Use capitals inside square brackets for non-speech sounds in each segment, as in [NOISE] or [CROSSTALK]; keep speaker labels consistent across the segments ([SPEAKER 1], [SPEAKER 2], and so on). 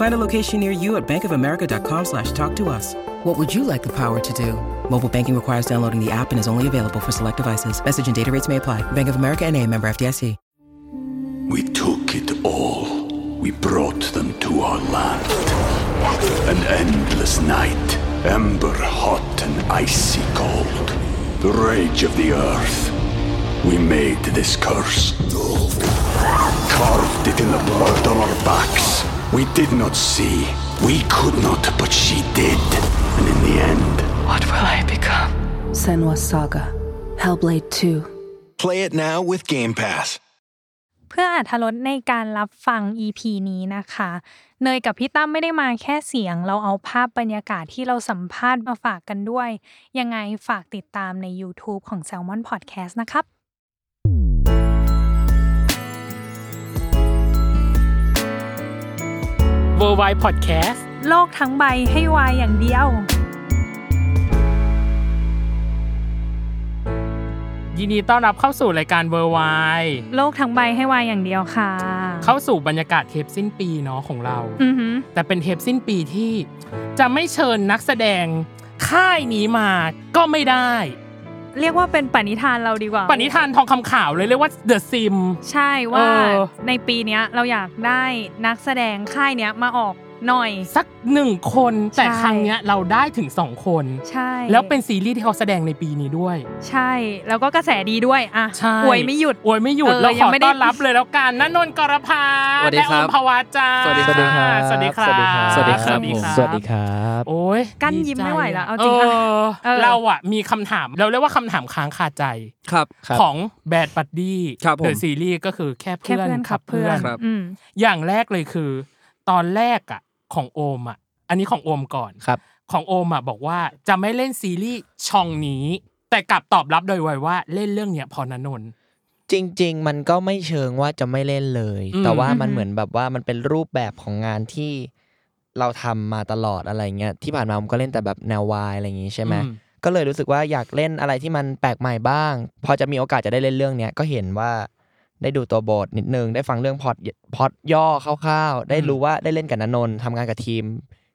[SPEAKER 1] Find a location near you at bankofamerica.com slash talk to us. What would you like the power to do? Mobile banking requires downloading the app and is only available for select devices. Message and data rates may apply. Bank of America and a member FDIC.
[SPEAKER 2] We took it all. We brought them to our land. An endless night, ember hot and icy cold. The rage of the earth. We made this curse. Carved it in the blood on our backs. We did not see. We could not, but she did. And in the end,
[SPEAKER 3] What will I become?
[SPEAKER 4] Senwa Saga. Hellblade 2.
[SPEAKER 5] Play it now with Game Pass.
[SPEAKER 6] เพื่ออาธรสในการรับฟัง EP นี้นะคะ เนยกับพี่ตั้มไม่ได้มาแค่เสียง เราเอาภาพบรรยากาศที่เราสัมภาษณ์มาฝากกันด้วย ยังไงฝากติดตามใน YouTube ของ Salmon Podcast นะครับ
[SPEAKER 7] w o r l d w i d e Podcast
[SPEAKER 6] โลกทั้งใบให้วายอย่างเดียว
[SPEAKER 7] ยินดีต้อนรับเข้าสู่รายการ w o r l d w i d e
[SPEAKER 6] โลกทั้งใบให้วายอย่างเดียวค่ะ
[SPEAKER 7] เข้าสู่บรรยากาศเทปสิ้นปีเนาะของเรา
[SPEAKER 6] อือหือ
[SPEAKER 7] แต่เป็นเทปสิ้นปีที่จะไม่เชิญนักแสดงค่ายนี้มาก็ไม่ได้
[SPEAKER 6] เรียกว่าเป็นปณิธานเราดีกว่า
[SPEAKER 7] ปณิธานทองคำขาวเลยเรียกว่า The Sim
[SPEAKER 6] ใช่ว่า
[SPEAKER 7] เออ
[SPEAKER 6] ในปีเนี้ยเราอยากได้นักแสดงค่ายเนี้ยมาออกหน่อย
[SPEAKER 7] สักหนึ่งคน แต่
[SPEAKER 6] ใช่
[SPEAKER 7] ครั้งเนี้ยเราได้ถึงสองคน
[SPEAKER 6] ใช่
[SPEAKER 7] แล้วเป็นซีรีส์ที่เขาแสดงในปีนี้ด้วย
[SPEAKER 6] ใช่ แล้วก็กระแสดีด้วยอ่ะ
[SPEAKER 7] ใช่
[SPEAKER 6] อวยไม่หยุด
[SPEAKER 7] อวยไม่หยุด
[SPEAKER 6] เออ
[SPEAKER 7] เราย
[SPEAKER 6] ง
[SPEAKER 7] ขอ
[SPEAKER 6] ไม่ได้
[SPEAKER 7] ต้อนรับเลยแล้วกันนันนนท์กรพา
[SPEAKER 8] สวัสดี
[SPEAKER 7] และ
[SPEAKER 8] ค
[SPEAKER 7] อ
[SPEAKER 8] รับ
[SPEAKER 7] มภาวาจ้า
[SPEAKER 8] สวัสดีครับ
[SPEAKER 7] สวัสดีครับ
[SPEAKER 8] สวัสดีครับผม
[SPEAKER 7] ส
[SPEAKER 8] ส
[SPEAKER 7] วัส
[SPEAKER 8] วัส
[SPEAKER 7] ดี
[SPEAKER 8] ดี
[SPEAKER 7] ครับ
[SPEAKER 8] ครับ
[SPEAKER 7] โอ้ย
[SPEAKER 6] กั้น
[SPEAKER 7] ดี
[SPEAKER 6] ยิ้ม
[SPEAKER 7] ใจ
[SPEAKER 6] ไม่ไหวแล้วเอา
[SPEAKER 7] เอ
[SPEAKER 6] จริงอะ
[SPEAKER 7] อ
[SPEAKER 6] เออ
[SPEAKER 7] เราอะมีคำถาม เราเรียกว่าคำถามค้างคาใจ
[SPEAKER 8] ครับ
[SPEAKER 7] ของแบดบัดดี้
[SPEAKER 8] ครับผม
[SPEAKER 7] เดอะซีรีส์ก็คือแค่
[SPEAKER 6] แค่
[SPEAKER 7] เพื่อน
[SPEAKER 6] เพื่อน
[SPEAKER 7] ขั
[SPEAKER 6] ขั
[SPEAKER 7] บบ เพื่
[SPEAKER 6] เพื่
[SPEAKER 7] อ
[SPEAKER 6] อน น
[SPEAKER 8] ครับ
[SPEAKER 6] อืม
[SPEAKER 7] อย่างแรกเลยคือ ตอนแรกอะของโอมอะอันนี้ของโอมก่อน
[SPEAKER 8] ครับ
[SPEAKER 7] ของโอมอะบอกว่าจะไม่เล่นซีรีส์ช่องนี้ แต่กลับตอบรับโดยไวว่าเล่นเรื่องเนี้ยพอนนนท์
[SPEAKER 8] จริง ๆ มันก็ไม่เชิงว่าจะไม่เล่นเลย
[SPEAKER 7] อืม
[SPEAKER 8] แต่ว่ามันเหมือนแบบว่ามันเป็นรูปแบบของงานที่เราทำมาตลอดอะไรเงี้ย ที่ผ่านมาผมก็เล่นแต่แบบแนววายอะไรอย่างงี้ใช่ไหม
[SPEAKER 7] อื
[SPEAKER 8] ก็เลยรู้สึกว่าอยากเล่นอะไรที่มันแปลกใหม่บ้าง พอจะมีโอกาสจะได้เล่นเรื่องเนี้ยก็เห็นว่าได้ดูตัวบทนิดนึง ได้ฟังเรื่องพล็อดพล็อดย่อคร่าวๆ ได้
[SPEAKER 7] อืม
[SPEAKER 8] รู้ว่าได้เล่นกับณนนท์ทำงานกับทีม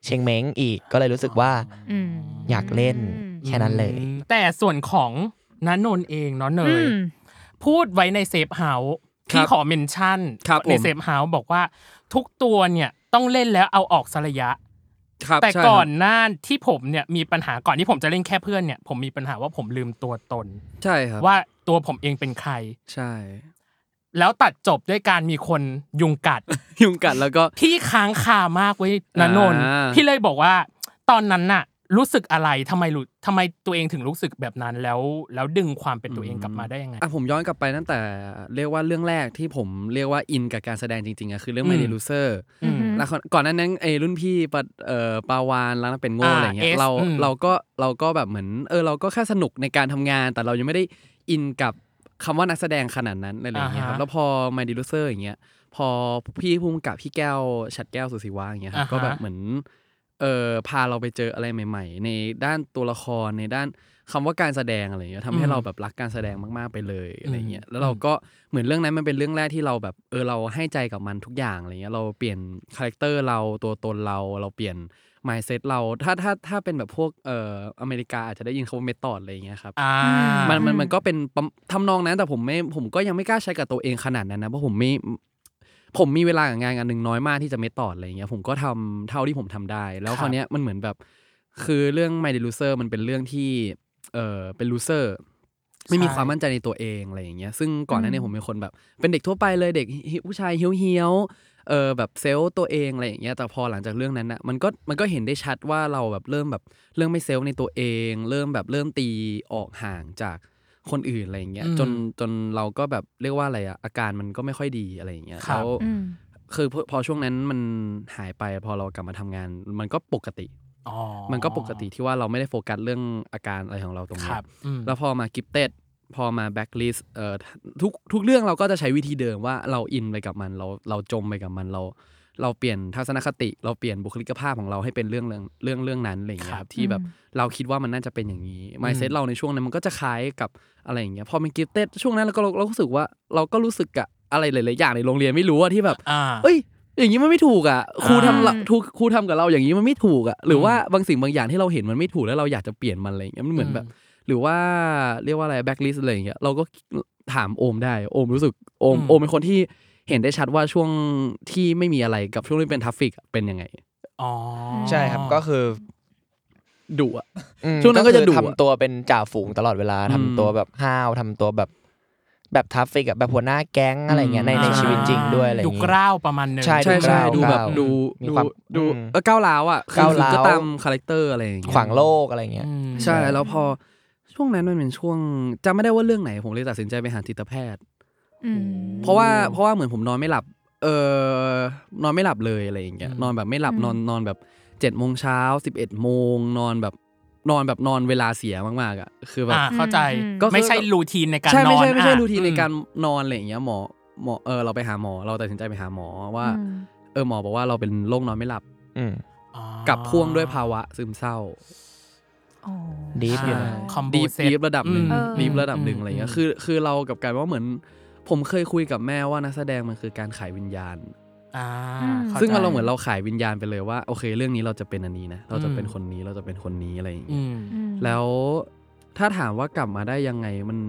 [SPEAKER 8] เชงเม้งอีก ก็เลยรู้สึกว่า
[SPEAKER 6] อืม
[SPEAKER 8] อยากเล่นแค่นั้นเลย
[SPEAKER 7] อืมแต่ส่วนของนันนนท์เองเนาะเน
[SPEAKER 6] อื
[SPEAKER 7] ย
[SPEAKER 6] ม
[SPEAKER 7] พูดไว้ในเซฟเฮาส์ที่
[SPEAKER 8] ครับ
[SPEAKER 7] ขอเมนชั่น
[SPEAKER 8] ครับผม
[SPEAKER 7] ในเซฟเฮาส์บอกว่าทุกตัวเนี่ยต้องเล่นแล้วเอาออกสระยะ
[SPEAKER 8] ครับ
[SPEAKER 7] แต่ก่อนหน้าที่ผมเนี่ยมีปัญหาก่อนที่ผมจะเล่นแค่เพื่อนเนี่ยผมมีปัญหาว่าผมลืมตัวตน
[SPEAKER 8] ใช่ครับ
[SPEAKER 7] ว่าตัวผมเองเป็นใคร
[SPEAKER 8] ใช่
[SPEAKER 7] แล้วตัดจบด้วยการมีคนยุงกัด
[SPEAKER 8] [LAUGHS] ยุงกัดแล้วก็
[SPEAKER 7] พี่ค้างคามากเว้ยนะนนท์
[SPEAKER 8] อ่า
[SPEAKER 7] พี่เลยบอกว่า ตอนนั้นน่ะ รู้สึกอะไรทำไมรู้ทำไมตัวเองถึงรู้สึกแบบนั้นแล้ว แล้วดึงความเป็นตัวเองกลับมาได้ยังไง
[SPEAKER 9] อ่ะผมย้อนกลับไปตั้งแต่เรียกว่าเรื่องแรกที่ผมเรียกว่าอินกับการแสดงจริงๆอะคือเรื่อง My
[SPEAKER 7] อืม
[SPEAKER 9] Day Loser
[SPEAKER 7] อืม
[SPEAKER 9] แล้วก่อนก่อนหนั้นนั้นไอ้รุ่นพี่ปะเอ่อปาวานแล้วเป็นโง่
[SPEAKER 7] อ่า
[SPEAKER 9] อะไรเงี้ย
[SPEAKER 7] S
[SPEAKER 9] เรา
[SPEAKER 7] อืม
[SPEAKER 9] เราก็เราก็แบบเหมือนเออเราก็แค่สนุกในการทำงาน แต่เรายังไม่ได้อินกับคำว่านักแสดงขนาดนั้นอะไรอย่างเงี้ยครับแล้วพอ My Day Loser อย่างเงี้ยพอพี่ภูมิกับพี่แก้วฉัดแก้วสุศิวะอย่างเงี้ยครับ
[SPEAKER 7] อ่าฮะ
[SPEAKER 9] ก็แบบเหมือนเออพาเราไปเจออะไรใหม่ ๆ ในด้านตัวละครในด้าน คำว่าการแสดงอะไรอย่างเงี้ยทำให้
[SPEAKER 7] อืม
[SPEAKER 9] เราแบบรักการแสดงมาก ๆ ไปเลยอะไรเงี้ย
[SPEAKER 7] อืม
[SPEAKER 9] แล้วเราก็เหมือนเรื่องนั้นมันเป็นเรื่องแรกที่เราแบบเออเราให้ใจกับมันทุกอย่างอะไรเงี้ยเราเปลี่ยนคาแรคเตอร์เราตัวตนเราเราเปลี่ยน mindset เราถ้าถ้าถ้าเป็นแบบพวกเอ่ออเมริกาอาจจะได้ยินคำว่าเมทอดอะไรเงี้ยครับ
[SPEAKER 7] อ่า
[SPEAKER 9] มันมั
[SPEAKER 6] อื
[SPEAKER 9] น
[SPEAKER 6] ม
[SPEAKER 9] มันก็เป็นประมทำนองนั้นแต่ผมไม่ผมก็ยังไม่กล้าใช้กับตัวเองขนาดนั้นนะเพราะผมไม่ผมมีเวลากับงานงานหนึ่งน้อยมากที่จะเมทอดอะไรเงี้ยผมก็ทำเท่าที่ผมทำได้ แล้ว
[SPEAKER 7] ครับ
[SPEAKER 9] คราวเนี้ยมันเหมือนแบบ คือเรื่อง My d e Loser มันเป็นเรื่องที่ เออเป็นลูเซอร์ไม่มีความมั่นใจในตัวเองอะไรอย่างเงี้ยซึ่งก่อนหน้า
[SPEAKER 6] อื
[SPEAKER 9] นี้
[SPEAKER 6] ม
[SPEAKER 9] ผมเป็นคนแบบ เป็นเด็กทั่วไปเลยเด็กฮิผู้ชายเฮี้ยวๆเออแบบเซลล์ตัวเองอะไรอย่างเงี้ยแต่พอหลังจากเรื่องนั้นน่ะมันก็มันก็เห็นได้ชัดว่าเราแบบเริ่มแบบเริ่มไม่เซลล์ในตัวเอง เริ่มแบบเริ่มตีออกห่างจากคนอื่นอะไรอย่างเงี้ย
[SPEAKER 7] อืม
[SPEAKER 9] จนจนเราก็แบบเรียกว่าอะไรอะอาการมันก็ไม่ค่อยดีอะไรอย่างเงี้ย
[SPEAKER 7] ครั
[SPEAKER 9] แล้
[SPEAKER 7] บ
[SPEAKER 9] ว
[SPEAKER 6] อืม
[SPEAKER 9] คือพอพอช่วงนั้นมันหายไปพอเรากลับมาทำงาน มันก็ปกติ
[SPEAKER 7] อ๋อ
[SPEAKER 9] มันก็ปกติที่ว่าเราไม่ได้โฟกัสเรื่องอาการอะไรของเราตรง
[SPEAKER 7] ค
[SPEAKER 9] นี้
[SPEAKER 7] รับอืม
[SPEAKER 9] แล้วพอมากิฟเต็ดพอมาแบ็กลิสเอ่อทุกทุกเรื่องเราก็จะใช้วิธีเดิมว่าเราอินไปกับมันเราเราจมไปกับมันเรา เราเปลี่ยนทัศนคติ เราเปลี่ยนบุคลิกภาพของเราให้เป็นเรื่องเรื่องเรื่องเรื่องนั้นอะไรอย่างเงี้ยครับที่แบบเราคิดว่ามันน่าจะเป็นอย่างนี้ mindset เราในช่วงนั้นมันก็จะคล้ายกับอะไรอย่างเงี้ยพอเป็นกิฟเต็ดช่วงนั้นเราก็เราเรารู้สึกว่าเราก็รู้สึกกับอะไรหลายๆอย่างในโรงเรียนไม่รู้อะที่แบบ
[SPEAKER 7] อ่า
[SPEAKER 9] เอ้ย อย่างนี้มันไม่ถูกอ่ะ ครูทำละ
[SPEAKER 6] อืม
[SPEAKER 9] ครูครูทำกับเราอย่างนี้มันไม่ถูกอ่ะ หรือว่าบางสิ่งบางอย่างที่เราเห็นมันไม่ถูกแล้วเราอยากจะเปลี่ยนมันอะไรอย่างเงี้ย มันเหมือนแบบ หรือว่าเรียกว่าอะไรแบ็กลิสอะไรอย่างเงี้ย เราก็ถามโอมได้ โอมรู้สึก โอม
[SPEAKER 7] อืม
[SPEAKER 9] โอมเป็นคนที่เห็นได้ชัดว่าช่วงที่ไม่มีอะไรกับช่วงที่เป็นทัฟฟิกเป็นยังไง
[SPEAKER 7] อ๋อ
[SPEAKER 8] ใช่ครับก็คือ
[SPEAKER 9] ดุอ่ะ
[SPEAKER 8] อืม
[SPEAKER 9] ช่วงนั้นก็จะดุอะ
[SPEAKER 8] คือทำตัวเป็นจ่าฝูงตลอดเวลา
[SPEAKER 9] อืม
[SPEAKER 8] ทำตัวแบบห้าวทำตัวแบบแบบทัฟฟิกอะแบบหัวหน้าแก๊งอะไรเงี้ยในในชีวิตจริงด้วยอะไรอย่าง
[SPEAKER 7] ดุ
[SPEAKER 8] งี้
[SPEAKER 7] กร้าวประมาณหนึง
[SPEAKER 8] ใช่
[SPEAKER 9] ใช่ใช่ดูแบบ
[SPEAKER 8] ก้าว
[SPEAKER 9] ดู
[SPEAKER 8] มี
[SPEAKER 9] ดู
[SPEAKER 8] ความ
[SPEAKER 9] ดู
[SPEAKER 8] อืม
[SPEAKER 9] เออก้าวร้าวอ่ะคือ
[SPEAKER 8] ก้าวร้าว
[SPEAKER 9] ก็ตามคาแรคเตอร์อะไรอย่างเงี้ย
[SPEAKER 8] ขวางโลกอะไรเงี้ย
[SPEAKER 7] อืม
[SPEAKER 9] ใช่แล้วพอช่วงนั้นมันเป็นช่วงจำไม่ได้ว่าเรื่องไหนผมเลยตัดสินใจไปหาจิตแพทย์
[SPEAKER 6] อืม
[SPEAKER 9] เพราะว่าเพราะว่าเหมือนผมนอนไม่หลับ เออนอนไม่หลับเลยอะไรอย่างเงี้ยนอนแบบไม่หลับ
[SPEAKER 6] อืม
[SPEAKER 9] นอนนอนแบบเจ็ดโมงเช้าสิบเอ็ดโมงนอนแบบนอนแบบนอนเวลาเสียมากๆอ่ะคือแบบ
[SPEAKER 7] อ่าเข้าใจ
[SPEAKER 6] อืม
[SPEAKER 9] ก็คือ
[SPEAKER 7] ไม่ใช่รูทีนในการนอน
[SPEAKER 9] ใช่ไม่ใช่ไม่ใช่
[SPEAKER 7] อ่ะ
[SPEAKER 9] รูทีนในการ
[SPEAKER 7] อืม
[SPEAKER 9] นอนอะไรอย่างเงี้ยหมอหมอเออเราไปหาหมอเราตัดสินใจไปหาหมอว่า
[SPEAKER 6] อืม
[SPEAKER 9] เออหมอบอกว่าเราเป็นโรคนอนไม่หลับ
[SPEAKER 8] อืม
[SPEAKER 7] อ๋อ
[SPEAKER 9] กับพ่วงด้วยภาวะซึมเศร้า
[SPEAKER 6] อ๋อ
[SPEAKER 8] ดีฟอยู่นะ
[SPEAKER 7] คอมโบ
[SPEAKER 9] ดีฟ
[SPEAKER 7] เซต
[SPEAKER 9] ดีฟระดับหนึ่ง
[SPEAKER 6] เออ
[SPEAKER 9] ดีฟระดับหนึ่งอะไรเงี้ยคือคือเรากลับกลารว่าเหมือน ผมเคยคุยกับแม่ว่านักแสดงมันคือการขายวิญญาณ
[SPEAKER 7] อ่า
[SPEAKER 6] อืม
[SPEAKER 7] ข้ใจ
[SPEAKER 9] ซึ่งเราเหมือนเราขายวิญญาณไปเลยว่าโอเค เรื่องนี้เราจะเป็นอันนี้นะเราจะเป็น
[SPEAKER 7] อืม
[SPEAKER 9] คนนี้เราจะเป็นคนนี้อะไรอย่าง
[SPEAKER 7] อื
[SPEAKER 9] เงี้ย
[SPEAKER 7] ม
[SPEAKER 6] อืม
[SPEAKER 9] แล้วถ้าถามว่ากลับมาได้ยังไงมัน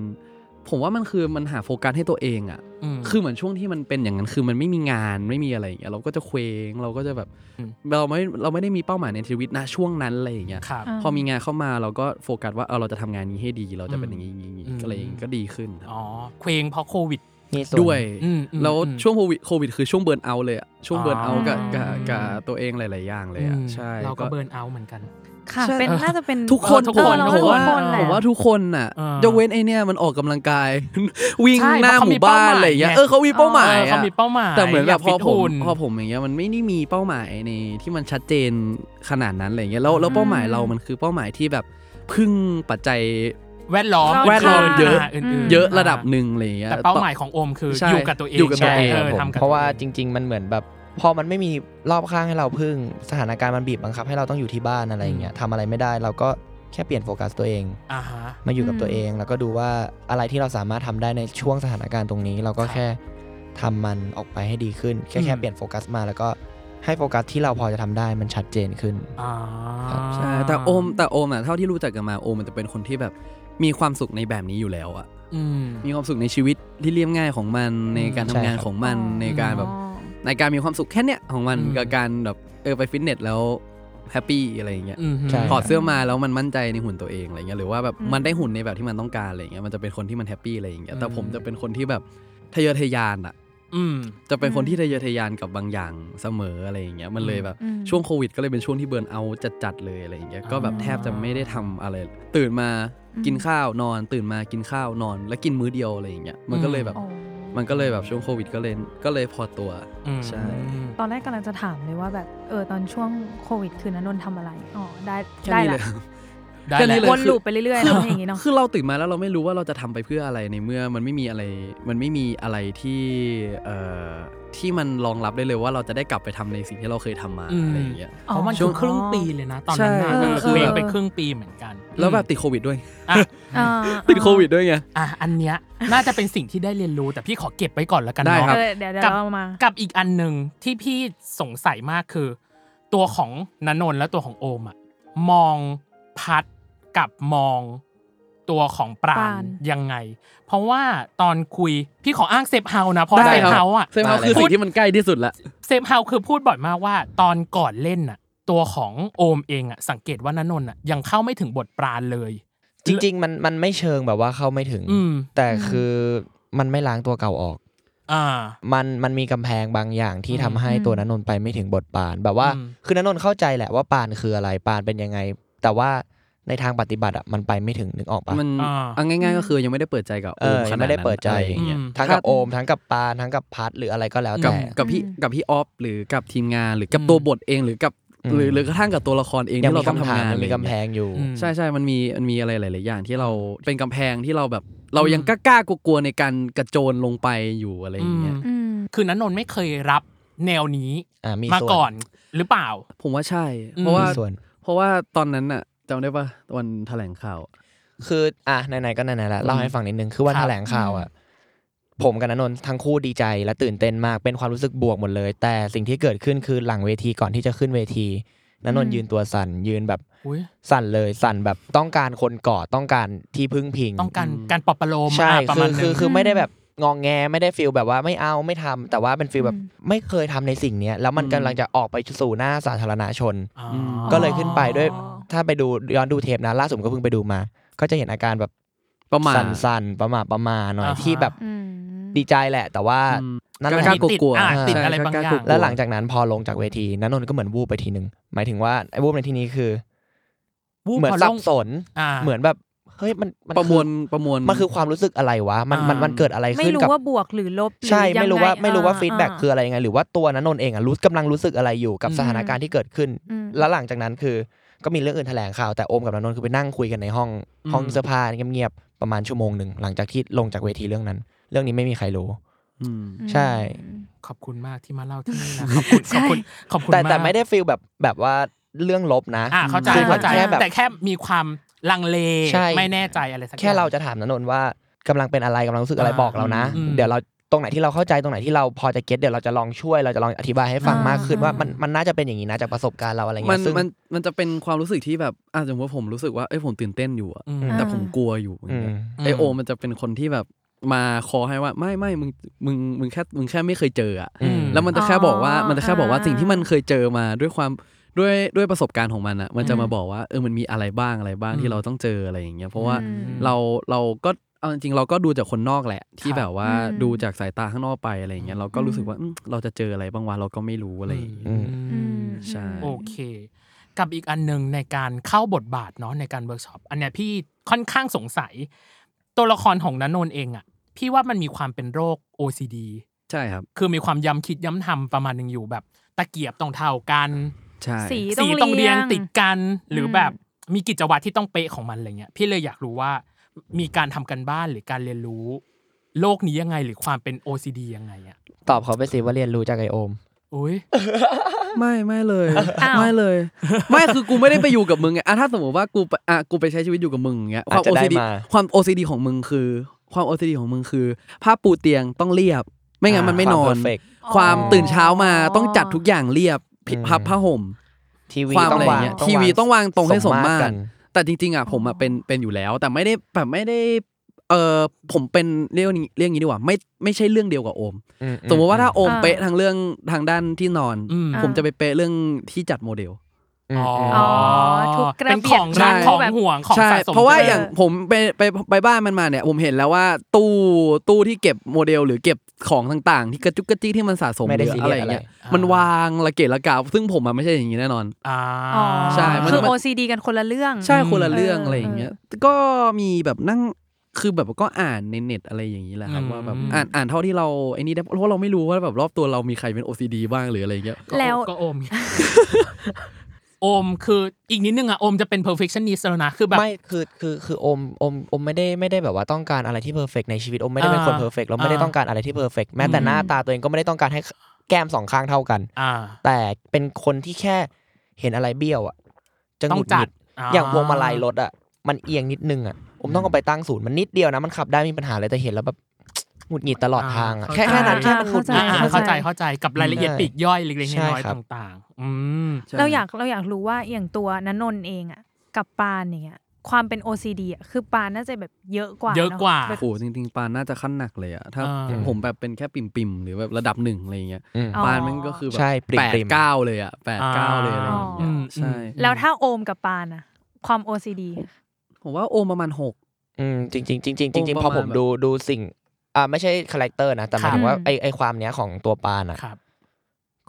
[SPEAKER 9] ผมว่ามันคือมันหาโฟกัสให้ตัวเองอ่ะ
[SPEAKER 7] ม
[SPEAKER 9] คือเหมือนช่วงที่มันเป็นอย่างนั้นคือมันไม่มีงานไม่มีอะไรอย่างเงี้ยเราก็จะเคว้งเราก็จะแบบ
[SPEAKER 7] อืม
[SPEAKER 9] เราไม่เราไม่ได้มีเป้าหมายในชีวิตนะช่วงนั้นอะไรอย่างเงี้ย
[SPEAKER 7] ครับ
[SPEAKER 9] พอมีงานเข้ามาเราก็โฟกัสว่าเออเราจะทำงานนี้ให้ดี เราจะเป็น
[SPEAKER 7] อื
[SPEAKER 9] อ
[SPEAKER 7] ม
[SPEAKER 9] ย่างนี้อย่างนี้อย่าง
[SPEAKER 7] อืม
[SPEAKER 9] นี้อะไรอย่างนี้ก็ดีขึ้นครับ
[SPEAKER 7] อ๋อเคว้งเพราะโควิด
[SPEAKER 8] มีส่วน
[SPEAKER 9] ด้วย
[SPEAKER 7] อืมอืม
[SPEAKER 9] แล้ว
[SPEAKER 7] อืม
[SPEAKER 9] ช่วงโควิดโควิดคือช่วงเบิร์นเอาท์เลยอะช่วงเบิร์นเอาท์กับ
[SPEAKER 6] อ๋อ
[SPEAKER 9] กับกับตัวเองหลาย ๆ อย่างเลยอะ
[SPEAKER 7] อืม
[SPEAKER 9] ใช่
[SPEAKER 7] เราก็เบิร์นเอาท์เหมือนกัน
[SPEAKER 6] ค่ะ
[SPEAKER 9] ใช่
[SPEAKER 6] เป็นน่าจะเป็น
[SPEAKER 9] ทุกคน
[SPEAKER 7] เออทุ
[SPEAKER 9] ทุ
[SPEAKER 7] ก
[SPEAKER 9] ก
[SPEAKER 7] ค
[SPEAKER 9] คน น
[SPEAKER 6] เอ
[SPEAKER 9] ผ
[SPEAKER 6] อ
[SPEAKER 9] ม
[SPEAKER 6] เร
[SPEAKER 9] ว่า
[SPEAKER 6] ทุกคนแหละ
[SPEAKER 9] ผมว่าทุกคนน่ะ
[SPEAKER 7] เออย
[SPEAKER 9] กเว้นไอเนี่ยมันออกกำลังกาย [LAUGHS] วิ่ง
[SPEAKER 7] ใช่
[SPEAKER 9] หน้า
[SPEAKER 7] เพราะเขา
[SPEAKER 9] ห
[SPEAKER 7] มี
[SPEAKER 9] มู่บ้าน
[SPEAKER 7] เป้าหมาย
[SPEAKER 9] อะไรอย่างเงี้ย
[SPEAKER 7] ไง
[SPEAKER 9] เออเขามีเป้าหมาย
[SPEAKER 7] เออเขามีเป้าหมาย
[SPEAKER 9] แต่เหมือนแบบพ
[SPEAKER 7] อยา
[SPEAKER 9] อก
[SPEAKER 7] ฟิต
[SPEAKER 9] ผ
[SPEAKER 7] หุ่
[SPEAKER 9] ม
[SPEAKER 7] น
[SPEAKER 9] พอผมอย่างเงี้ยมันไม่ได้มีเป้าหมายในที่มันชัดเจนขนาดนั้นอะไรอย่างเงี้ยแล้วแล้วเป้าหมายเรามันคือเป้าหมายที่แบบพึ่งปัจจัย
[SPEAKER 7] แวดล้อม
[SPEAKER 6] แวดล้อมเยอะ
[SPEAKER 7] อื่นๆ
[SPEAKER 9] เยอะระดับหนึ่งอะไรอย่างเงี้ย
[SPEAKER 7] แต่เป้าหมายของโอมคือ
[SPEAKER 9] ใช่
[SPEAKER 7] อยู่กับตัวเอง
[SPEAKER 9] อยู่กับตัวเอง
[SPEAKER 7] ใช่
[SPEAKER 9] ครับผม
[SPEAKER 7] ทำกับ
[SPEAKER 8] เพราะว่า
[SPEAKER 7] ตั
[SPEAKER 8] จ
[SPEAKER 7] อง
[SPEAKER 8] ริง ๆ มันเหมือนแบบพอมันไม่มีรอบข้างให้เราพึ่งสถานการณ์มันบีบบังคับ ให้เราต้องอยู่ที่บ้านอะไรอย่างเงี้ยทำอะไรไม่ได้เราก็แค่เปลี่ยนโฟกัสตัวเอง
[SPEAKER 7] อ่าฮะ
[SPEAKER 8] มาอยู่กับ
[SPEAKER 6] อืม
[SPEAKER 8] ตัวเอง แล้วก็ดูว่าอะไรที่เราสามารถทำได้ในช่วงสถานการณ์ตรงนี้ เราก็
[SPEAKER 7] ครับ
[SPEAKER 8] แค่ทำมันออกไปให้ดีขึ้น แค่แค่
[SPEAKER 7] อืม
[SPEAKER 8] เปลี่ยนโฟกัสมาแล้วก็ให้โฟกัสที่เราพอจะทำได้มันชัดเจนขึ้น
[SPEAKER 7] อ่า
[SPEAKER 9] ใช่แต่โอมแต่โอมอ่ะเท่าที่รู้จักกันมาโอมมันจะเป็นคนที่แบบมีความสุขในแบบนี้อยู่แล้วอ่ะ
[SPEAKER 7] อืม
[SPEAKER 9] มีความสุขในชีวิตที่เรียบง่ายของมันในการทำงาน
[SPEAKER 8] ใช่ครับ
[SPEAKER 9] ของมัน
[SPEAKER 6] อ๋อ
[SPEAKER 9] ในการแบบในการมีความสุขแค่เนี้ยของมัน
[SPEAKER 7] อืม
[SPEAKER 9] กับการแบบเออไปฟิตเนสแล้วแฮปปี้อะไรอย่างเงี้ย
[SPEAKER 7] อืม
[SPEAKER 8] ใช่
[SPEAKER 9] ถอดเสื้อมาแล้วมันมั่นใจในหุ่นตัวเองอะไรเงี้ยหรือว่าแบบมันได้หุ่นในแบบที่มันต้องการอะไรเงี้ยมันจะเป็นคนที่มันแฮปปี้อะไรอย่างเงี้ยแต่ผมจะเป็นคนที่แบบทะเยอทะยานอ่ะ
[SPEAKER 7] อืม
[SPEAKER 9] จะเป็นคน
[SPEAKER 6] อืม
[SPEAKER 9] ที่ทะเยอทะยานกับบางอย่างเสมออะไรอย่างเงี้ยมันเลยแบบ
[SPEAKER 6] อืม
[SPEAKER 9] ช่วงโควิดก็เลยเป็นช่วงที่เบิร์นเอาท์จัดๆเลยอะไรอย่างเงี้ย
[SPEAKER 7] อ่า
[SPEAKER 9] ก็แบบแทบจะไม่ได้ทำอะไร ตื่นมา
[SPEAKER 6] อืม
[SPEAKER 9] กินข้าวนอน ตื่นมากินข้าวนอน แล้วกินมื้อเดียวอะไรอย่างเงี้ยมันก็เลยแบบ
[SPEAKER 6] อ๋อ
[SPEAKER 9] มันก็เลยแบบช่วงโควิดก็เลยก็เลยพอตัว
[SPEAKER 7] อืม
[SPEAKER 9] ใช่
[SPEAKER 6] ตอนแรกกำลังจะถามเลยว่าแบบเออตอนช่วงโควิดคืนนั้นนนท์ทำอะไรอ๋อได้
[SPEAKER 9] แค่
[SPEAKER 6] ได้
[SPEAKER 9] นี้
[SPEAKER 6] ละ
[SPEAKER 9] เลย
[SPEAKER 7] ได้
[SPEAKER 9] แค่นี้เล
[SPEAKER 7] แล้ว
[SPEAKER 9] ย
[SPEAKER 6] วนลูปไปเรื่อยๆแล้วอย่างงี้เนาะ
[SPEAKER 9] [LAUGHS] คือเราตื่นมาแล้วเราไม่รู้ว่าเราจะทำไปเพื่ออะไรในเมื่อมันไม่มีอะไร มันไม่มีอะไรที่เอ่อที่มันรองรับได้เลยว่าเราจะได้กลับไปทำในสิ่งที่เราเคยทำมา
[SPEAKER 7] อืม
[SPEAKER 9] อะไรอย่างเงี้ย
[SPEAKER 7] เพราะมัน
[SPEAKER 9] ช่
[SPEAKER 7] คื
[SPEAKER 9] ว
[SPEAKER 7] องครึ่งปีเลยนะตอนนั้นน่ะ
[SPEAKER 9] ใช่
[SPEAKER 7] เอ
[SPEAKER 6] เอ
[SPEAKER 7] อ
[SPEAKER 6] อ
[SPEAKER 7] เคว้งไปครึ่งปีเหมือนกัน
[SPEAKER 9] แล้วแบบติดโควิดด้วย
[SPEAKER 7] อ่ะ
[SPEAKER 6] อ่า
[SPEAKER 9] ติดโควิดด้วยไง
[SPEAKER 7] อ่ะอันเนี้ยน่าจะเป็นสิ่งที่ได้เรียนรู้แต่พี่ขอเก็บไว้ก่อนแล้วกัน
[SPEAKER 9] ได้ค
[SPEAKER 7] เนาะ
[SPEAKER 9] รับ
[SPEAKER 6] เออเดี๋ยวเดี๋ยว
[SPEAKER 7] กับ
[SPEAKER 6] เรามา
[SPEAKER 7] กับอีกอันหนึ่งที่พี่สงสัยมากคือ ตัวของนนนท์และตัวของโอมอะมองพัดกับมองตัวของปรา
[SPEAKER 6] ป
[SPEAKER 7] ณ
[SPEAKER 6] ราณ
[SPEAKER 7] ยังไง เพราะว่าตอนคุยพี่ขออ้างเซฟเฮานะเพราะ
[SPEAKER 9] ได้
[SPEAKER 7] เซฟ
[SPEAKER 9] ครับ
[SPEAKER 7] เฮาอะ
[SPEAKER 9] เซฟเฮาคือสิ่งที่มันใกล้ที่สุดละ
[SPEAKER 7] เซฟเฮาคือพูดบ่อยมากว่า ตอนก่อนเล่นอะตัวของโอมเองอะสังเกตว่านนนท์อะยังเข้าไม่ถึงบทปราณเลย
[SPEAKER 8] จริง ๆ มันมันไม่เชิงแบบว่าเข้าไม่ถึง
[SPEAKER 7] อืม
[SPEAKER 8] แต่คือมันไม่ล้างตัวเก่าออก
[SPEAKER 7] อ่า
[SPEAKER 8] มันมันมีกำแพงบางอย่างที่
[SPEAKER 7] อืม
[SPEAKER 8] ทำให้ตัวนันนนท์ไปไม่ถึงบทปาน แบบว่า
[SPEAKER 7] อืม
[SPEAKER 8] คือนันนนท์เข้าใจแหละว่าปานคืออะไรปานเป็นยังไง แต่ว่าในทางปฏิบัติอ่ะมันไปไม่ถึงนึกออกปะ
[SPEAKER 9] มัน
[SPEAKER 7] อ่า
[SPEAKER 9] เอาง่ายๆก็คือยังไม่ได้เปิดใจกับ
[SPEAKER 8] เอ
[SPEAKER 9] โอม
[SPEAKER 8] อ
[SPEAKER 9] ขนาด
[SPEAKER 8] ยัง
[SPEAKER 9] นั้น
[SPEAKER 8] ไม่ได้เปิดใจ
[SPEAKER 9] อะไรอย่างเงี้ย
[SPEAKER 8] ทั้งกับ
[SPEAKER 9] ถ้า
[SPEAKER 8] โอมทั้งกับปานทั้งกับพัดหรืออะไรก็แล้ว
[SPEAKER 9] กับ
[SPEAKER 8] แต่
[SPEAKER 9] กับพี่
[SPEAKER 6] อืม
[SPEAKER 9] กับพี่ออฟหรือกับทีมงานหรือกับ
[SPEAKER 7] อืม
[SPEAKER 9] ตัวบทเองหรือกับ
[SPEAKER 8] อืม
[SPEAKER 9] หรือหรือกระทั่งกับตัวละครเอง
[SPEAKER 8] ยัง
[SPEAKER 9] ที่
[SPEAKER 8] มี
[SPEAKER 9] เราต้อง
[SPEAKER 8] คำถาม
[SPEAKER 9] ทำงาน
[SPEAKER 8] ยังมีกำแพ
[SPEAKER 9] อะไรอย่างเงี้ย
[SPEAKER 8] งอยู่
[SPEAKER 7] อืม
[SPEAKER 9] ใช่ใช่มันมีมันมีอะไรหลาย ๆ อย่างที่เราเป็นกำแพงที่เราแบบ เรายังกล้าๆกลัวๆในการกระโจนลงไปอยู่อะไรอย่างเงี้ย
[SPEAKER 6] อืม
[SPEAKER 7] คือนันนนท์ไม่เคยรับแนวนี้
[SPEAKER 8] อ่ามี
[SPEAKER 7] มา
[SPEAKER 8] ส่วน
[SPEAKER 7] ก่อนหรือเปล่า
[SPEAKER 9] ผมว่าใช่
[SPEAKER 7] อืม
[SPEAKER 9] เพราะว่า
[SPEAKER 8] มีส่วน
[SPEAKER 9] เพราะว่าตอนนั้นอะจำได้ปะวันแถลงข่าว
[SPEAKER 8] คืออ่ะไหนๆก็ไหนๆละเล่าให้ฟังนิดนึงคือวัน
[SPEAKER 7] ครับ
[SPEAKER 8] แถลงข่าวอ่ะผมกับณนนท์ทั้งคู่ดีใจและตื่นเต้นมากเป็นความรู้สึกบวกหมดเลย แต่สิ่งที่เกิดขึ้นคือหลังเวทีก่อนที่จะขึ้นเวทีณนนท์ยืนตัวสั่นยืนแบบ
[SPEAKER 7] อุ๊ย
[SPEAKER 8] สั่นเลยสั่นแบบต้องการคนกอดต้องการที่พึ่งพิง
[SPEAKER 7] ต้องการการปลอบประโลม
[SPEAKER 8] ใช่
[SPEAKER 7] อ่ะประมาณ
[SPEAKER 8] คือคื
[SPEAKER 7] นึ
[SPEAKER 8] อ
[SPEAKER 7] ง
[SPEAKER 8] คือไม่ได้แบบงองแงไม่ได้ฟีลแบบว่าไม่เอาไม่ทำแต่ว่าเป็นฟีลแบบ
[SPEAKER 6] อืม
[SPEAKER 8] ไม่เคยทำในสิ่งเนี้ยแล้วมัน
[SPEAKER 9] อืม
[SPEAKER 8] กำลังจะออกไปสู่หน้าสาธารณชน
[SPEAKER 7] อ๋อ
[SPEAKER 8] ก็เลยขึ้นไปด้วยถ้าไปดูย้อนดูเทปนะล่าสุดผมก็เพิ่งไปดูมา ก็จะเห็นอาการแบบ
[SPEAKER 9] ประมาณ
[SPEAKER 8] สั่นๆ ประมาประมาหน่อย
[SPEAKER 7] อ่าฮะ
[SPEAKER 8] ที่แบบ
[SPEAKER 6] อืม
[SPEAKER 8] ดีใจแหละ แต่ว่า
[SPEAKER 9] อืม
[SPEAKER 8] นั่น
[SPEAKER 7] ก็
[SPEAKER 8] แหละ
[SPEAKER 9] กล้า
[SPEAKER 7] มี
[SPEAKER 9] กลัวก
[SPEAKER 7] ติด
[SPEAKER 9] ลัว
[SPEAKER 7] อ่ะ
[SPEAKER 9] ใช่
[SPEAKER 7] ติดอะไรบาง
[SPEAKER 9] กล้า
[SPEAKER 7] อก
[SPEAKER 9] ลั
[SPEAKER 7] ย่าว ง
[SPEAKER 9] ก
[SPEAKER 8] แล้วหลังจากนั้นพอลงจากเวทีนันนท์ก็เหมือนวูบไปทีหนึ่งหมายถึงว่าไอ้วูบในที่นี้คือ
[SPEAKER 7] วูบ
[SPEAKER 8] เหมือน
[SPEAKER 7] พอลง
[SPEAKER 8] สับสน
[SPEAKER 7] อ่า
[SPEAKER 8] เหมือนแบบเฮ้ยมันน
[SPEAKER 9] ประมวล
[SPEAKER 8] คือ
[SPEAKER 9] ประมวล
[SPEAKER 8] มันคือความรู้สึกอะไรวะมันมัน
[SPEAKER 7] อ่ามั
[SPEAKER 8] มันเกิดอะไร
[SPEAKER 6] ไม่
[SPEAKER 8] ขึ้น
[SPEAKER 6] รู้
[SPEAKER 8] กับ
[SPEAKER 6] ว่าบวกหรือลบหรือ
[SPEAKER 8] ใช่ไม่รู้ว่า
[SPEAKER 6] ยังง
[SPEAKER 8] ไม่รู้ว่า
[SPEAKER 6] อ่
[SPEAKER 8] ฟีดแบ็ก
[SPEAKER 6] า
[SPEAKER 8] คืออะไรยังไง หรือว่าตัวนันนนท์เองอ่ะรู้กำลังรู้สึกอะไรอยู่กับ
[SPEAKER 7] อืม
[SPEAKER 8] สถานการณ์ที่เกิดขึ้น
[SPEAKER 6] อืม
[SPEAKER 8] แล้วหลังจากนั้นคือก็มีเรื่องอื่นแถลงข่าวแต่โอมกับนันนนท์คือไปนั่งคุยกันในห้อง
[SPEAKER 9] อืม
[SPEAKER 8] ห้องเสื้อผ้าเงียบๆประมาณชั่วโมงหนึ่งหลังจากที่ลงจากเวทีเรื่องนั้น เรื่องนี้ไม่มีใครรู้
[SPEAKER 9] อืม
[SPEAKER 6] อืม
[SPEAKER 8] ใช่
[SPEAKER 7] ขอบคุณมากที่มาเล่าที่นี่
[SPEAKER 8] [LAUGHS]
[SPEAKER 7] นะ ขอบคุณขอบคุณขอบคุ
[SPEAKER 8] แต่
[SPEAKER 7] ณาก
[SPEAKER 8] แต่ไม่ได้ฟีลแบบแบบว่าเรื่องลบนะ
[SPEAKER 7] อ่าเข้าใจ
[SPEAKER 8] คือมัน
[SPEAKER 7] เข้าใจ
[SPEAKER 8] แค่แบบ
[SPEAKER 7] แต่แค่มีความลังเล
[SPEAKER 8] ใช่
[SPEAKER 7] ไม่แน่ใจอะไรสักอย่ง
[SPEAKER 8] แค่เราจะถามนันนนท์ว่ากำลังเป็นอะไรกำลังรู้สึกอะไร
[SPEAKER 7] อ่า
[SPEAKER 8] บอกเรานะ
[SPEAKER 7] อืม
[SPEAKER 8] เดี๋ยวเราตรงไหนที่เราเข้าใจตรงไหนที่เราพอจะเก็ตเดี๋ยวเราจะลองช่วยเราจะลองอธิบายให้ฟัง
[SPEAKER 6] อ่าม
[SPEAKER 8] มากขึ้นว่ามันมันน่าจะเป็นอย่างนี้นะจากประสบการณ์เราอะไร
[SPEAKER 9] มั
[SPEAKER 8] เงี้
[SPEAKER 9] น
[SPEAKER 8] ยซึ่ง
[SPEAKER 9] มันมันจะเป็นความรู้สึกที่แบบอ่ะสมมติว่าผมรู้สึกว่าเอ้ยผมตื่นเต้นอยู่อะ
[SPEAKER 7] อืม
[SPEAKER 9] แต่ผมกลัวอยู่อย่างเงี้ย
[SPEAKER 8] อืม
[SPEAKER 9] ไอโอมันจะเป็นคนที่แบบมาคอให้ว่าไม่ไม่มึงมึงมึงแค่มึงแค่ไม่เคยเจออะ
[SPEAKER 7] อืม
[SPEAKER 9] แล้วมันจะแค่บอกว่า
[SPEAKER 6] อ๋อ
[SPEAKER 9] มันจะแค่บอกว่า
[SPEAKER 6] อ่า
[SPEAKER 9] สิ่งที่มันเคยเจอมาด้วยความด้วยด้วยประสบการณ์ของมันอะมันจะมาบอกว่าเออมันมีอะไรบ้างอะไรบ้างที่เราต้องเจออะไรอย่างเงี้ยเพราะว่า
[SPEAKER 6] อืม
[SPEAKER 9] เราเราก็เอาจริงๆเราก็ดูจากคนนอกแหละ ที่แบบว่า
[SPEAKER 6] อืม
[SPEAKER 9] ดูจากสายตาข้างนอกไปอะไรอย่างเงี้ยเราก็รู้สึกว่าอืมเราจะเจออะไรบ้างวะเราก็ไม่รู้อะไรอย่างเงี้ย
[SPEAKER 8] อืม
[SPEAKER 7] อืม
[SPEAKER 9] ใช่
[SPEAKER 7] โอเค กับอีกอันหนึ่งในการเข้าบทบาทเนาะในการเวิร์กช็อปอันเนี้ยพี่ค่อนข้างสงสัย ตัวละครของนันนนท์เองอ่ะ พี่ว่ามันมีความเป็นโรค OCD
[SPEAKER 9] ใช่ครับ
[SPEAKER 7] คือมีความย้ำคิดย้ำทำประมาณหนึ่งอยู่แบบตะเกียบต้องเท่ากัน
[SPEAKER 9] ใช่
[SPEAKER 6] สี
[SPEAKER 7] สีต้องเรียง
[SPEAKER 6] ต้องเรียง
[SPEAKER 7] ติดกันหรืออ
[SPEAKER 6] ม
[SPEAKER 7] แบบมีกิจวัตรที่ต้องเป๊ะของมันอะไรเงี้ยพี่เลยอยากรู้ว่ามีการทำกันบ้านหรือการเรียนรู้ โลกนี้ยังไงหรือความเป็น OCD ยังไงอ่ะ
[SPEAKER 8] ตอบเขาไปสิว่าเรียนรู้จากไอโอม
[SPEAKER 7] อุ้ย
[SPEAKER 9] ไม่ไม่เลย
[SPEAKER 6] อ้าว
[SPEAKER 9] ไม่เลย ไม่คือกูไม่ได้ไปอยู่กับมึงไงอ่ะถ้าสมมติว่ากูไปอ่ะกูไปใช้ชีวิตอยู่กับมึงอย่างเงี้ยความ
[SPEAKER 8] อาจจะได้
[SPEAKER 9] OCD
[SPEAKER 8] มา
[SPEAKER 9] ความ OCD ของมึงคือ ความ OCD ของมึงคือผ้าปูเตียงต้องเรียบ ไม่งั้นมันไม่นอ
[SPEAKER 8] ควา
[SPEAKER 9] น
[SPEAKER 8] perfect
[SPEAKER 9] ความตื่นเช้ามาต้องจัดทุกอย่างเรียบผิด
[SPEAKER 8] อืม
[SPEAKER 9] พับผ้าห่ม
[SPEAKER 8] ทีวี
[SPEAKER 9] ความ
[SPEAKER 8] ต้อ
[SPEAKER 9] อะ
[SPEAKER 8] ง
[SPEAKER 9] ไร
[SPEAKER 8] วาง
[SPEAKER 9] เงี้ยทีวีต้องวางตรงให้สมมาตร
[SPEAKER 8] น
[SPEAKER 9] แต่จริงๆอ่ะผมอ่ะเป็นเป็นอยู่แล้ว แต่ไม่ได้แบบไม่ได้เออผมเป็นเรื่องนี้เรื่องนี้ดีกว่าไม่ไม่ใช่เรื่องเดียวกับโอม สมมติว่าถ้าโอม
[SPEAKER 6] อ่า
[SPEAKER 9] เป๊ะทางเรื่องทางด้านที่นอน
[SPEAKER 7] อืม
[SPEAKER 9] ผมจะไปเป๊ะเรื่องที่จัดโมเดล
[SPEAKER 7] อ๋ออ
[SPEAKER 6] อทุกระเบียบ
[SPEAKER 7] เป็นของ
[SPEAKER 6] ใช่
[SPEAKER 7] รักของ
[SPEAKER 6] แบบ
[SPEAKER 7] ห่วงของ
[SPEAKER 9] ใช่
[SPEAKER 7] สะสม
[SPEAKER 9] เพราะว่า
[SPEAKER 7] ใช่ไหม
[SPEAKER 9] อย่างผมไปไปไปบ้านมันมาเนี่ย ผมเห็นแล้วว่าตู้ตู้ที่เก็บโมเดล หรือเก็บของต่างๆ ที่กระจุกกระจิกที่มันสะสม
[SPEAKER 8] ไม่ได้
[SPEAKER 9] หรืออะไรอย่างเงี้ย
[SPEAKER 8] ซีเรียสอะไร
[SPEAKER 9] มันวางระเกะระกาซึ่งผมอ่ะไม่ใช่อย่างนี้แน่นอน
[SPEAKER 7] อ่า
[SPEAKER 6] อ๋อ
[SPEAKER 9] ใช่มัน
[SPEAKER 6] คือ
[SPEAKER 9] มัน
[SPEAKER 6] OCD กันคนละเรื่อง
[SPEAKER 9] ใช่คนละเรื่อง
[SPEAKER 6] เอออ
[SPEAKER 9] อะไรอย่างเงี้ยก็มีแบบนั่งคือแบบก็อ่านในเน็ตอะไรอย่างนี้แหละครับ
[SPEAKER 7] อืม
[SPEAKER 9] ว่าแบบอ่านอ่านเท่าที่เราไอ้นี่ได้เพราะเราไม่รู้ว่าแบบรอบตัวเรามีใครเป็น OCD บ้างหรืออะไรเงี้ย
[SPEAKER 7] ก็
[SPEAKER 6] แล้ว
[SPEAKER 7] ก็โอมไง [LAUGHS] โอมคืออีกนิดนึงอ่ะโอมจะเป็น perfectionist แล้วนะคือแบบ
[SPEAKER 8] ไม่คือคือคือโอมโอมโอมไม่ได้ไม่ได้แบบว่าต้องการอะไรที่เพอร์เฟกในชีวิตโอมไม่ได้เป็นคน
[SPEAKER 7] อ่า
[SPEAKER 8] เพอร์เฟกเราไม่ได้
[SPEAKER 7] อ่า
[SPEAKER 8] ต้องการอะไรที่เพอร์เฟกแม้แต่หน้าตาตัวเองก็ไม่ได้ต้องการให้แก้มสองข้างเท่ากัน
[SPEAKER 7] อ่า
[SPEAKER 8] แต่เป็นคนที่แค่เห็นอะไรเบี้ยวอ่ะจะห
[SPEAKER 7] ต้อง
[SPEAKER 8] งุดห
[SPEAKER 7] จั
[SPEAKER 8] งิ
[SPEAKER 7] ด
[SPEAKER 8] ดอย่างพวงมาลัยรถอ่ะมันเอียงนิดนึงอ่ะโอมต้องเอาไปตั้งศูนย์มันนิดเดียวนะมันขับได้ไม่มีปัญหาเลยแต่เห็นแล้วแบบ หงุดหงิดตลอดทางอ่ะแค่แค่นั้นแค่มันหงุดหงิ
[SPEAKER 7] อ่า
[SPEAKER 8] ด
[SPEAKER 6] อ่า
[SPEAKER 7] เข้าใจเข้าใจกับรายละเอียด
[SPEAKER 8] ใช่
[SPEAKER 7] ปลีกย่อยเล็กๆน้อย
[SPEAKER 8] ใช่ค
[SPEAKER 7] ๆ
[SPEAKER 8] รั
[SPEAKER 7] ต
[SPEAKER 8] บ
[SPEAKER 7] ่างๆ อืม
[SPEAKER 9] ใช่
[SPEAKER 6] เราอยากเราอยากรู้ว่าอย่างตัวนันนนท์เองอ่ะกับปานอย่างเงี้ยความเป็น OCD อ่ะคือปานน่าจะแบบเยอะกว่า
[SPEAKER 7] เยอะกว่า
[SPEAKER 6] นแบบ
[SPEAKER 9] โอ้โหจริงๆปานน่าจะขั้นหนักเลยอะถ้า
[SPEAKER 7] อ่า
[SPEAKER 9] ผมแบบเป็นแค่ปิ่มๆหรือแบบระดับหนึ่งอะไรเงี้ย
[SPEAKER 8] อืม
[SPEAKER 6] อ๋อ
[SPEAKER 9] ปานมันก็คือแบบ
[SPEAKER 8] ใช่ปริ่มๆ
[SPEAKER 9] แปดเก้าเลยอะแปดเก้าเลยอะไรอย่างเงี้ย
[SPEAKER 7] อ่า
[SPEAKER 9] ใช่
[SPEAKER 6] แล้วถ้าโอมกับปานอ่ะความ OCD
[SPEAKER 9] ผมว่าโอมประมาณหก
[SPEAKER 8] อืมจริงจริงๆจริงๆจริง
[SPEAKER 9] โอม
[SPEAKER 8] ๆ
[SPEAKER 9] ประมาณ
[SPEAKER 8] พอผม
[SPEAKER 9] แบบ
[SPEAKER 8] ดูดูสิ่งอ่าไม่ใช่คาแรคเตอร์นะแต่หมายถึงว่า
[SPEAKER 6] ครับ
[SPEAKER 8] ไอไอความเนี้ยของตัวปานอ่ะ
[SPEAKER 7] ครับ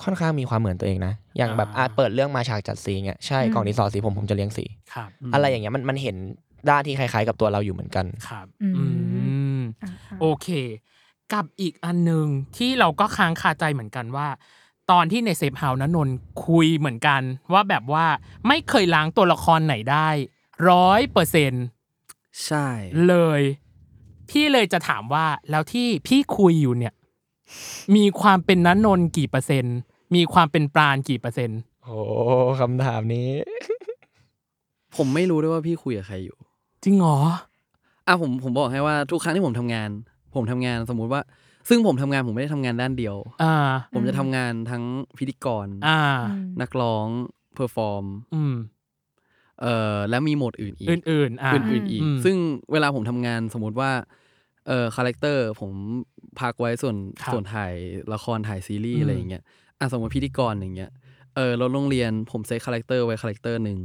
[SPEAKER 8] ค่อนข้างมีความเหมือนตัวเองนะ อย่างแบบ
[SPEAKER 7] อ่า
[SPEAKER 8] อาเปิดเรื่องมาฉากจัดสีเงี้ย ใช่
[SPEAKER 6] อืม
[SPEAKER 8] กล่องดินสอสีผมผมจะเลี้ยงสี
[SPEAKER 7] ครับ
[SPEAKER 8] อะไรอย่างเงี้ยมันมันเห็นด้านที่คล้ายๆกับตัวเราอยู่เหมือนกัน
[SPEAKER 7] ครับ
[SPEAKER 6] อืม
[SPEAKER 7] อืม
[SPEAKER 6] อ่ะ
[SPEAKER 7] โอเค กับอีกอันหนึ่งที่เราก็ค้างคาใจเหมือนกันว่า ตอนที่ในเซฟเฮาส์นะนนท์คุยเหมือนกัน ว่าแบบว่าไม่เคยล้างตัวละครไหนได้ร้อยเปอร์เซ็น
[SPEAKER 9] ใช่
[SPEAKER 7] เลย พี่เลยจะถามว่าแล้วที่พี่คุยอยู่เนี่ย มีความเป็นนันนนท์กี่เปอร์เซ็นต์ มีความเป็นปราณกี่เปอร์เซ็นต์
[SPEAKER 8] โอ้คำถามนี้
[SPEAKER 9] ผมไม่รู้ด้วยว่าพี่คุยกับใครอยู่
[SPEAKER 7] จริงเหรอ
[SPEAKER 9] อ่ะผมผมบอกให้ว่าทุกครั้งที่ผมทำงาน ผมทำงานสมมุติว่า ซึ่งผมทำงานผมไม่ได้ทำงานด้านเดียว
[SPEAKER 7] อ่า
[SPEAKER 9] ผมจะ
[SPEAKER 6] อืม
[SPEAKER 9] ทำงานทั้งพิธีกร
[SPEAKER 7] อ่า
[SPEAKER 9] นักร้องเพอร์ฟอร์ม
[SPEAKER 7] อืม
[SPEAKER 9] เอ่อและมีโหมดอื่นอีก
[SPEAKER 7] อื่นๆ อ่า
[SPEAKER 9] อื่นๆอีก
[SPEAKER 7] อืม
[SPEAKER 9] ซึ่งเวลาผมทำงานสมมติว่าเอ่อคาแรคเตอร์ผมพักไว้ส่วน
[SPEAKER 7] ครับ
[SPEAKER 9] ส่วนถ่ายละครถ่ายซีรี
[SPEAKER 7] อื
[SPEAKER 9] ส์
[SPEAKER 7] ม
[SPEAKER 9] อะไรอย่างเงี้ยอ่ะสมมติพิธีกรอย่างเงี้ยเออเราโรงเรียนผมเซตคาแรคเตอร์ไว้คาแรคเตอร์หนึ่ง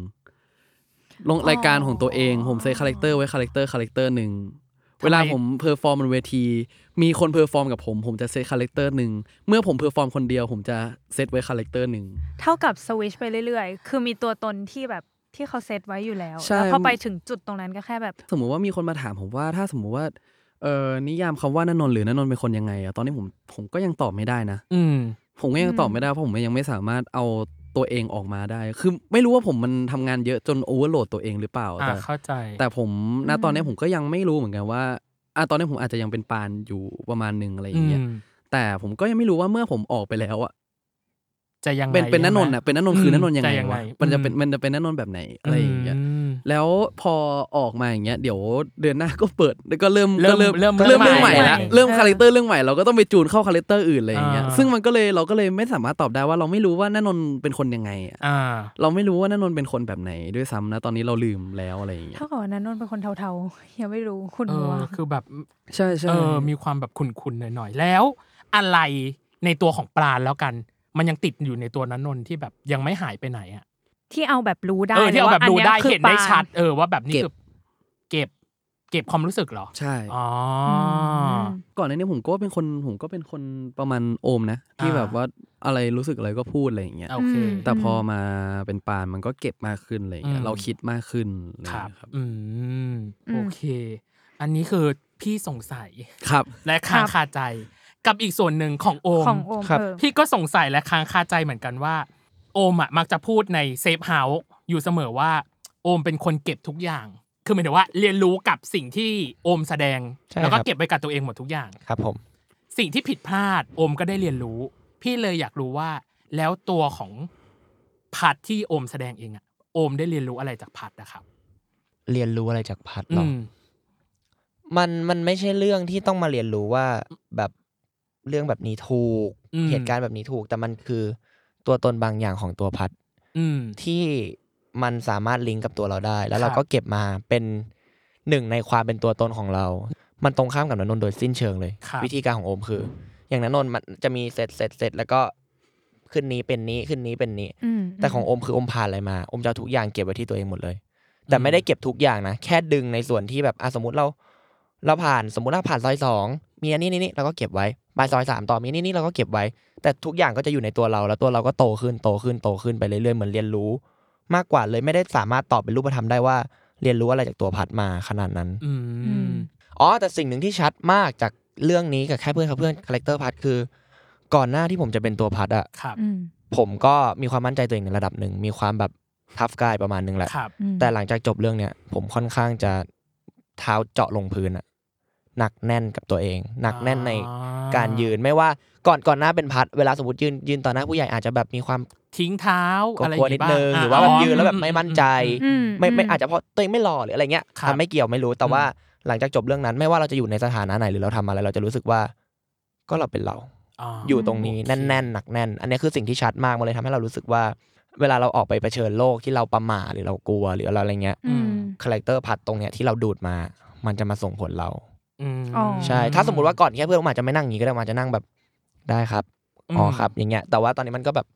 [SPEAKER 9] ลงรายการของตัวเองผมเซตคาแรคเตอร์ไว้คาแรคเตอร์คาแรคเตอร์หนึ่งเวลาผมเพอร์ฟอร์มบนเวที มีคนเพอร์ฟอร์มกับผมผมจะเซตคาแรคเตอร์หนึ่งเมื่อผมเพอร์ฟอร์มคนเดียว ผมจะเซตไว้คาแรคเตอร์หนึ่ง
[SPEAKER 6] เท่ากับสวิชไปเรื่อยๆ คือมีตัวตนที่แบบที่เขาเซตไว้อยู่แล้ว
[SPEAKER 9] ใช่
[SPEAKER 6] แล้วพอไปถึงจุดตรงนั้นก็แค่แบบ
[SPEAKER 9] สมมุติว่ามีคนมาถามผมว่าถ้าสมมุติว่าเออนิยามคำว่านนนท์หรือนนนท์เป็นคนยังไงอะตอนนี้ผมผมก็ยังตอบไม่ได้นะ
[SPEAKER 7] อืม
[SPEAKER 9] ผมก็ยังตอบ
[SPEAKER 6] อืม
[SPEAKER 9] ไม่ได้เพราะผมยังไม่สามารถเอาตัวเองออกมาได้ คือไม่รู้ว่าผมมันทำงานเยอะจนโอเวอร์โหลดตัวเองหรือเปล่า
[SPEAKER 7] อ่า
[SPEAKER 9] แต่
[SPEAKER 7] เข้าใจ
[SPEAKER 9] แต่ผมณตอนนี้ผมก็ยังไม่รู้เหมือนกันว่าอ่ะตอนนี้ผมอาจจะยังเป็นปานอยู่ประมาณหนึ่งอะไรอ
[SPEAKER 7] อื
[SPEAKER 9] ย่างเงี้ย
[SPEAKER 7] ม
[SPEAKER 9] แต่ผมก็ยังไม่รู้ว่าเมื่อผมออกไปแล้วอะ
[SPEAKER 7] จะยังไง
[SPEAKER 9] เป็นเป็นนนนท์อะ
[SPEAKER 7] ใช่ไหม
[SPEAKER 9] เป็นนนนท์คือ
[SPEAKER 7] ม
[SPEAKER 9] นนนท์ยังไง
[SPEAKER 7] จะ
[SPEAKER 9] วะมันจะเป็น
[SPEAKER 7] อื
[SPEAKER 9] มันจะเป็นนนนท์แบบไหนอะไรอย่างเงี้ย
[SPEAKER 7] ม
[SPEAKER 9] แล้วพอออกมาอย่างเงี้ยเดี๋ยวเดือนหน้าก็เปิดแล้วก็เริ่ม
[SPEAKER 7] เริ่ม
[SPEAKER 9] ก็เริ่ม
[SPEAKER 7] เริ่ม
[SPEAKER 9] ก็เริ่ม
[SPEAKER 7] เรื่
[SPEAKER 9] เรื่องง
[SPEAKER 7] อให
[SPEAKER 9] ให
[SPEAKER 7] ม่
[SPEAKER 9] ม่ละ
[SPEAKER 6] เออ
[SPEAKER 9] เริ่มคาแรคเตอร์เรื่องใหม่เราก็ต้องไปจูนเข้าคาแรคเตอร์อื่นอะไรอย่างเงี้ย
[SPEAKER 7] อ่า
[SPEAKER 9] ซึ่งมันก็เลยเราก็เลยไม่สามารถตอบได้ว่าเราไม่รู้ว่าแน่นนเป็นคนยังไงอะ
[SPEAKER 7] อ่า
[SPEAKER 9] เราไม่รู้ว่าแน่นนเป็นคนแบบไหนด้วยซ้ำนะตอนนี้เราลืมแล้วอะไรอย่างเงี้ย
[SPEAKER 6] เท่ากับว่านั้นนนท์เป็นคนเทาๆ [LAUGHS] ยังไม่รู้คุณ
[SPEAKER 7] เออ
[SPEAKER 6] ว่า
[SPEAKER 7] คือแบบ
[SPEAKER 9] ใช่ใช่
[SPEAKER 7] เออ มีความแบบขุนๆ หน่อยๆ แล้ว อะไรในตัวของปลาแล้วกัน มันยังติดอยู่ในตัวนั้นนนท์ที่แบบยังไม่หายไปไหนอ่ะ
[SPEAKER 6] ที่เอาแบบรู้ได้
[SPEAKER 7] เออ ที่เอาแบบ
[SPEAKER 6] ลย
[SPEAKER 7] ดู
[SPEAKER 6] ว่
[SPEAKER 7] ได้
[SPEAKER 6] อัยคือ
[SPEAKER 7] เห็นได้
[SPEAKER 6] ปาน
[SPEAKER 7] ชัด เออ ว่าแบบนี่คือเก็บ เก็บความรู้สึกเหรอ
[SPEAKER 9] ใช่
[SPEAKER 7] อ๋ออ
[SPEAKER 6] ม
[SPEAKER 9] ก่อนหน้านี้ผมก็เป็นคนผมก็เป็นคนประมาณโอมนะที่
[SPEAKER 7] อ่า
[SPEAKER 9] แบบว่าอะไรรู้สึกอะไรก็พูดอะไรอย่างเงี้ย
[SPEAKER 7] โอเค
[SPEAKER 6] อืม
[SPEAKER 9] แต่พอมาเป็นปานมันก็เก็บมากขึ้นอะไรอย่างเงี้
[SPEAKER 7] อื
[SPEAKER 9] ย
[SPEAKER 7] ม
[SPEAKER 9] เราคิดมากขึ้นอะไรอ
[SPEAKER 7] ค
[SPEAKER 9] ย่าง
[SPEAKER 7] รับ
[SPEAKER 9] เงี้ยครับ
[SPEAKER 7] อืม
[SPEAKER 6] อืม
[SPEAKER 7] โอเค อันนี้คือพี่สงสัย
[SPEAKER 9] ครับ
[SPEAKER 7] และค้างคาใจ กับอีกส่วนหนึ่งของโอม
[SPEAKER 6] ของโอม
[SPEAKER 8] ครับ
[SPEAKER 6] เออ
[SPEAKER 7] พี่ก็สงสัยและค้างคาใจเหมือนกันว่า โอมอ่ะมักจะพูดในเซฟเฮาส์อยู่เสมอว่า โอมเป็นคนเก็บทุกอย่าง คือหมายถึงว่าเรียนรู้กับสิ่งที่โอมแสดง
[SPEAKER 8] ใช่
[SPEAKER 7] แล้วก็
[SPEAKER 8] ครับ
[SPEAKER 7] เก็บไว้กับตัวเองหมดทุกอย่าง
[SPEAKER 8] ครับผม
[SPEAKER 7] สิ่งที่ผิดพลาดโอมก็ได้เรียนรู้ พี่เลยอยากรู้ว่า แล้วตัวของพัดที่โอมแสดงเองอ่ะโอมได้เรียนรู้อะไรจากพัดนะครับ
[SPEAKER 8] เรียนรู้อะไรจากพัดเหร
[SPEAKER 7] อื
[SPEAKER 8] ออ
[SPEAKER 7] ม
[SPEAKER 8] มันมันไม่ใช่เรื่องที่ต้องมาเรียนรู้ว่าแบบเรื่องแบบนี้ถูก
[SPEAKER 7] อืม
[SPEAKER 8] เหตุการณ์แบบนี้ถูก แต่มันคือตัวตนบางอย่างของตัวพัด
[SPEAKER 7] อืม
[SPEAKER 8] ที่มันสามารถลิงก์กับตัวเราได้ แล้
[SPEAKER 7] ค
[SPEAKER 8] ว
[SPEAKER 7] รั
[SPEAKER 8] เรา
[SPEAKER 7] บ
[SPEAKER 8] ก็เก็บมาเป็นหนึ่งในความเป็นตัวตนของเรา มันตรงข้ามกับนันนท์โดยสิ้นเชิงเลย
[SPEAKER 7] ครับ
[SPEAKER 8] วิธีการของโอมคือ อย่างนันนท์มันจะมีเสร็จเสร็จเสร็จแล้วก็ขึ้นนี้เป็นนี้ขึ้นนี้เป็นนี้
[SPEAKER 6] อืม
[SPEAKER 8] แต่ของโอมคือโอมผ่านอะไรมาโอมจะเอาทุกอย่างเก็บไว้ที่ตัวเองหมดเลย แต่ไม่ได้เก็บทุกอย่างนะ แค่ดึงในส่วนที่แบบอ่ะสมมติเรา เราผ่านสมมติเราผ่านซอยสองมีอันนี้นี่นี่เราก็เก็บไว้ไปซอยสามต่อมีนี่นี่เราก็เก็บไว้ แต่ทุกอย่างก็จะอยู่ในตัวเรา แล้วตัวเราก็โตขึ้นโตขึ้นโตขึ้นไปเรื่อยๆเหมือนเรียนรู้ มากกว่าเลยไม่ได้สามารถตอบเป็นรูปธรรมได้ว่า เรียนรู้อะไรจากตัวพัดมาขนาดนั้น
[SPEAKER 7] อืม
[SPEAKER 8] อ๋อแต่สิ่งหนึ่งที่ชัดมากจากเรื่องนี้กับแค่เพื่อนครับเพื่อนคาแรคเตอร์พัดคือ ก่อนหน้าที่ผมจะเป็นตัวพัดอะ
[SPEAKER 7] ครับ
[SPEAKER 6] อืม
[SPEAKER 8] ผมก็มีความมั่นใจตัวเองในระดับหนึ่ง มีความแบบทัฟกายประมาณหนึ่งแหละ
[SPEAKER 7] ครับ
[SPEAKER 6] อืม
[SPEAKER 8] แต่หลังจากจบเรื่องเนี้ยผมค่อนข้างจะเท้าเจาะลงพื้นอะหนักแน่นกับตัวเอง หนักแน่นใน
[SPEAKER 7] อ่า
[SPEAKER 8] การยืนไม่ว่าก่อนก่อนหน้าเป็นพัดเวลาสมมติยืนยืนต่อหน้าผู้ใหญ่อาจจะแบบมีความ
[SPEAKER 7] ทิ้งเท้าอะไรอก
[SPEAKER 8] ลั
[SPEAKER 7] ย่า
[SPEAKER 8] ว
[SPEAKER 7] ง
[SPEAKER 8] นิด
[SPEAKER 7] บ้าง
[SPEAKER 8] นึง
[SPEAKER 7] ะ
[SPEAKER 8] หรือว่าแบบ
[SPEAKER 7] อ๋อ
[SPEAKER 8] ยืนแล้วแบบไม่มั่นใจ
[SPEAKER 7] อืม
[SPEAKER 6] อื
[SPEAKER 8] ไม่ไม่อาจจะเพราะตัวเองไม่หล่อหรืออะไรเงี้ย
[SPEAKER 7] ครับ
[SPEAKER 8] อ่ะไม่เกี่ยวไม่รู้แต่
[SPEAKER 7] อืม
[SPEAKER 8] ว่าหลังจากจบเรื่องนั้นไม่ว่าเราจะอยู่ในสถานะไหนหรือเราทำอะไร เราจะรู้สึกว่า ก็เราเป็นเรา อยู่ตรงนี้
[SPEAKER 7] โเค
[SPEAKER 8] แน่นๆหนักแน่น อันนี้คือสิ่งที่ชัดมากมันเลยทำให้เรารู้สึกว่า เวลาเราออกไปเผชิญโลกที่เราประหม่าหรือเรากลัวหรือเราอะไรเงี้ย
[SPEAKER 6] อืม
[SPEAKER 8] คาแรคเตอร์พัดตรงเนี้ยที่เราดูดมา มันจะมาส่งผลเรา
[SPEAKER 7] อืม
[SPEAKER 6] อ๋อ
[SPEAKER 8] ใช่ ถ้าสมมติว่าก่อนแค่เพื่อนผมอาจจะไม่นั่งอย่างนี้ก็ได้มาจะนั่งแบบได้ครับอ๋อครับ อย่างเงี้ย แต่ว่าตอนนี้มันก็แบบ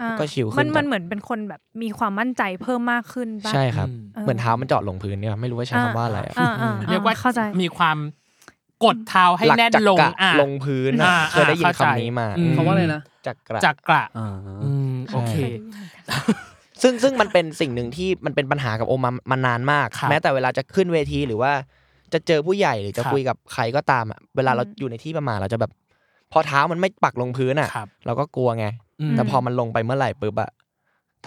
[SPEAKER 6] อ่า
[SPEAKER 8] ก็ชิลขึ้น
[SPEAKER 6] มัน
[SPEAKER 8] แต่
[SPEAKER 6] มันเหมือนเป็นคนแบบมีความมั่นใจเพิ่มมากขึ้นป่ะ
[SPEAKER 8] ใช่ครับ
[SPEAKER 6] เออ
[SPEAKER 8] เหมือนเท้ามันเจาะลงพื้นเนี่ยไม่รู้ว่าใช้คำว่าอะไรอะ
[SPEAKER 6] อ่า
[SPEAKER 7] อืมเรียกว่า
[SPEAKER 6] เข้าใจ
[SPEAKER 7] มีความกดเท้าให้
[SPEAKER 8] หลัก
[SPEAKER 7] แน่น
[SPEAKER 8] จัก
[SPEAKER 7] ลง
[SPEAKER 8] ระ
[SPEAKER 7] อ่ะ
[SPEAKER 8] ลงพื้นอะ
[SPEAKER 7] อ่า
[SPEAKER 8] เคยได้ยิน
[SPEAKER 7] อ่าเข้าใจ
[SPEAKER 8] คำนี้มา
[SPEAKER 7] อืม
[SPEAKER 9] เขาว่าอะไรนะ
[SPEAKER 8] จักระ
[SPEAKER 7] จักระ
[SPEAKER 9] อ่า
[SPEAKER 7] อืมโอเค
[SPEAKER 8] ซึ่งซึ่งมันเป็นสิ่งหนึ่งที่มันเป็นปัญหากับโอมามานานมาก
[SPEAKER 7] ครับ
[SPEAKER 8] แม้แต่เวลาจะขึ้นเวทีหรือว่าจะเจอผู้ใหญ่หรือจะ
[SPEAKER 7] ครับ
[SPEAKER 8] คุยกับใครก็ตามอะเวลาเรา
[SPEAKER 6] อืม
[SPEAKER 8] อยู่ในที่ประมาณเราจะแบบ พ พอเท้ามันไม่ปักลงพื้นอ่ะ
[SPEAKER 7] ครับ
[SPEAKER 8] เราก็กลัวไง
[SPEAKER 7] อืม
[SPEAKER 8] แต่พอมันลงไปเมื่อไหร่ปุ๊บอะ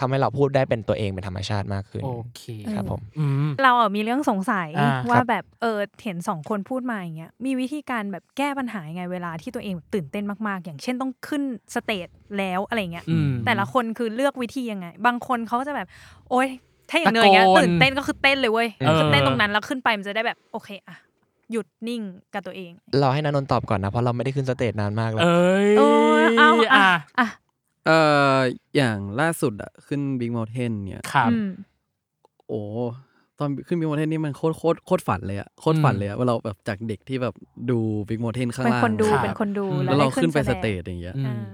[SPEAKER 8] ทำให้เราพูดได้เป็นตัวเองเป็นธรรมชาติมากขึ้น
[SPEAKER 7] โอเค
[SPEAKER 8] ครับผม
[SPEAKER 7] อืม
[SPEAKER 6] เราอ่ะมีเรื่องสงสัย
[SPEAKER 7] อ่าครับ
[SPEAKER 6] ว่าแบบเออเห็นสองคนพูดมาอย่างเงี้ยมีวิธีการแบบแก้ปัญหายังไงเวลาที่ตัวเองแบบตื่นเต้นมากๆ อย่างเช่นต้องขึ้นสเตจแล้วอะไรเงี้ย
[SPEAKER 7] อืม
[SPEAKER 6] แต่ละคนคือเลือกวิธียังไง บางคนเขาก็จะแบบ โอ๊ยถ้าอย่างเนยเงี้ย
[SPEAKER 7] ตะโกน
[SPEAKER 6] ตื่นเต้นก็คือเต้นเลยเว้ย
[SPEAKER 7] เออ
[SPEAKER 6] คือเต้นตรงนั้นแล้วขึ้นไปมันจะได้แบบโอเคอะหยุดนิ่งกับตัวเอง
[SPEAKER 8] เราให้นนท์ตอบก่อนนะ เพราะเราไม่ได้ขึ้นสเตจนานมากแล้ว
[SPEAKER 7] เอ้ย
[SPEAKER 6] เออเอาอ่ะ
[SPEAKER 7] อ่ะ
[SPEAKER 6] อ่ะ
[SPEAKER 9] เอ่ออย่างล่าสุดอะขึ้น Big Mountain เนี่ย
[SPEAKER 7] ครับ
[SPEAKER 6] อืม
[SPEAKER 9] โอ้ตอนขึ้น Big Mountain นี่มันโคตรโคตรโคตรฝันเลยอะโคตรฝันเลยอะว่าเราแบบจากเด็กที่แบบดู Big Mountain ข้าง
[SPEAKER 6] เป็น
[SPEAKER 9] ล่าง
[SPEAKER 6] คนดู
[SPEAKER 9] อะ
[SPEAKER 7] ครับ
[SPEAKER 6] เป็นคนดู
[SPEAKER 7] อืม
[SPEAKER 6] แล้
[SPEAKER 9] แล้ว
[SPEAKER 6] ว
[SPEAKER 9] เรา
[SPEAKER 6] ได้
[SPEAKER 9] ขึ้นไป
[SPEAKER 6] แด
[SPEAKER 9] ส
[SPEAKER 6] ง
[SPEAKER 9] เตจอย่างเงี้ย
[SPEAKER 7] อื
[SPEAKER 6] อ่าม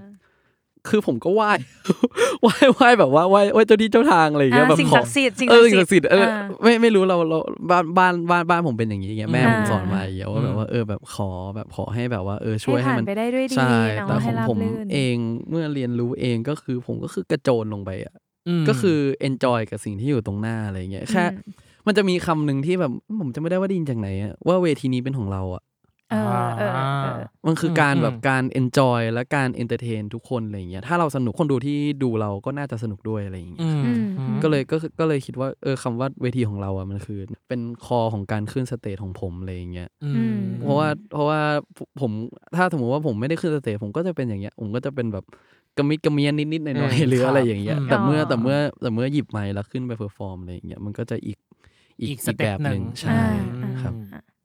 [SPEAKER 9] คือผมก็ไหว้ [LAUGHS] ไหว้ไหว้แบบว่าไหว้ไหว้เจ้าที่เจ้าทางอะไรอย่างเงี้ยแบ
[SPEAKER 6] อ่า
[SPEAKER 9] บ
[SPEAKER 6] สิ่ง
[SPEAKER 9] ขอ
[SPEAKER 6] ศักดิ์สิทธิ์สิ่ง
[SPEAKER 9] เอ
[SPEAKER 6] ศั
[SPEAKER 9] อก สิ่งศัก
[SPEAKER 6] ดิ์
[SPEAKER 9] ดิ์สิ
[SPEAKER 6] สิ
[SPEAKER 9] ท
[SPEAKER 6] ทธิ์
[SPEAKER 9] ธิ์เออ
[SPEAKER 6] อ่า
[SPEAKER 9] ไม่ไม่รู้เราเราบ้านบ้านบ้านบ้านผมเป็นอย่างนี้ไงแม่
[SPEAKER 6] อืม
[SPEAKER 9] ผมสอนมาอย่างเงี้ยว่าแบบว่าเออแบบขอแบบขอให้แบบว่าเออช่วยให้มัน
[SPEAKER 6] ให้ผ่านไปได้ด้วยดี
[SPEAKER 9] ใช่
[SPEAKER 6] เนอะ
[SPEAKER 9] แต่ข
[SPEAKER 6] ให้
[SPEAKER 9] อง
[SPEAKER 6] ราบ
[SPEAKER 9] ผม
[SPEAKER 6] รื่น
[SPEAKER 9] เองเมื่อเรียนรู้เองก็คือผมก็คือกระโจนลงไปอ่ะ
[SPEAKER 7] ม
[SPEAKER 9] ก็คือ enjoy กับสิ่งที่อยู่ตรงหน้าอะไรอย่างเงี้ยแค่
[SPEAKER 6] อืม
[SPEAKER 9] มันจะมีคำหนึ่งที่แบบผมจะไม่ได้ว่าไดยินจากไหนอะว่าเวทีนี้เป็นของเราอ่ะ
[SPEAKER 6] เออเออเออ
[SPEAKER 9] มันคือการ
[SPEAKER 7] อืม
[SPEAKER 9] แบบการ enjoy และการ entertain ทุกคนอะไรอย่างเงี้ยถ้าเราสนุกคนดูที่ดูเราก็น่าจะสนุกด้วยอะไรอย่างเงี้ย
[SPEAKER 7] อืม
[SPEAKER 6] อืม
[SPEAKER 7] อืม
[SPEAKER 9] ก็เลยก็คือก็เลยคิดว่าเออคำว่าเวทีของเราอ่ะมันคือ เป็นคอของการขึ้นสเตจของผมอะไรอย่างเงี้ย
[SPEAKER 7] อืม
[SPEAKER 6] อืม
[SPEAKER 9] เพราะว่าเพราะว่าผมถ้าสมมติว่าผมไม่ได้ขึ้นสเตจผมก็จะเป็นอย่างเงี้ยผมก็จะเป็นแบบกระมิดกระเมียนนิดๆห
[SPEAKER 8] อื
[SPEAKER 9] น่อย
[SPEAKER 8] ม
[SPEAKER 9] ๆหรืออะไรอย่างเงี้ย
[SPEAKER 7] ครับ
[SPEAKER 9] แต่เมื่อ
[SPEAKER 6] อ๋อ
[SPEAKER 9] แต่เมื่อแต่เมื่อหยิบไมค์แล้วขึ้นไปเพอร์ฟอร์มอะไรอย่างเงี้ยมันก็จะอีกอีก
[SPEAKER 7] อีกส
[SPEAKER 9] อีก
[SPEAKER 7] เต็
[SPEAKER 9] แบ
[SPEAKER 7] ป
[SPEAKER 9] บ
[SPEAKER 7] ห
[SPEAKER 9] ห
[SPEAKER 7] นึ่
[SPEAKER 9] นึ่
[SPEAKER 7] ง
[SPEAKER 9] งใช่
[SPEAKER 7] อืม
[SPEAKER 9] ครับ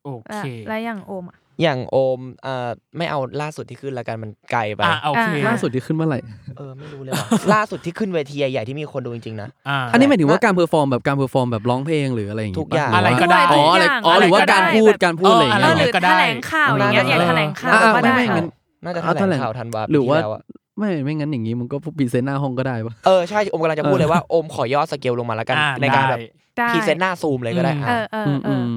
[SPEAKER 7] โอ
[SPEAKER 6] อ่ะ
[SPEAKER 7] เค
[SPEAKER 6] แล้วอย่างโอมอ่ะ
[SPEAKER 8] อย่างโอมเอ่อไม่เอาล่าสุดที่ขึ้นละกันมันไกลไป
[SPEAKER 7] อ่ะโอเค
[SPEAKER 6] อ่ะ
[SPEAKER 9] ล่าสุดที่ขึ้นเมื่อไหร่
[SPEAKER 8] เออไม่รู้เลยว่ะ ล่าสุดที่ขึ้นเวทีใหญ่ๆที่มีคนดูจริงๆนะ
[SPEAKER 7] อ่ะ
[SPEAKER 9] อันนี้หมายถึงว่าการเพอร์ฟอร์มแบบการเพอร์ฟอร์มแบบร้องเพลงหรืออะไรอย่างเงี้ย
[SPEAKER 8] ทุกอย่าง
[SPEAKER 9] ป
[SPEAKER 7] อะไรก็ได้
[SPEAKER 9] อ๋ออะไรอ๋อหรือว่าการพูดการพูดอะไรอย่าง
[SPEAKER 6] เอ
[SPEAKER 9] เงี้
[SPEAKER 6] อย หรือแถลงข่าวอย่างเงี้ยอย่างแถลงข่าว
[SPEAKER 9] อ่า
[SPEAKER 6] ก็ได้
[SPEAKER 9] ไม่ไม่งั้น
[SPEAKER 8] น่าจะแถ
[SPEAKER 9] เอา
[SPEAKER 8] ล
[SPEAKER 9] แถล
[SPEAKER 8] ง
[SPEAKER 9] ง
[SPEAKER 8] ข่าวธันวา
[SPEAKER 9] หรือว่า
[SPEAKER 8] ปีที่แล้วะ
[SPEAKER 9] ไม่ไม่งั้นอย่างงี้มันก็ปีเซนหน้าห้องก็ได้ปะ
[SPEAKER 8] เออใช่โอมกำลังจะพูดเลยว่าโอมขอย่อสเกลลงมาละกัน
[SPEAKER 7] อ่ะ
[SPEAKER 8] ในการ
[SPEAKER 7] ได้
[SPEAKER 8] แบบพรีเซนต์หน้าซูมเลยก็ได้
[SPEAKER 6] เออ
[SPEAKER 8] อ่ะ
[SPEAKER 6] เออ
[SPEAKER 9] อืม
[SPEAKER 6] เอ
[SPEAKER 9] อื
[SPEAKER 6] อ
[SPEAKER 9] ม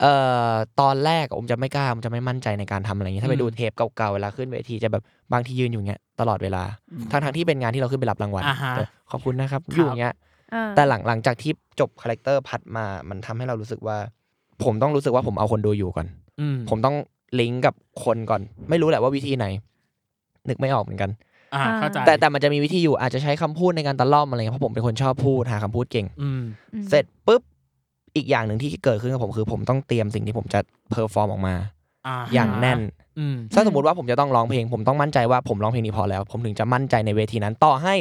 [SPEAKER 8] เอ่อตอนแรกอะผมจะไม่กล้าผมจะไม่มั่นใจในการทำอะไรอย่างเงี้ยถ้าไป
[SPEAKER 7] อืม
[SPEAKER 8] ดูเทปเก่าๆเวลาขึ้นเวทีจะแบบบางทียืนอยู่เงี้ยตลอดเวลา
[SPEAKER 9] อืม
[SPEAKER 8] ทั้งทที่เป็นงานที่เราขึ้นไปรับรางวัล
[SPEAKER 7] อ่าฮะ
[SPEAKER 8] เออขอบคุณนะครับ
[SPEAKER 7] ครับ
[SPEAKER 8] อยู่อย่างเงี้ย
[SPEAKER 6] เออ
[SPEAKER 8] แต่หลังหลังจากที่จบคาแรคเตอร์พัดมามันทำให้เรารู้สึกว่า ผมต้องรู้สึกว่าผมเอาคนดูอยู่ก่อน
[SPEAKER 7] อืม
[SPEAKER 8] ผมต้องลิงก์กับคนก่อน ไม่รู้แหละว่าวิธีไหน นึกไม่ออกเหมือนกัน
[SPEAKER 7] อ่าเข้าใจ
[SPEAKER 8] แต่แต่มันจะมีวิธีอยู่อาจจะใช้คำพูดในการตะล่อมอะไรเงี้ยเพราะผมเป็นคนชอบพูดหาคำพูดเก่ง
[SPEAKER 7] อืม
[SPEAKER 6] อืม
[SPEAKER 8] เสร็จปุ๊บอีกอย่างหนึ่งที่เกิดขึ้นกับผมคือผมต้องเตรียมสิ่งที่ผมจะเพอร์ฟอร์มออกมา
[SPEAKER 7] อ่า
[SPEAKER 8] อย่างแน่น
[SPEAKER 7] อืม
[SPEAKER 8] ถ้าสมมติว่าผมจะต้องร้องเพลง ผมต้องมั่นใจว่าผมร้องเพลงนี้พอแล้ว ผมถึงจะมั่นใจในเวทีนั้น ต่อให้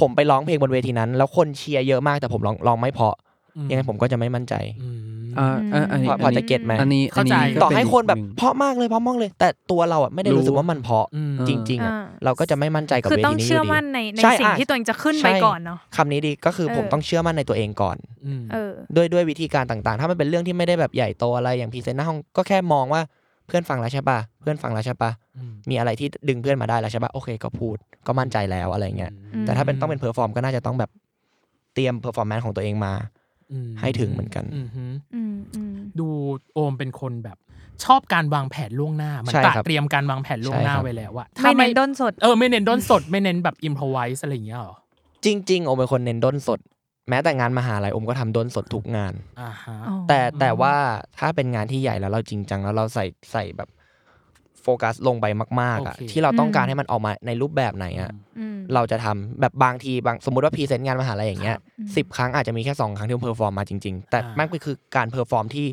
[SPEAKER 8] ผมไปร้องเพลงบนเวทีนั้น แล้วคนเชียร์เยอะมากแต่ผมร้องร้องไม่เพราะ
[SPEAKER 7] อืม
[SPEAKER 8] ยังไงผมก็จะไม่มั่นใจ
[SPEAKER 7] อืม
[SPEAKER 9] อ่าอ่าอันนี้
[SPEAKER 8] พอพอจะเก็ตไหม
[SPEAKER 9] อันนี้อันนี้
[SPEAKER 7] เข้าใจ
[SPEAKER 9] ก็
[SPEAKER 8] ต่อ
[SPEAKER 9] เป็น
[SPEAKER 8] ให้คนแบบ
[SPEAKER 9] อีกหง
[SPEAKER 8] เพราะมากเลยเพราะมากเลย แต่ตัวเราอะไม่ได้
[SPEAKER 9] รู้
[SPEAKER 8] รู้สึกว่ามันเพราะ
[SPEAKER 7] อืม
[SPEAKER 8] จริงๆอะ
[SPEAKER 6] อ่า
[SPEAKER 8] เราก็จะไม่มั่นใจกับ
[SPEAKER 6] คือ
[SPEAKER 8] เว
[SPEAKER 6] ต้อ
[SPEAKER 8] ที
[SPEAKER 6] ง
[SPEAKER 8] นี้อ
[SPEAKER 6] เชื่อยู่
[SPEAKER 8] ดี
[SPEAKER 6] มั่นในใน
[SPEAKER 8] ใช่
[SPEAKER 6] สิ่ง
[SPEAKER 8] อ่ะ
[SPEAKER 6] ที่ตัวเองจะขึ้นไป
[SPEAKER 8] ใช่
[SPEAKER 6] ก่อนเนาะ
[SPEAKER 8] คำนี้ดีก็คือผม
[SPEAKER 6] เออ
[SPEAKER 8] ต้องเชื่อมั่นในตัวเองก่อน
[SPEAKER 7] อืม
[SPEAKER 6] เออ
[SPEAKER 8] ด้วยด้วยวิธีการต่างๆ ถ้ามันเป็นเรื่องที่ไม่ได้แบบใหญ่โตอะไรอย่างพรีเซนต์หน้าห้องก็แค่มองว่าเพื่อนฟังแล้วใช่ปะเพื่อนฟังแล้วใช่ปะ
[SPEAKER 7] ม
[SPEAKER 8] มีอะไรที่ดึงเพื่อนมาได้แล้วใช่ปะโอเค ก็พูดก็มั่นใจแล้วอะไรเงี้ย
[SPEAKER 6] อืม
[SPEAKER 8] แต่ถ้าเป็นต้องเป็นเพอร์ฟอร์มก็น่าจะต้องแบบเตรียมเพอร์ฟอร์แมนซ์ของตัวเองมา
[SPEAKER 7] อืม
[SPEAKER 8] ให้ถึงเหมือนกัน
[SPEAKER 7] มฮึ
[SPEAKER 6] อืมอืม
[SPEAKER 7] ดูโอมเป็นคนแบบ ชอบการวางแผนล่วงหน้า มัน
[SPEAKER 8] ใช่
[SPEAKER 7] ตระ
[SPEAKER 8] ครับ
[SPEAKER 7] เตรียมการวางแผนล่วงหน้า
[SPEAKER 8] ใช่ครับ
[SPEAKER 7] ไว้แล้วอะ
[SPEAKER 6] ไม่เน้นด้นสด
[SPEAKER 7] เออไม่เน้นด้นสดไม่เน้นแบบอิมพอไวส์อะไรอย่างเงี้ยเหรอ
[SPEAKER 8] จริง ๆ โอมเป็นคนเน้นด้นสด แม้แต่งานมหาลัยโอมก็ทำด้นสดทุกงาน
[SPEAKER 7] อ่าฮะ
[SPEAKER 6] อ๋อ
[SPEAKER 8] แต่แต่ว่าถ้าเป็นงานที่ใหญ่แล้วเราจริงจังแล้วเราใส่ใส่แบบโฟกัสลงไปมากๆอ่ะ
[SPEAKER 7] โอเค
[SPEAKER 8] ที่เราต้องการให้มันออกมาในรูปแบบไหนอ่ะ
[SPEAKER 6] อืม
[SPEAKER 8] เราจะทำแบบบางทีบางสมมติว่าพรีเซนต์งานมหาลัยอย่างเงี้ย
[SPEAKER 6] อืม
[SPEAKER 8] สิบครั้งอาจจะมีแค่สองครั้งที่ผมเพอร์ฟอร์มมาจริง ๆ แต่
[SPEAKER 7] อ่ามั
[SPEAKER 8] มันก็คือการเพอร์ฟอร์มที่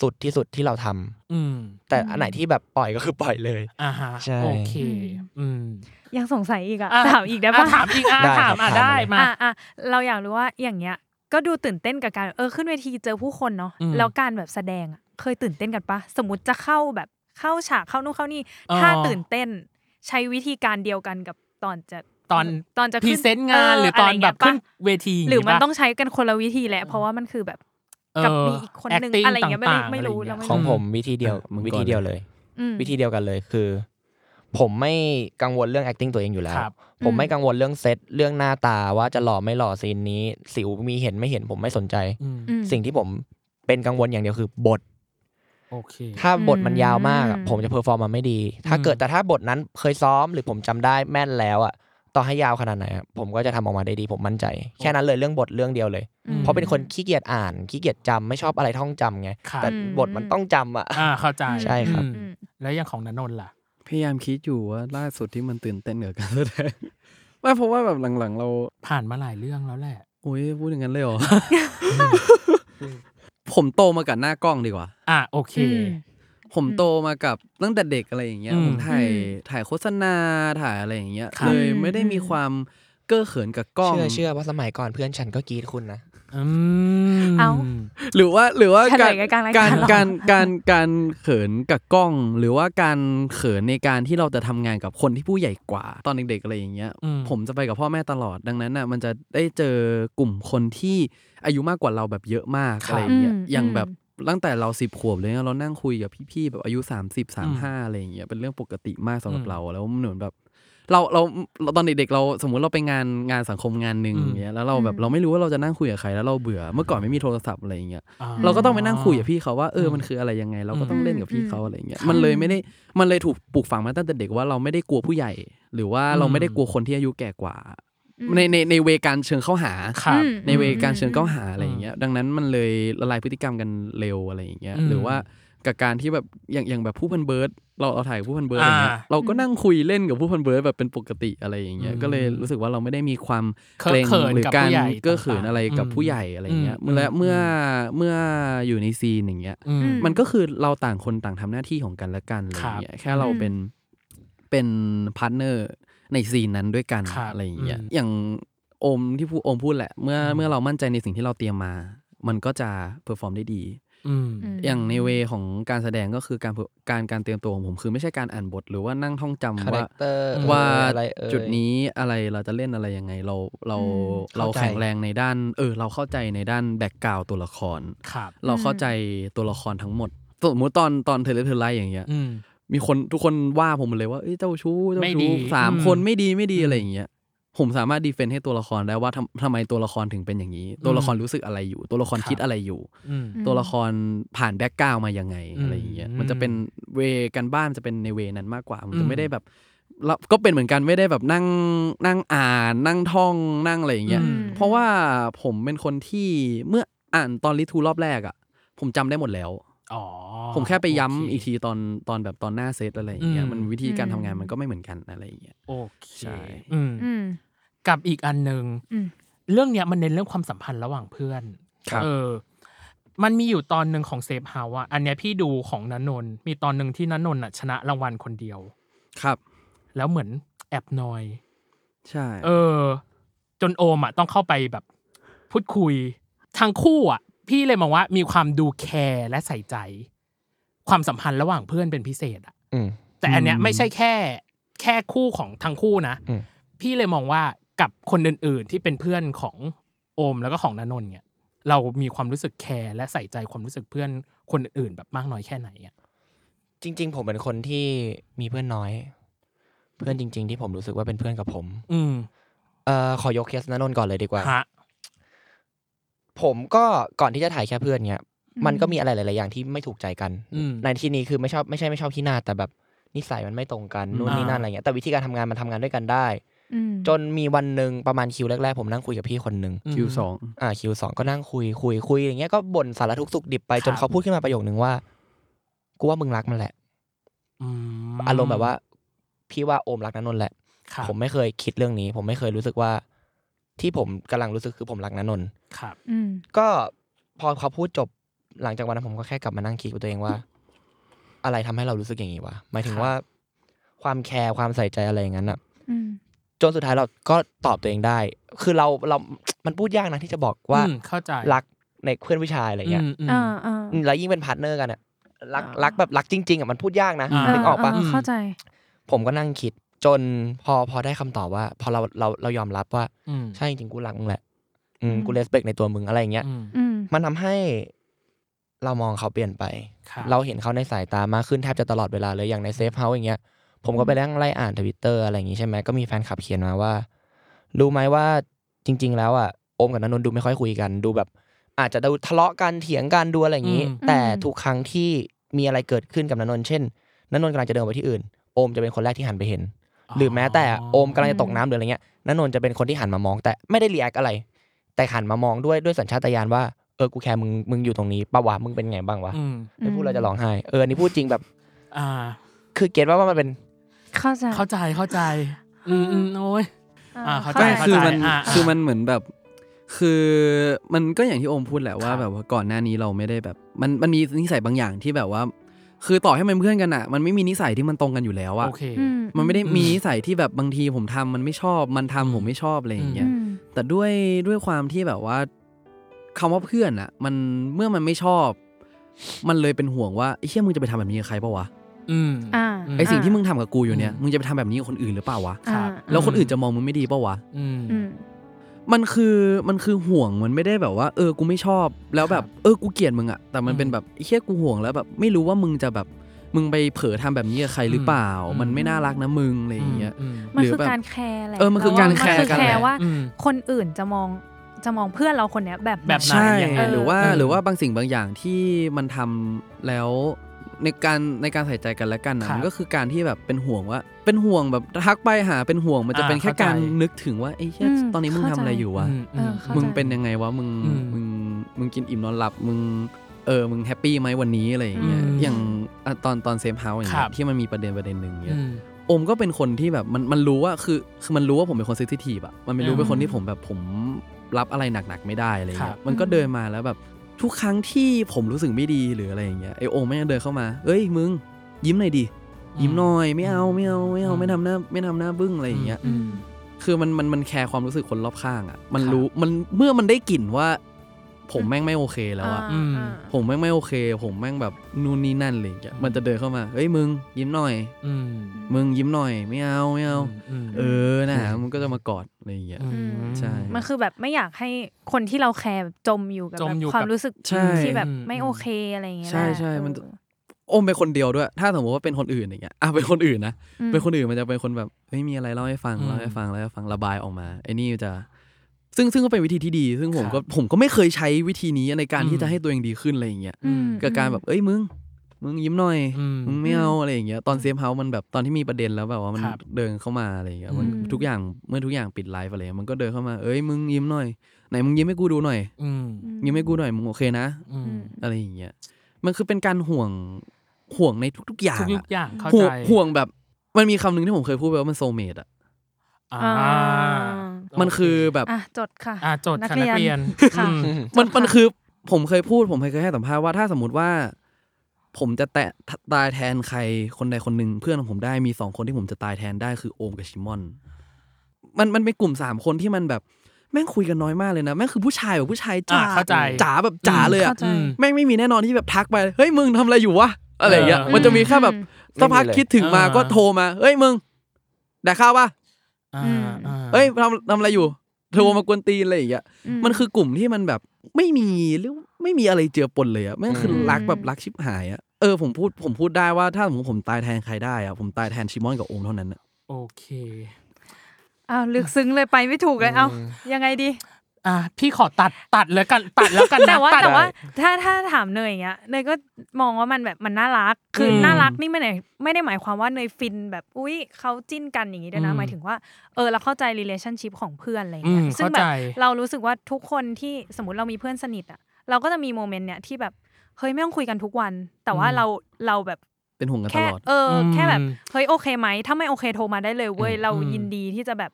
[SPEAKER 8] สุดที่สุดที่เราทำ
[SPEAKER 7] อืม
[SPEAKER 8] แต่อันไหนที่แบบปล่อยก็คือปล่อยเลย
[SPEAKER 7] อ่าฮะ
[SPEAKER 8] ใช่
[SPEAKER 7] โอเคอืม
[SPEAKER 6] ยังสงสัยอีกอะ
[SPEAKER 7] อ่ะ
[SPEAKER 6] ถามอีกได้ปะ
[SPEAKER 7] ะถามอีกอ่ะ
[SPEAKER 8] ได้
[SPEAKER 7] ถาม
[SPEAKER 8] ครั
[SPEAKER 7] อ่ะ
[SPEAKER 8] บ
[SPEAKER 7] ได้
[SPEAKER 8] ถามเลย
[SPEAKER 7] มา
[SPEAKER 6] อ่ะอ่ะเราอยากรู้ว่าอย่างเงี้ย ก็ดูตื่นเต้นกับการเออขึ้นเวทีเจอผู้คนเนาะ
[SPEAKER 7] อืม
[SPEAKER 6] แล้วการแบบแสดงอ่ะเคยตื่นเต้นกันปะสมมติจะเข้าแบบเข้าฉากเข้านู่นเข้านี่
[SPEAKER 7] อ๋อ
[SPEAKER 6] ถ้าตื่นเต้น ใช้วิธีการเดียวกันกับตอนจะ
[SPEAKER 7] ตอน
[SPEAKER 6] ตอนจะ
[SPEAKER 7] พรี
[SPEAKER 6] ขึ้น
[SPEAKER 7] เซนต์งานหรือตอนแบบ
[SPEAKER 6] ะไย่างเงี้ยปะ
[SPEAKER 7] ขึ้นเวทีย่า
[SPEAKER 6] หรือมัน
[SPEAKER 7] ปะ
[SPEAKER 6] ต้องใช้กันคนละวิธีแหละเพราะว่ามันคือแบบ
[SPEAKER 7] เออ
[SPEAKER 6] กับมีอีกคนนึง
[SPEAKER 7] acting
[SPEAKER 6] อะไรอย่างเงี้ยไม่รู้
[SPEAKER 7] ต่างๆ
[SPEAKER 6] ไม่รู้
[SPEAKER 7] อะไรอ
[SPEAKER 6] เรา
[SPEAKER 7] ย่างเงี้ย
[SPEAKER 6] ไม่
[SPEAKER 8] ของ
[SPEAKER 6] รู้
[SPEAKER 8] ผมวิธีเดียว
[SPEAKER 9] มึงก่อน
[SPEAKER 8] วิธีเดียวเลย
[SPEAKER 6] อืม
[SPEAKER 8] วิธีเดียวกันเลยคือ ผมไม่กังวลเรื่อง acting ตัวเองอยู่แล้ว
[SPEAKER 7] ครับ
[SPEAKER 8] ผม
[SPEAKER 6] อืม
[SPEAKER 8] ไม่กังวลเรื่องเซตเรื่องหน้าตาว่าจะหล่อไม่หล่อซีนนี้ สิวมีเห็นไม่เห็นผมไม่สนใจ
[SPEAKER 7] อืม
[SPEAKER 6] อืม
[SPEAKER 8] สิ่งที่ผมเป็นกังวลอย่างเดียวคือบท
[SPEAKER 7] โอเค
[SPEAKER 8] ถ้าบทมันยาวมากอะ
[SPEAKER 6] อืม
[SPEAKER 8] ผมจะเพอร์ฟอร์มมันไม่ดี ถ้า
[SPEAKER 7] อืม
[SPEAKER 8] เกิดแต่ถ้าบทนั้นเคยซ้อมหรือผมจำได้แม่นแล้วอ่ะต่อให้ยาวขนาดไหนอะผมก็จะทำออกมาได้ดีผมมั่นใจ แค่นั้นเลยเรื่องบทเรื่องเดียวเลย
[SPEAKER 6] อืม
[SPEAKER 8] เพราะเป็นคนขี้เกียจอ่านขี้เกียจจำไม่ชอบอะไรท่องจำไง
[SPEAKER 7] ครับ
[SPEAKER 8] แต่
[SPEAKER 6] อืม
[SPEAKER 8] บทมันต้องจำอ่ะ
[SPEAKER 7] อ่าเข้าใจ
[SPEAKER 8] ใช่ครับ
[SPEAKER 7] อืม
[SPEAKER 6] อืม
[SPEAKER 7] แล้วอย่างของนันนนท์ล่ะ
[SPEAKER 9] พยายามคิดอยู่ว่าล่าสุดที่มันตื่นเต้นเหนือการแสดง [LAUGHS] ไม่เพราะว่าแบบหลังๆ เรา
[SPEAKER 7] ผ่านมาหลายเรื่องแล้วแหละ
[SPEAKER 9] โอ้ยพูดอย่างนั้นเลยเหรอ [LAUGHS] ผมโตมากับหน้ากล้องดีกว่า
[SPEAKER 7] อ่ะโอเค
[SPEAKER 6] อืม
[SPEAKER 9] ผมโตมากับตั้งแต่เด็กอะไรอย่างเงี้ย
[SPEAKER 7] อืม
[SPEAKER 9] ผมถ่าย
[SPEAKER 6] อืม
[SPEAKER 9] ถ่ายโฆษณาถ่ายอะไรอย่างเงี้ย
[SPEAKER 7] ครับ
[SPEAKER 9] เลย
[SPEAKER 6] อืม
[SPEAKER 9] ไม่ได้มีความเก้อเขินกับกล้อง
[SPEAKER 8] เชื่อเชื่อว่าสมัยก่อนเพื่อนฉันก็กรีดคุณนะ
[SPEAKER 7] อืม
[SPEAKER 6] เอา
[SPEAKER 9] หรือว่าหรือว่า
[SPEAKER 6] เฉล
[SPEAKER 9] การ
[SPEAKER 6] ยกันกลางราย
[SPEAKER 9] กา
[SPEAKER 6] การ
[SPEAKER 9] ร
[SPEAKER 6] เหรอ
[SPEAKER 9] การการการเขินกับกล้อง หรือว่าการเขินในการที่เราจะทำงานกับคนที่ผู้ใหญ่กว่า ตอนเด็กๆอะไรอย่างเงี้ย
[SPEAKER 7] อื
[SPEAKER 9] ผมจะไปกับพ่อแม่ตลอดดังนั้นน่ะมันจะได้เจอกลุ่มคนที่อายุมากกว่าเราแบบเยอะมากอะไรอย่างเงี้ย
[SPEAKER 6] อืม
[SPEAKER 9] อย่าง
[SPEAKER 6] อืม
[SPEAKER 9] แบบตั้งแต่เราสิบขวบเลยนะเรานั่งคุยกับพี่ๆแบบอายุ 30 35อะไรอย่างเงี้ยเป็นเรื่องปกติมากสำหรับเราแล้วมันเหมือนแบบ เราเราเราตอนเด็กๆเราสมมุติเราไปงานงานสังคมงานหนึ่งอย่างเงี้ยแล้วเราแบบเราไม่รู้ว่าเราจะนั่งคุยกับใครแล้วเราเบื่อเมื่อก่อนไม่มีโทรศัพท์อะไรอย่างเงี้ย
[SPEAKER 7] อ่
[SPEAKER 9] เราก็ต้องไปนั่งคุยกับพี่เขาว่าเอออ
[SPEAKER 7] ม
[SPEAKER 9] มันคืออะไรยังไง เราก็
[SPEAKER 7] อืม
[SPEAKER 9] ต้องเล่นกับพี่เขาอะไรอย่างเงี้ย
[SPEAKER 6] ครับ
[SPEAKER 9] มันเลยไม่ได้มันเลยถูกปลูกฝังมาตั้งแต่เด็กว่าเราไม่ได้กลัวผู้ใหญ่ หรือว่าเราไม่ได้กลัวคนที่อายุแก่กว่า
[SPEAKER 6] อืม
[SPEAKER 9] ในในในเวการเชิงเข้าหา
[SPEAKER 7] ครับ
[SPEAKER 6] อืม
[SPEAKER 9] ในเวการเชิงเข้าหาอะไรอย่างเงี้ยดังนั้นมันเลยละลายพฤติกรรมกันเร็วอะไรอย่างเงี้ย
[SPEAKER 7] อืม
[SPEAKER 9] หรือว่ากับการที่แบบอย่างอย่างแบบผู้พันเบิร์ดเราเราถ่ายผู้พันเบิร์ดอะไรเงี้ย
[SPEAKER 7] อ่า
[SPEAKER 9] เราก็นั่งคุยเล่นกับผู้พันเบิร์ดแบบเป็นปกติอะไรอย่างเงี้ย
[SPEAKER 7] อืม
[SPEAKER 9] ก็เลยรู้สึกว่าเราไม่ได้มีความ
[SPEAKER 7] เค
[SPEAKER 9] เกรง
[SPEAKER 7] เขิน
[SPEAKER 9] หรือ
[SPEAKER 7] กับ
[SPEAKER 9] การ
[SPEAKER 7] ผู้ใหญ่
[SPEAKER 9] เก้อเขินอะไรกับผู้ใหญ่อะไรเงี้ยและเมื่อเมื่ออยู่ในซีนอย่างเงี้ย
[SPEAKER 7] อืม
[SPEAKER 9] มันก็คือเราต่างคนต่างทำหน้าที่ของกันและกันอะไรเงี้ยแค่เราเป็นเป็นพาร์ทเนอร์ในซีนนั้นด้วยกัน
[SPEAKER 7] ครับ
[SPEAKER 9] อะไรอย่างเงี้ย
[SPEAKER 7] อืม
[SPEAKER 9] อย่างโอมที่พูดโอมพูดแหละ เมื่อ
[SPEAKER 7] อืม
[SPEAKER 9] เมื่อเรามั่นใจในสิ่งที่เราเตรียมมา มันก็จะเพอร์ฟอร์มได้ดี
[SPEAKER 7] อืม
[SPEAKER 6] ม
[SPEAKER 9] อย่างในเวของการแสดงก็คือการ per- การการเตรียมตัวของผมคือไม่ใช่การอ่านบท หรือว่านั่งท่องจำ
[SPEAKER 8] คาแร
[SPEAKER 9] ว่า
[SPEAKER 8] คเตอร์
[SPEAKER 9] ว่า
[SPEAKER 8] อะไรเอ่ย
[SPEAKER 9] จุดนี้อะไรเราจะเล่นอะไรยังไงเราเรา
[SPEAKER 6] อืม
[SPEAKER 9] เรา
[SPEAKER 8] เข้าใจ
[SPEAKER 9] แข็งแรงในด้าน เออ เราเข้าใจในด้านแบ็กกราวตัวละคร
[SPEAKER 7] ครับ
[SPEAKER 9] เราเข้าใจตัวละครทั้งหมดสมมติตอนตอนเทเลเทอร์ไลอย่างเงี้ย
[SPEAKER 7] อืม
[SPEAKER 9] มีคนทุกคนว่าผมหมดเลยว่าเอ้ยเจ้าชู้เจ้า
[SPEAKER 7] ไม่ดี
[SPEAKER 9] ชู้สาม
[SPEAKER 7] อืม
[SPEAKER 9] คนไม่ดีไม่ดี
[SPEAKER 7] อืม
[SPEAKER 9] อะไรอย่างเงี้ยผมสามารถดีเฟนต์ให้ตัวละครได้ว่าทำทำไมตัวละครถึงเป็นอย่างนี้ ตัวละครรู้สึกอะไรอยู่ ตัวละคร
[SPEAKER 7] ครับ
[SPEAKER 9] คิดอะไรอยู่
[SPEAKER 7] อืม
[SPEAKER 6] อืม
[SPEAKER 9] ตัวละครผ่านแบ็กกราวมายังไง
[SPEAKER 7] อืม
[SPEAKER 9] อะไรอย่างเงี้ย
[SPEAKER 7] อืม
[SPEAKER 9] มันจะเป็นเวกันบ้านจะเป็นในเวนั้นมากกว่า มัน
[SPEAKER 7] อื
[SPEAKER 9] จะ
[SPEAKER 7] ม
[SPEAKER 9] ไม่ได้แบบเราก็เป็นเหมือนกันไม่ได้แบบนั่งนั่งอ่าน นั่งท่องนั่งอะไรอย่างเงี้ย
[SPEAKER 7] อืม
[SPEAKER 9] เพราะว่าผมเป็นคนที่เมื่ออ่านตอนลิทูรอบแรกอ่ะ ผมจำได้หมดแล้ว
[SPEAKER 7] อ๋อ
[SPEAKER 9] ผมแค่ไปย้ำ
[SPEAKER 7] โเค
[SPEAKER 9] อีกทีตอนตอนแบบตอนหน้าเซตอะไรอย่างเงี้ย
[SPEAKER 7] อืม
[SPEAKER 9] มันวิธีการทำงาน
[SPEAKER 6] อืม
[SPEAKER 9] มันก็ไม่เหมือนกันอะไรอย่างเงี้ย
[SPEAKER 7] โอเค
[SPEAKER 9] ใช่
[SPEAKER 7] อืม
[SPEAKER 6] อืม
[SPEAKER 7] กับอีกอันหนึ่ง
[SPEAKER 6] อืม
[SPEAKER 7] เรื่องเนี้ยมันเน้นเรื่องความสัมพันธ์ระหว่างเพื่อน
[SPEAKER 9] ครับ
[SPEAKER 7] เออ มันมีอยู่ตอนหนึ่งของเซฟเฮาส์อะอันเนี้ยพี่ดูของนันนนท์มีตอนหนึ่งที่นันนนท์อะชนะรางวัลคนเดียว
[SPEAKER 9] ครับ
[SPEAKER 7] แล้วเหมือนแอบนอย
[SPEAKER 9] ใช่
[SPEAKER 7] เออ จนโอมอะต้องเข้าไปแบบ พูดคุยทั้งคู่อะพี่เลยมองว่ามีความดูแคร์และใส่ใจ ความสัมพันธ์ระหว่างเพื่อนเป็นพิเศษอะ
[SPEAKER 8] อืม
[SPEAKER 7] แต่อันเนี้ยไม่ใช่แค่แค่คู่ของทั้งคู่นะ
[SPEAKER 8] อืม
[SPEAKER 7] พี่เลยมองว่ากับคนอื่นๆที่เป็นเพื่อนของโอมแล้วก็ของนนนท์เนี่ยเรามีความรู้สึกแคร์และใส่ใจความรู้สึกเพื่อนคนอื่นๆแบบมากน้อยแค่ไหนอ่ะ
[SPEAKER 8] จริง ๆ ผมเป็นคนที่มีเพื่อนน้อย เพื่อนจริง ๆ ที่ผมรู้สึกว่าเป็นเพื่อนกับผม
[SPEAKER 7] อืม
[SPEAKER 8] เอ่อขอยกเคสนันนท์ก่อนเลยดีกว่า
[SPEAKER 7] ฮะ
[SPEAKER 8] ผมก็ก่อนที่จะถ่ายแค่เพื่อนเนี่ย
[SPEAKER 6] อืม
[SPEAKER 8] มันก็มีอะไรหลายๆอย่างที่ไม่ถูกใจกัน
[SPEAKER 7] อืม
[SPEAKER 8] ในที่นี้คือไม่ชอบไม่ใช่ไม่ชอบที่หน้าแต่แบบนิสัยมันไม่ตรงกันนู่นนี่
[SPEAKER 7] อ่า
[SPEAKER 8] นั่นอะไรเงี้ยแต่วิธีการทำงานมันทำงานด้วยกันได้
[SPEAKER 6] อืม
[SPEAKER 8] จนมีวันหนึ่งประมาณคิวแรกๆผมนั่งคุยกับพี่คนหนึ่ง
[SPEAKER 9] คิวสอง
[SPEAKER 8] อ่าคิวสองก็นั่งคุยคุยคุยอย่างเงี้ยก็บ่นสารทุกข์สุขดิบไป
[SPEAKER 7] ครับ
[SPEAKER 8] จนเขาพูดขึ้นมาประโยคนึงว่ากูว่ามึงรักมันแหละ
[SPEAKER 7] อืม
[SPEAKER 8] อารมณ์แบบว่า พี่ว่าโอมรักนันนท์แหละ
[SPEAKER 7] ครับ
[SPEAKER 8] ผมไม่เคยคิดเรื่องนี้ ผมไม่เคยรู้สึกว่า ที่ผมกำลังรู้สึกคือผมรักนันนนท์
[SPEAKER 7] ครับ
[SPEAKER 6] อืม
[SPEAKER 8] ก็พอเขาพูดจบหลังจากวันนั้นผมก็แค่กลับมานั่งคิดกับตัวเองว่า อะไรทำให้เรารู้สึกอย่างนี้วะหมายถึง
[SPEAKER 7] ครับ
[SPEAKER 8] ว่า ความแคร์ความใส่ใจอะไรอย่างนั้นอะ
[SPEAKER 6] อืม
[SPEAKER 8] จนสุดท้ายเราก็ตอบตัวเองได้ คือเราเรา มันพูดยากนะที่จะบอกว่า
[SPEAKER 7] อืมเข้าใจ
[SPEAKER 8] รักในเพื่อนผู้ชายอะไรเงี้ย
[SPEAKER 7] มม
[SPEAKER 6] อ่าอ่า
[SPEAKER 8] อืมแล้วยิ่งเป็นพาร์ทเนอร์กันอะรัก
[SPEAKER 6] อ่ารั
[SPEAKER 8] รักแบบรักจริง ๆอ่ะมันพูดยากนะ
[SPEAKER 7] อ่า
[SPEAKER 8] นึกออกปะ
[SPEAKER 6] เเข้าใจ
[SPEAKER 8] ผมก็นั่งคิด จนพอพอได้คำตอบว่า พอเราเราเรายอมรับว่า
[SPEAKER 7] อืม
[SPEAKER 8] ใช่จริงๆกูรักมึงแหละ อืม
[SPEAKER 6] อืม
[SPEAKER 8] กูเลสเปกในตัวมึงอะไรเงี้ย
[SPEAKER 7] อืม
[SPEAKER 6] อืม
[SPEAKER 8] มันทำให้เรามองเขาเปลี่ยนไป
[SPEAKER 7] ครับ
[SPEAKER 8] เราเห็นเขาในสายตามากขึ้นแทบจะตลอดเวลาเลยอย่างในเซฟเฮาส์อย่างเงี้ย ผมก็ไปนั่งไล่อ่านทวิตเตอร์อะไรอย่างงี้ใช่ไหมก็มีแฟนคลับเขียนมาว่า รู้ไหมว่าจริง ๆ แล้วอ่ะโอมกับนนนท์ดูไม่ค่อยคุยกันดูแบบ อาจจะดูทะเลาะกันเถียงกันดูอะไรอย่างงี้
[SPEAKER 7] อืม
[SPEAKER 8] แต่
[SPEAKER 6] อืม
[SPEAKER 8] ทุกครั้งที่มีอะไรเกิดขึ้นกับนนนท์เช่นนนนท์กำลังจะเดินไปที่อื่น โอมจะเป็นคนแรกที่หันไปเห็น หรือแม้แต่โอมกำลังจะตกน้ำหรืออะไรเงี้ยนนนท์จะเป็นคนที่หันมามองแต่ไม่ได้รีแอคอะไร แต่หันมามองด้วยด้วยสัญชาตญาณว่าเออกูแคร์มึงมึงอยู่ตรงนี้ปะวะมึงเป็นไงบ้างวะ
[SPEAKER 7] อืม
[SPEAKER 8] ไม่พูดเราจะร้องไห้ เอออันนี้พูดจริงแบบ
[SPEAKER 7] อ่า
[SPEAKER 8] คือเก็ตว่าว่ามันเป็น
[SPEAKER 6] เข้าใจ
[SPEAKER 7] เข้าใจเข้าใจ อืมอืมโอ้ย อ่าเข้าใจ
[SPEAKER 9] ไม่คือมัน
[SPEAKER 7] อ่าอ่า
[SPEAKER 9] คือมันเหมือนแบบ คือมันก็อย่างที่โอมพูดแหละว่าแบบว่าก่อนหน้านี้เราไม่ได้แบบ มันมันมีนิสัยบางอย่างที่แบบว่า คือต่อให้มันเพื่อนกันอ่ะ มันไม่มีนิสัยที่มันตรงกันอยู่แล้วอ่ะ
[SPEAKER 7] โอเค
[SPEAKER 6] อื
[SPEAKER 9] มันไม่ได้
[SPEAKER 7] อืม
[SPEAKER 9] มีนิสัยที่แบบบางทีผมทำมันไม่ชอบมันทำผมไม่ชอบอะไรอย่างเงี้
[SPEAKER 6] อื
[SPEAKER 9] ย
[SPEAKER 6] ม
[SPEAKER 9] แต่ด้วยด้วยความที่แบบว่าคำว่าเพื่อนอะมันเมื่อมันไม่ชอบ มันเลยเป็นห่วงว่าไอ้เชี่ยมึงจะไปทำแบบนี้กับใครเปล่าวะ
[SPEAKER 7] อืม
[SPEAKER 6] อ่า
[SPEAKER 9] ไอ้สิ่งที่มึงทำกับกูอยู่เนี่ย
[SPEAKER 7] อืม
[SPEAKER 9] มึงจะไปทำแบบนี้กับคนอื่นหรือเปล่าวะ
[SPEAKER 7] ครับ
[SPEAKER 9] แล้วคนอื่นจะมองมึงไม่ดีเปล่าวะ
[SPEAKER 7] อืม
[SPEAKER 6] อืม
[SPEAKER 9] มันคือมันคือห่วงมันไม่ได้แบบว่า เออกูไม่ชอบ แล้วแบบเออกูเกลียดมึงอะแต่มัน
[SPEAKER 7] อืม
[SPEAKER 9] เป็นแบบไอ้เชี่ยกูห่วงแล้วแบบ ไม่รู้ว่ามึงจะแบบมึงไปเผลอทำแบบนี้กับใครหรือเปล่า
[SPEAKER 7] อืม
[SPEAKER 9] มันไม่น่ารักนะมึงอะไรอย่างเงี้ย
[SPEAKER 7] อืม
[SPEAKER 6] มัน
[SPEAKER 9] หรือ
[SPEAKER 6] คือ
[SPEAKER 9] แบบ
[SPEAKER 6] การแคร์แหละ
[SPEAKER 9] เออมันคือการแคร์
[SPEAKER 6] มัน
[SPEAKER 9] กัน
[SPEAKER 6] แค
[SPEAKER 9] แหละ
[SPEAKER 6] ร์ว่า
[SPEAKER 7] อืม
[SPEAKER 6] คนอื่นจะมองจะมองเพื่อนเราคนเนี้ยแบบไหน
[SPEAKER 7] แบบไหน
[SPEAKER 9] ใช่
[SPEAKER 7] ยังไง
[SPEAKER 9] หรือว่า
[SPEAKER 7] เออ
[SPEAKER 9] หรือว่าบางสิ่งบางอย่างที่มันทำแล้วในการในการใส่ใจกันและกันนะครับ มันก็คือการที่แบบเป็นห่วงว่า เป็นห่วงแบบทักไปหาเป็นห่วงมันจะ
[SPEAKER 7] อ่า
[SPEAKER 9] เป็นแค่
[SPEAKER 7] เข้าใจ
[SPEAKER 9] การนึกถึงว่าไอ้เชี่ย
[SPEAKER 6] อืม
[SPEAKER 9] ตอนนี้มึงทำ
[SPEAKER 6] เข้าใจ
[SPEAKER 9] อะไรอยู่วะ
[SPEAKER 7] อืมอื
[SPEAKER 6] เออ
[SPEAKER 7] ม
[SPEAKER 6] เข้าใจ
[SPEAKER 9] มึงเป็นยังไงวะมึง
[SPEAKER 7] อืม
[SPEAKER 9] มึงมึงกินอิ่มนอนหลับมึงเออมึงแฮปปี้ไหมวันนี้อะไรอย่างเงี้ย
[SPEAKER 7] อืม
[SPEAKER 9] อย่างอ่ะตอนตอนเซฟเฮาส์อย่าง
[SPEAKER 7] ครั
[SPEAKER 9] เงี้
[SPEAKER 7] บ
[SPEAKER 9] ยที่มันมีประเด็นประเด็นหนึ่งเงี้ย
[SPEAKER 7] อืม
[SPEAKER 9] โอมก็เป็นคนที่แบบมันมันรู้ว่าคือคือมันรู้ว่าผมเป็นคนซิทิทีฟอะมันไม่รู้
[SPEAKER 7] อืม
[SPEAKER 9] เป็นคนที่ผมแบบผมรับอะไรหนักๆไม่ได้อะไร
[SPEAKER 7] ครั
[SPEAKER 9] เงี้
[SPEAKER 7] บ
[SPEAKER 9] ยมันก็เดินมาแล้วแบบทุกครั้งที่ผมรู้สึกไม่ดีหรืออะไรอย่างเงี้ยไอโอมแม่งเดินเข้ามาเอ้ยมึง ยิ้มหน่อยดิยิ้มหน่อยไม่เอาไม่เอาไม่เอาไม่ทำหน้าไม่ทำหน้าบึ้งอะไรอย่างเงี้ย
[SPEAKER 7] อืม
[SPEAKER 9] คือมันมันมันแคร์ความรู้สึกคนรอบข้างอะมัน
[SPEAKER 7] ครับ
[SPEAKER 9] รู้มันเมื่อมันได้กลิ่นว่า ผมแม่งไม่โอเคแล้วอะ
[SPEAKER 7] อืม
[SPEAKER 6] อ่า
[SPEAKER 9] ผมแม่งไม่โอเค ผมแม่งแบบนู่นนี่นั่นอะไรอย่างเงี้ยมันจะเดินเข้ามาเฮ้ยมึงยิ้มหน่อย
[SPEAKER 7] อืม
[SPEAKER 9] มึงยิ้มหน่อยไม่เอาไม่เอา
[SPEAKER 7] อืม
[SPEAKER 9] เออนะ
[SPEAKER 7] อืม
[SPEAKER 9] มันก็จะมากอดอะไรอย่างเงี้ย
[SPEAKER 7] อืม
[SPEAKER 9] ใช่
[SPEAKER 6] มันคือแบบไม่อยากให้คนที่เราแคร์แบบจมอยู่กับ
[SPEAKER 7] จ
[SPEAKER 6] แบ
[SPEAKER 7] ม
[SPEAKER 6] บ
[SPEAKER 7] อยู่
[SPEAKER 6] ความ
[SPEAKER 7] กับ
[SPEAKER 6] รู้สึก
[SPEAKER 9] ใช่
[SPEAKER 6] ที่แบบ
[SPEAKER 7] อืม
[SPEAKER 6] ไม่โอเคอะไรอย่างเงี้ย
[SPEAKER 9] ใช่
[SPEAKER 6] นะ
[SPEAKER 9] ใช่มัน
[SPEAKER 6] เออ
[SPEAKER 9] โอมเป็นคนเดียวด้วย ถ้าสมมติว่าเป็นคนอื่นอย่างเงี้ยอ่ะเป็นคนอื่นนะ
[SPEAKER 6] อืม
[SPEAKER 9] เป็นคนอื่นมันจะเป็นคนแบบเฮ้ยมีอะไรเล่าให้ฟัง
[SPEAKER 7] อืม
[SPEAKER 9] เล่าให้ฟังเล่าให้ฟังระบายออกมาไอ้นี่จะ ซึ่งซึ่งก็เป็นวิธีที่ดี ซึ่งผม
[SPEAKER 7] ครั
[SPEAKER 9] ก็
[SPEAKER 7] บ
[SPEAKER 9] ผมก็ไม่เคยใช้วิธีนี้ในการ
[SPEAKER 7] อืม
[SPEAKER 9] ที่จะให้ตัวเองดีขึ้นอะไรอย่างเงี้ย
[SPEAKER 6] อืม
[SPEAKER 9] กับการแบบเอ้ยมึง มึงยิ้มหน่อย
[SPEAKER 7] อืม
[SPEAKER 9] มึงไม่เอาอะไรอย่างเงี้ยตอนเซฟเฮาส์มันแบบตอนที่มีประเด็นแล้วแบบว่ามัน
[SPEAKER 7] ครับ
[SPEAKER 9] เดินเข้ามาอะไรอย่างเงี้ยมัน
[SPEAKER 6] อืม
[SPEAKER 9] ทุกอย่างเมื่อทุกอย่างปิดไลฟ์อะไรเงี้ยมันก็เดินเข้ามาเอ้ยมึงยิ้มหน่อยไหนมึงยิ้มให้กูดูหน่อย
[SPEAKER 7] อืม
[SPEAKER 6] อื
[SPEAKER 9] ยิ้มให้กูหน่อยมึงโอเคนะ
[SPEAKER 7] อืม
[SPEAKER 9] อะไรอย่างเงี้ย มันคือเป็นการห่วงห่วงในทุกๆอย่าง
[SPEAKER 7] ทุ
[SPEAKER 9] อะ
[SPEAKER 7] กๆอย่างเข้า
[SPEAKER 9] ห่ว
[SPEAKER 7] ใจ
[SPEAKER 9] งห่วงแบบ มันมีคำหนึงที่ผมเคยพูดไปว่ามันโซเมดอ่ะ
[SPEAKER 7] อ่า
[SPEAKER 6] อ่า
[SPEAKER 9] มันคือแบบ
[SPEAKER 6] อ่ะจดค่ะ
[SPEAKER 7] อ่าจดค่ะนักเรียน
[SPEAKER 6] ค่ะ
[SPEAKER 7] อืม
[SPEAKER 9] มัน
[SPEAKER 6] จดค่ะ
[SPEAKER 9] มันคือผมเคยพูด ผมเคยให้สัมภาษณ์ว่าถ้าสมมติว่า ผมจะแตะตายแทนใครคนใดคนหนึ่งเพื่อนของผมได้มีสองคนที่ผมจะตายแทนได้คือโอมกับชิมอน มันมันเป็นกลุ่มสามคนที่มันแบบแม่งคุยกันน้อยมากเลยนะแม่งคือผู้ชายแบบผู้ชายจ๋า
[SPEAKER 7] อ่าเข้าใจ
[SPEAKER 9] จ๋าแบบจ๋าเลยอะ
[SPEAKER 6] เข้าใจ
[SPEAKER 7] อืม
[SPEAKER 9] แม่งไม่มีแน่นอนที่แบบทักไป เฮ้ยมึงทำอะไรอยู่วะอะไรอย่างเงี้ย
[SPEAKER 7] เออ
[SPEAKER 9] มันจะมีแค่แบบ
[SPEAKER 6] อืม
[SPEAKER 9] สักพัก
[SPEAKER 8] ไม่มีเลย
[SPEAKER 9] คิดถึงมา
[SPEAKER 7] เออ
[SPEAKER 9] ก็โทรมา เฮ้ยมึงได้ข้าวปะ
[SPEAKER 7] อ่าอ่า
[SPEAKER 9] เฮ้ยทำทำอะไรอยู่ โทรมากวนตีนอะไรอย่างเงี้ยมันคือกลุ่มที่มันแบบไม่มีหรือไม่มีอะไรเจือปนเลยอะแม่งคืออ
[SPEAKER 6] ม
[SPEAKER 9] รักแบบรักชิบหายอะเออผมพูดผมพูดได้ว่าถ้าสมมติผมตายแทนใครได้อะผมตายแทนชิมอนกับโอมเท่านั้นอะ
[SPEAKER 7] โอเค
[SPEAKER 6] อ้าวลึกซึ้งเลยไปไม่ถูกเลยเอ้ายังไงดี
[SPEAKER 7] อ่า พี่ขอตัดตัดแล้วกันตัดแล้วกันนะ
[SPEAKER 6] แต่ว่า
[SPEAKER 7] ด
[SPEAKER 6] แต่ว่าถ้าถ้าถามเนยอย่างเงี้ยเนยก็มองว่ามันแบบมันน่ารักคืออ
[SPEAKER 7] ม
[SPEAKER 6] น่ารักนี่ไม่ได้ไม่ได้หมายความว่าเนยฟินแบบอุ้ยเขาจิ้นกันอย่างงี้ด้วยนะ
[SPEAKER 7] อืม
[SPEAKER 6] หมายถึงว่าเออเราเข้าใจ relationship ของเพื่อนอะไรเงี้ย
[SPEAKER 7] อืม
[SPEAKER 6] ซึ่งแบบ
[SPEAKER 7] เข้าใจ
[SPEAKER 6] เรารู้สึกว่าทุกคนที่สมมติเรามีเพื่อนสนิทอ่ะเราก็จะมีโมเมนต์เนี้ยที่แบบเฮ้ยไม่ต้องคุยกันทุกวัน แต่ว่าเราเราแบบ
[SPEAKER 9] เป็นห่วงกันต
[SPEAKER 6] แค่
[SPEAKER 9] ลอด
[SPEAKER 6] เอออ
[SPEAKER 7] ม
[SPEAKER 6] แค่แบบเฮ้ยโอเคไหมถ้าไม่โอเคโทรมาได้เลยเว้ยเรายินดีที่จะแบบ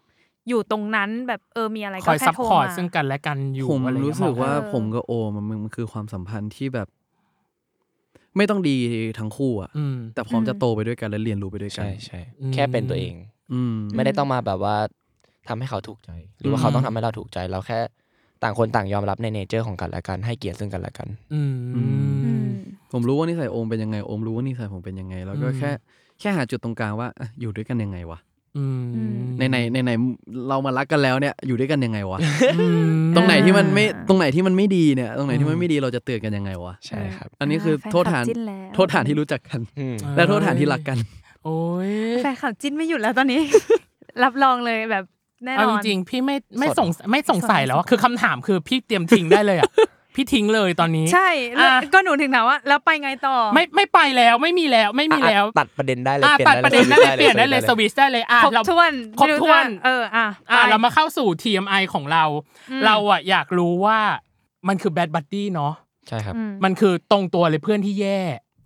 [SPEAKER 6] อยู่ตรงนั้นแบบเออมีอะไร
[SPEAKER 7] ค
[SPEAKER 6] ก็
[SPEAKER 7] อย
[SPEAKER 6] แค่
[SPEAKER 7] ซัพ
[SPEAKER 6] โทร
[SPEAKER 7] พอร์ต
[SPEAKER 6] มา
[SPEAKER 7] ซึ่งกันและกันอยู่
[SPEAKER 9] ผม
[SPEAKER 7] อะไรอย่างเงี้
[SPEAKER 9] รู้
[SPEAKER 7] ย
[SPEAKER 9] สึก
[SPEAKER 7] มอง
[SPEAKER 9] ว่า
[SPEAKER 6] เออ
[SPEAKER 9] ผมกับโอมอะมันมันคือความสัมพันธ์ที่แบบ ไม่ต้องดีทั้งคู่อะ
[SPEAKER 7] อืม
[SPEAKER 9] แต่พร้อมจะโตไปด้วยกันและเรียนรู้ไปด้วยกัน
[SPEAKER 8] ใช่ใช่
[SPEAKER 7] อืม
[SPEAKER 8] แค่เป็นตัวเอง
[SPEAKER 9] อืม
[SPEAKER 8] ไม่ได้ต้องมาแบบว่าทำให้เขาถูกใจ หรือว่าเขาต้องทำให้เราถูกใจ เราแค่ต่างคนต่างยอมรับในเนเจอร์ของกันและกันให้เกียรติซึ่งกันและกัน
[SPEAKER 7] อืม
[SPEAKER 6] อืม
[SPEAKER 9] ผมรู้ว่านิสัยโอมเป็นยังไงโอมรู้ว่านิสัยผมเป็นยังไง แล้วก็
[SPEAKER 7] อืม
[SPEAKER 9] แค่แค่หาจุดตรงกลางว่าอ่ะอยู่ด้วยกันยังไงวะ
[SPEAKER 7] อืม
[SPEAKER 6] อืม
[SPEAKER 9] ในไหนในไหนเรามารักกันแล้วเนี่ยอยู่ด้วยกันยังไงวะ
[SPEAKER 7] อืม
[SPEAKER 9] ตรงไหนที่มันไม่
[SPEAKER 6] อ่า
[SPEAKER 9] ตรงไหนที่มันไม่ดีเนี่ย ตรงไหน
[SPEAKER 7] อื
[SPEAKER 9] ที่
[SPEAKER 7] ม
[SPEAKER 9] มันไม่ดีเราจะเตือนกันยังไงวะ
[SPEAKER 8] ใช่ครับ
[SPEAKER 9] อันนี้คือ
[SPEAKER 6] แฟลับ
[SPEAKER 9] โทษฐาน
[SPEAKER 6] จิ้แล้ว
[SPEAKER 9] โทษฐานที่รู้จักกัน
[SPEAKER 8] อืม
[SPEAKER 9] และโทษฐานที่รักกัน
[SPEAKER 7] โอ้ย
[SPEAKER 6] [LAUGHS] แฟนขับจิ้นไม่หยุดแล้วตอนนี้ [LAUGHS] รับรองเลยแบบแน่นอน
[SPEAKER 7] เอาจริงๆพี่ไม่ไม่
[SPEAKER 8] สด
[SPEAKER 7] สงสัยไม่สงสัยแล้วอะคือคำถามคือพี่เตรียมทิ้งได้เลยอ่ะ พี่ทิ้งเลยตอนนี้
[SPEAKER 6] ใช่แล้ว
[SPEAKER 7] อ่ะ
[SPEAKER 6] ก็หนูถึงถามว่า แล้วไปไงต่อ
[SPEAKER 7] ไม่ไม่ไปแล้วไม่มีแล้วไม่มีแล้ว
[SPEAKER 8] อ่ะตัดประเด็นได้เลย
[SPEAKER 7] อ่ะ
[SPEAKER 8] เปลี่ย
[SPEAKER 7] ตัด
[SPEAKER 8] น
[SPEAKER 7] ประเด็นได้เลยเปลี่ยนได้เลยส
[SPEAKER 8] วิต
[SPEAKER 7] วิต
[SPEAKER 8] ช์
[SPEAKER 7] ช์ได้เลยอ่ะ
[SPEAKER 6] ครบ
[SPEAKER 7] เรา
[SPEAKER 6] ถ้วน
[SPEAKER 7] ครบถ้วน
[SPEAKER 6] ไม่ะเอออ่ะ
[SPEAKER 7] อ่ะ
[SPEAKER 6] ไป
[SPEAKER 7] เรามาเข้าสู่ TMI ของเรา
[SPEAKER 6] อืม
[SPEAKER 7] เราอ่ะอยากรู้ว่ามันคือแบดบัดดี้เนาะ
[SPEAKER 8] ใช่ครับ
[SPEAKER 6] อืม
[SPEAKER 7] มันคือตรงตัวเลยเพื่อนที่แย่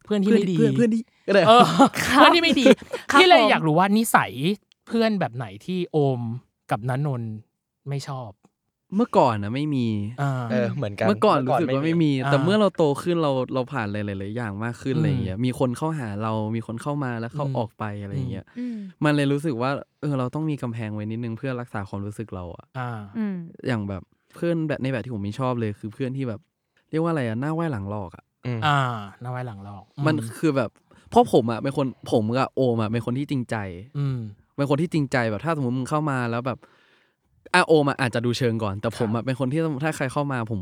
[SPEAKER 7] เพื่อนที่
[SPEAKER 9] เพื่อน
[SPEAKER 7] ไม่ดี
[SPEAKER 9] เพื่อนเพื่อนที่อะไร
[SPEAKER 7] เออเพื่อนที่ไม่ดีพี่เลยอยากรู้ว่านิสัยเพื่อนแบบไหนที่โอมกับนันนนท์ไม่ชอบ
[SPEAKER 9] เมื่อก่อนนะไม่มี
[SPEAKER 7] อ่า
[SPEAKER 8] เออเหมือนกัน
[SPEAKER 9] เมื่อก่อนรู้สึกว่าไม่มี
[SPEAKER 7] อ่า
[SPEAKER 9] แต่เมื่อเราโตขึ้นเราเราผ่านอะไรหลายๆอย่างมากขึ้น
[SPEAKER 7] อืม
[SPEAKER 9] อะไรอย่างเงี้ยมีคนเข้าหาเรามีคนเข้ามาแล้วเข้า
[SPEAKER 7] อืม
[SPEAKER 9] ออกไปอะไรอย่างเงี้ย
[SPEAKER 6] อืม
[SPEAKER 9] มันเลยรู้สึกว่าเออเราต้องมีกำแพงไว้นิดนึงเพื่อรักษาความรู้สึกเราอะ
[SPEAKER 7] อ่า
[SPEAKER 6] อืม
[SPEAKER 9] อย่างแบบเพื่อนแบบในแบบที่ผมไม่ชอบเลยคือเพื่อนที่แบบ เรียกว่าอะไรอะหน้าไหว้หลังหลอกอะ
[SPEAKER 8] อืม
[SPEAKER 7] อ่านาไว้หลังหลอกอื
[SPEAKER 9] มันคือแบบเพราะผมอะเป็นคนผมกับโอมอะเป็นคนที่จริงใจ
[SPEAKER 7] อืม
[SPEAKER 9] เป็นคนที่จริงใจแบบถ้าสมมติมึงเข้ามาแล้วแบบอ่ะโอมอะอาจจะดูเชิงก่อน แต่ผมอะเป็นคนที่ถ้าใครเข้ามาผม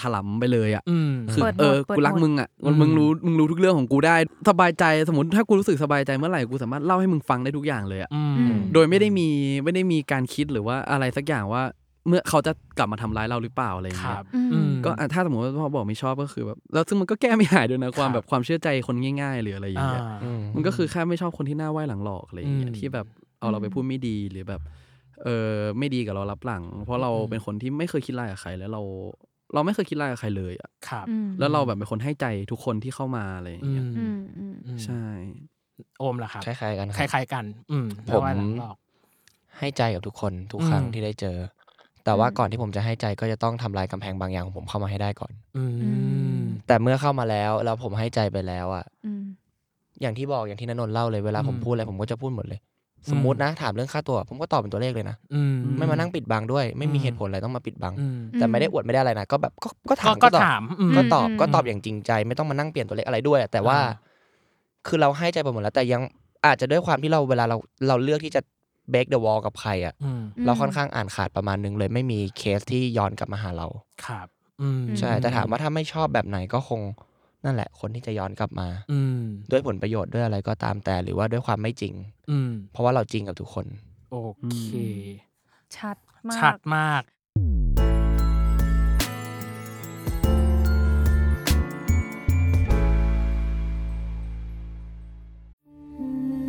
[SPEAKER 9] ถลํไปเลยอะ
[SPEAKER 7] อืม
[SPEAKER 9] คือเออ กูรักมึงอ่ะ
[SPEAKER 7] อืม
[SPEAKER 9] มึงรู้ มึงรู้ทุกเรื่องของกูได้ สบายใจ สมมติถ้ากูรู้สึกสบายใจเมื่อไหร่ กูสามารถเล่าให้มึงฟังได้ทุกอย่างเลยอ่ะ
[SPEAKER 7] อืม
[SPEAKER 9] โดยไม่ได้มี ไม่ได้มีการคิดหรือว่าอะไรสักอย่างว่า เมื่อเขาจะกลับมาทำร้ายเราหรือเปล่าอะไรอย่าง
[SPEAKER 7] ค
[SPEAKER 9] เงี้
[SPEAKER 7] รั
[SPEAKER 9] ย
[SPEAKER 7] บ อืม
[SPEAKER 9] ก็อ่ะถ้าสมมติว่าพ่อบอกไม่ชอบก็คือแบบ แล้วซึ่งมันก็แก้ไม่หายด้วยนะ ความ
[SPEAKER 7] ครับ
[SPEAKER 9] แบบความเชื่อใจคนง่าย ๆ หรืออะไรอย่าง
[SPEAKER 7] อ่า
[SPEAKER 9] เงี้ย
[SPEAKER 8] อืม
[SPEAKER 9] มันก็คือแค่ไม่ชอบคนที่หน้าไหว้หลังหลอกอะไรอย่างเงี้
[SPEAKER 7] อื
[SPEAKER 9] ย
[SPEAKER 7] ม
[SPEAKER 9] ที่แบบเอาเราไปพูดไม่ดีหรือแบบ เออไม่ดีกับเรารับหลัง เพราะเรา
[SPEAKER 7] อืม
[SPEAKER 9] เป็นคนที่ไม่เคยคิดร้ายกับใครแล้วเรา เราไม่เคยคิดร้ายกับใครเลยอะ
[SPEAKER 7] ครับ
[SPEAKER 6] อืม
[SPEAKER 9] แล้วเราแบบเป็นคนให้ใจทุกคนที่เข้ามาอะไรอย่าง
[SPEAKER 7] อื
[SPEAKER 9] เงี้ย
[SPEAKER 6] อื
[SPEAKER 7] ม
[SPEAKER 6] มอืม
[SPEAKER 7] อืม
[SPEAKER 9] ใช่
[SPEAKER 7] โอมล่ะครับ
[SPEAKER 8] คล้ายๆกัน
[SPEAKER 7] ค
[SPEAKER 8] ครับ
[SPEAKER 7] ล้ายๆกัน อืม
[SPEAKER 8] ผ
[SPEAKER 7] นา
[SPEAKER 8] ม
[SPEAKER 7] ไว้หลังหลอก
[SPEAKER 8] ให้ใจกับทุกคนทุก
[SPEAKER 7] อืม
[SPEAKER 8] ครั้งที่ได้เจอ แต่ว่า
[SPEAKER 6] อืม
[SPEAKER 8] ก่อนที่ผมจะให้ใจก็จะต้องทำลายกำแพงบางอย่างของผมเข้ามาให้ได้ก่อน
[SPEAKER 7] อืม
[SPEAKER 8] แต่เมื่อเข้ามาแล้วแล้วผมให้ใจไปแล้วอ่ะ
[SPEAKER 6] อืม
[SPEAKER 8] อย่างที่บอกอย่างที่นนท์เล่าเลยเวลา
[SPEAKER 7] อืม
[SPEAKER 8] ผมพูดอะไรผมก็จะพูดหมดเลย
[SPEAKER 7] อืม
[SPEAKER 8] สมมตินะถามเรื่องค่าตัว ผมก็ตอบเป็นตัวเลขเลยนะ
[SPEAKER 7] อืม
[SPEAKER 8] ไม่มานั่งปิดบังด้วย ไม่มี
[SPEAKER 7] อืม
[SPEAKER 8] เหตุผลอะไรต้องมาปิดบัง
[SPEAKER 7] อืม
[SPEAKER 8] แต่ไม่ได้อวดไม่ได้อะไรนะก็แบบก็ก็ถา
[SPEAKER 7] ก็
[SPEAKER 8] ม
[SPEAKER 7] ก็
[SPEAKER 8] ตอบ
[SPEAKER 7] ถามอืม
[SPEAKER 8] ก็ตอบ
[SPEAKER 6] อืม
[SPEAKER 8] ก็ตอบอย่างจริงใจ ไม่ต้องมานั่งเปลี่ยนตัวเลขอะไรด้วยอะแต่ว่า
[SPEAKER 7] อ่า
[SPEAKER 8] คือเราให้ใจไปหมดแล้ว แต่ยังอาจจะด้วยความที่เราเวลาเราเราเลือกที่จะ break the wall กับใครอ่ะ
[SPEAKER 7] อืม
[SPEAKER 8] เราค่อนข้างอ่านขาดประมาณนึงเลยไม่มีเคสที่ย้อนกลับมาหาเรา
[SPEAKER 7] ครับ อืม
[SPEAKER 8] ใช่ แต่ถามว่าถ้าไม่ชอบแบบไหนก็คงนั่นแหละ คนที่จะย้อนกลับมา
[SPEAKER 7] อืม
[SPEAKER 8] ด้วยผลประโยชน์ด้วยอะไรก็ตามแต่หรือว่าด้วยความไม่จริง
[SPEAKER 7] อืม
[SPEAKER 8] เพราะว่าเราจริงกับทุกคน
[SPEAKER 7] โอเค
[SPEAKER 6] ชัดมาก
[SPEAKER 7] ชัดมาก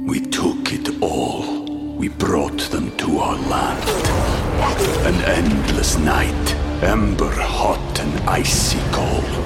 [SPEAKER 2] We took it all. We brought them to our land. An endless night, ember hot and icy cold.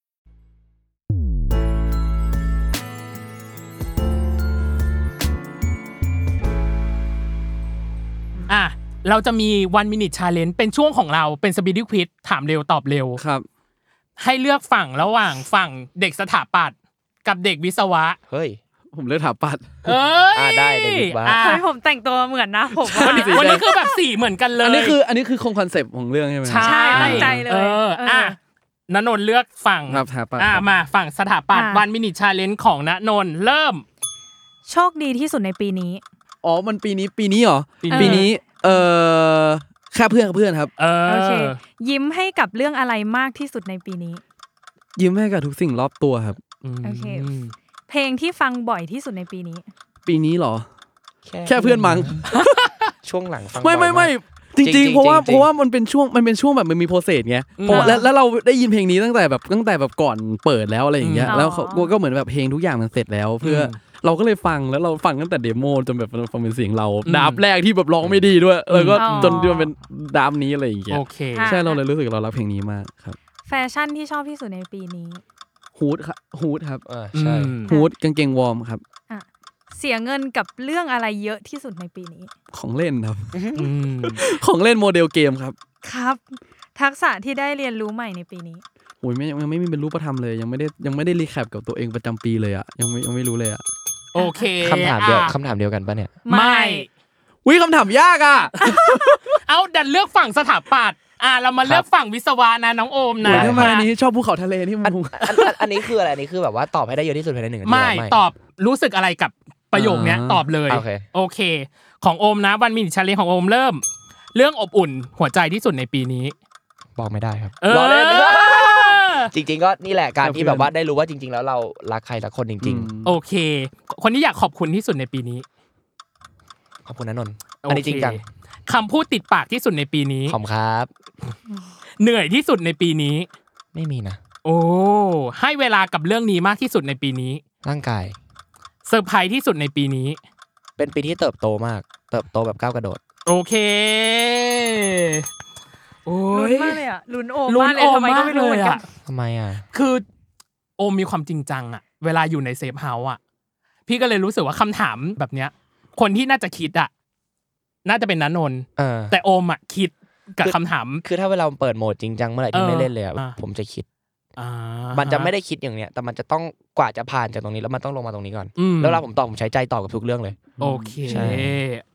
[SPEAKER 7] อ่ะ เราจะมี one minute challenge เป็นช่วงของเราเป็น speed quiz ถามเร็วตอบเร็ว
[SPEAKER 9] ครับ
[SPEAKER 7] ให้เลือกฝั่งระหว่างฝั่งเด็กสถาปัตย์กับเด็กวิศวะ
[SPEAKER 8] เฮ้ย
[SPEAKER 9] ผมเลือกถาปัด
[SPEAKER 7] เอ้ย
[SPEAKER 8] อ่ะได้เด็กวิศวะ
[SPEAKER 7] อ่
[SPEAKER 6] เฮ้ยผมแต่งตัวเหมือนนะผมอะ
[SPEAKER 7] วันนี้วันนี้คือแบบสีเหมือนกันเลย
[SPEAKER 9] อันนี้คืออันนี้คือคงคอนเซปต์ของเรื่องใช่ไหมครับ
[SPEAKER 7] ใช่
[SPEAKER 6] ใช่ตั้งใจเลย
[SPEAKER 7] เออ
[SPEAKER 6] เอออ่
[SPEAKER 7] อ่ะณนนท์เลือกฝั่ง
[SPEAKER 9] ครับสถาปัตย์
[SPEAKER 7] อ่ะ
[SPEAKER 9] ครับ
[SPEAKER 7] มาฝั่งสถาปัตย์
[SPEAKER 6] อ่ะ
[SPEAKER 7] วันมินิชาเลนจ์ของณนนท์เริ่ม
[SPEAKER 6] โชคดีที่สุดในปีนี้
[SPEAKER 9] อ๋อ มันปีนี้ปีนี้เหรอ
[SPEAKER 7] ปีนี้
[SPEAKER 9] ปีนี้ เออแค่เพื่อนกับเพื่อนครับ
[SPEAKER 7] เออ
[SPEAKER 6] โอเค ยิ้มให้กับเรื่องอะไรมากที่สุดในปีนี้
[SPEAKER 9] ยิ้มให้กับทุกสิ่งรอบตัวครับ
[SPEAKER 7] ม
[SPEAKER 6] โอเค เพลงที่ฟังบ่อยที่สุดในปีนี้
[SPEAKER 9] ปีนี้เหรอ แค่เพื่อนมั้ง
[SPEAKER 8] ช่วงหลังฟัง
[SPEAKER 9] ไม่
[SPEAKER 8] บ่
[SPEAKER 9] ไม่
[SPEAKER 8] อ
[SPEAKER 9] ไม่
[SPEAKER 8] ยาก
[SPEAKER 9] จ
[SPEAKER 8] จริ
[SPEAKER 9] ริง
[SPEAKER 8] ง
[SPEAKER 9] ๆ
[SPEAKER 8] ๆ
[SPEAKER 9] เพราะว่า
[SPEAKER 8] จริงๆ
[SPEAKER 9] เพราะว่ามันเป็นช่วงมันเป็นช่วงแบบมันมีโปรเซสไงเพราะว่าแล้วแล้วเราได้ยินเพลงนี้ตั้งแต่แบบตั้งแต่แบบก่อนเปิดแล้วอะไรอย่างเงี้ย
[SPEAKER 6] อืม
[SPEAKER 9] แล้วเขา
[SPEAKER 6] อ๋อ
[SPEAKER 9] ก็เหมือนแบบเพลงทุกอย่างมันเสร็จแล้ว เพื่ออเราก็เลยฟังแล้วเราฟังตั้งแต่เดโมจนแบบมันฟังเป็นเสียงเราดับแรกที่แบบร้องไม่ดีด้วยแล้วก็
[SPEAKER 6] อ๋อ
[SPEAKER 9] จนจนเป็นดับนี้อะไรอย่างเงี้ย
[SPEAKER 7] โอเค
[SPEAKER 6] อ่ะ
[SPEAKER 9] ใช่เราเลยรู้สึกเรารักเพลงนี้มากครับ
[SPEAKER 6] แฟชั่นที่ชอบที่สุดในปีนี้
[SPEAKER 9] ฮูดครับฮูดครับ
[SPEAKER 8] เออใช่
[SPEAKER 7] อืม
[SPEAKER 9] ฮูดกางเกงวอร์มครับ
[SPEAKER 6] เสียเงินกับเรื่องอะไรเยอะที่สุดในปีนี้
[SPEAKER 9] ของเล่นครับ [LAUGHS]
[SPEAKER 7] อืม
[SPEAKER 9] ของเล่นโมเดลเกมครับ
[SPEAKER 6] ครับ ทักษะที่ได้เรียนรู้ใหม่ในปีนี้
[SPEAKER 9] โอ้ยไม่ยังยังไม่มีเป็นรูปธรรมเลยยังไม่ได้ยังไม่ได้รีแคปกับตัวเองประจำปีเลยอะยังไม่ยังไม่รู้เลยอะ
[SPEAKER 7] โอเค
[SPEAKER 8] คำถามเดียว
[SPEAKER 7] อ่ะ
[SPEAKER 8] คำถามเดียวกันปะเนี่ย
[SPEAKER 7] ไม่
[SPEAKER 9] วิคำถามยากอ่ะ
[SPEAKER 7] เอาดันเลือกฝั่งสถาปัตย์ อ่ะเรามาเลือกฝั่งวิศวะนะน้องโอมนะ
[SPEAKER 9] โอ้ยทำไมอันนี้ชอบภูเขาทะเลนี่มึง
[SPEAKER 8] อันอันอันนี้คืออะไรอันนี้คือแบบว่าตอบให้ได้เยอะที่สุดภายในหนึ่งนาที
[SPEAKER 7] ไม่
[SPEAKER 8] หรือ
[SPEAKER 7] ตอบรู้สึกอะไรกับประโยคเนี้ย
[SPEAKER 9] อ่า
[SPEAKER 7] ตอบเลย
[SPEAKER 8] โอเค
[SPEAKER 7] โอเค ของโอมนะวันมินิชาเลนของโอมเริ่ม เรื่องอบอุ่นหัวใจที่สุดในปีนี้
[SPEAKER 8] บอกไม่ได้ครับ
[SPEAKER 7] เออ
[SPEAKER 8] ล้อเล่น [LAUGHS] จริง ๆ ก็นี่แหละการที่แบบว่าได้รู้ว่าจริง ๆ แล้วเรารักใครสักคนจริง
[SPEAKER 7] โอเค คนที่อยากขอบคุณที่สุดในปีนี้
[SPEAKER 8] ๆ ขอบคุณนะนนท์อันนี้จริงจัง
[SPEAKER 7] โอเคคำพูดติดปากที่สุดในปีนี้
[SPEAKER 8] ขอบคุณครับ
[SPEAKER 7] เหนื่อยที่สุดในปีนี้
[SPEAKER 8] ไม่มีนะ
[SPEAKER 7] โอ้ให้เวลากับเรื่องนี้มากที่สุดในปีนี้
[SPEAKER 8] ร่างกาย
[SPEAKER 7] เซอร์ไพรส์ที่สุดในปีนี้
[SPEAKER 8] เป็นปีที่เติบโตมาก เติบโตแบบก้าวกระโดด
[SPEAKER 7] โอเคโอ้
[SPEAKER 6] ลุ้
[SPEAKER 7] ย
[SPEAKER 6] นมากเลยอ่ะลุ้นโอม
[SPEAKER 7] ลุ้น
[SPEAKER 6] มากเลย
[SPEAKER 7] โอม
[SPEAKER 6] ทำไมก็
[SPEAKER 7] มาก
[SPEAKER 6] ไม่รู้เหมือนกั
[SPEAKER 7] เล
[SPEAKER 6] น
[SPEAKER 7] ยอะ
[SPEAKER 8] ทำไมอ่ะ
[SPEAKER 7] คือโอมมีความจริงจังอะเวลาอยู่ในเซฟเฮาส์อะพี่ก็เลยรู้สึกว่าคำถามแบบเนี้ย คนที่น่าจะคิดอะน่าจะเป็นนันนนท์
[SPEAKER 8] เออ
[SPEAKER 7] แต่โอมอะคิดกับคำถาม
[SPEAKER 8] คือถ้าเวลามันเปิดโหมดจริงจังเมื่อไหร่ที่
[SPEAKER 7] เออ
[SPEAKER 8] ไม่เล่นเลยอะ
[SPEAKER 7] อ่ะ
[SPEAKER 8] ผมจะคิด
[SPEAKER 7] อ่า
[SPEAKER 8] มันจะไม่ได้คิดอย่างเนี้ย แต่มันจะต้องกว่าจะผ่านจากตรงนี้แล้วมันต้องลงมาตรงนี้ก่อน
[SPEAKER 7] อืม
[SPEAKER 8] แล้วเวลาผมตอบผมใช้ใจตอบกับทุกเรื่องเลย
[SPEAKER 7] โอเค
[SPEAKER 8] ใช่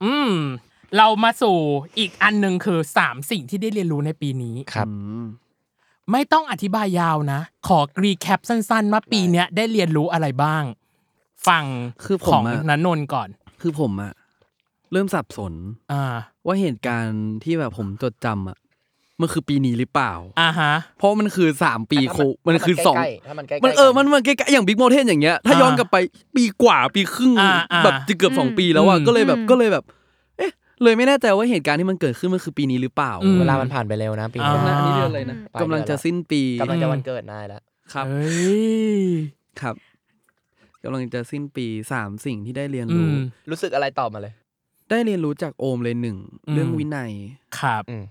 [SPEAKER 7] อืม เรามาสู่อีกอันหนึ่งคือสามสิ่งที่ได้เรียนรู้ในปีนี้
[SPEAKER 8] ครับ
[SPEAKER 7] ไม่ต้องอธิบายยาวนะ ขอรีแคปสั้นๆว่าปีเนี้ยได้เรียนรู้อะไรบ้าง ฟัง
[SPEAKER 9] คือผม
[SPEAKER 7] ของ
[SPEAKER 9] อะ
[SPEAKER 7] นันนท์ก่อน
[SPEAKER 9] คือผมอะเริ่มสับสน
[SPEAKER 7] อ่า
[SPEAKER 9] ว่าเหตุการณ์ที่แบบผมจดจำอะมันคือปีนี้หรือเปล่า
[SPEAKER 7] อ่าฮะ
[SPEAKER 9] เพราะมันคือสามปีโคมันคือสอง
[SPEAKER 8] ถ้ามันใกล้ๆถ้ามันใกล้ๆ
[SPEAKER 9] มันเออ
[SPEAKER 8] กั
[SPEAKER 9] มันมันใกล้ๆอย่างบิ๊ก u มเทนอย่างเงี้ย ถ้า
[SPEAKER 7] อ่า
[SPEAKER 9] ย้อนกลับไปปีกว่าปีครึ่ง
[SPEAKER 7] อ่าอ่า
[SPEAKER 9] แบบจะเกือบสอง
[SPEAKER 6] อืม
[SPEAKER 9] ปีแล้วอ่ะ
[SPEAKER 7] อืม
[SPEAKER 9] ก็เลยแบบ
[SPEAKER 6] อืม
[SPEAKER 9] ก็เลยแบบ เอ๊ะ เลยไม่แน่ใจว่าเหตุการณ์ที่มันเกิดขึ้นมันคือปีนี้หรือเปล่า
[SPEAKER 7] อืม
[SPEAKER 8] เวลามันผ่านไปเร็วนะปี
[SPEAKER 7] อ่า
[SPEAKER 8] นี้
[SPEAKER 9] นะอันนี้เดือนอะไรนะ
[SPEAKER 8] ปลายเดือน
[SPEAKER 9] กำลังจะสิ้นปี
[SPEAKER 8] กำลังจะวันเกิดนายแล้ว
[SPEAKER 9] ครับ
[SPEAKER 7] เฮ้ย
[SPEAKER 9] ครับกำลังจะสิ้นปีสามสิ่งที่ได้เรียน
[SPEAKER 7] อื
[SPEAKER 9] รู้
[SPEAKER 7] ม
[SPEAKER 8] รู้สึกอะไรตอบมาเลย
[SPEAKER 9] ได้เรียนรู้จากโอมเลยหนึ่ง
[SPEAKER 7] อืม
[SPEAKER 9] เรื่องวินัย
[SPEAKER 7] ครับ
[SPEAKER 8] อืม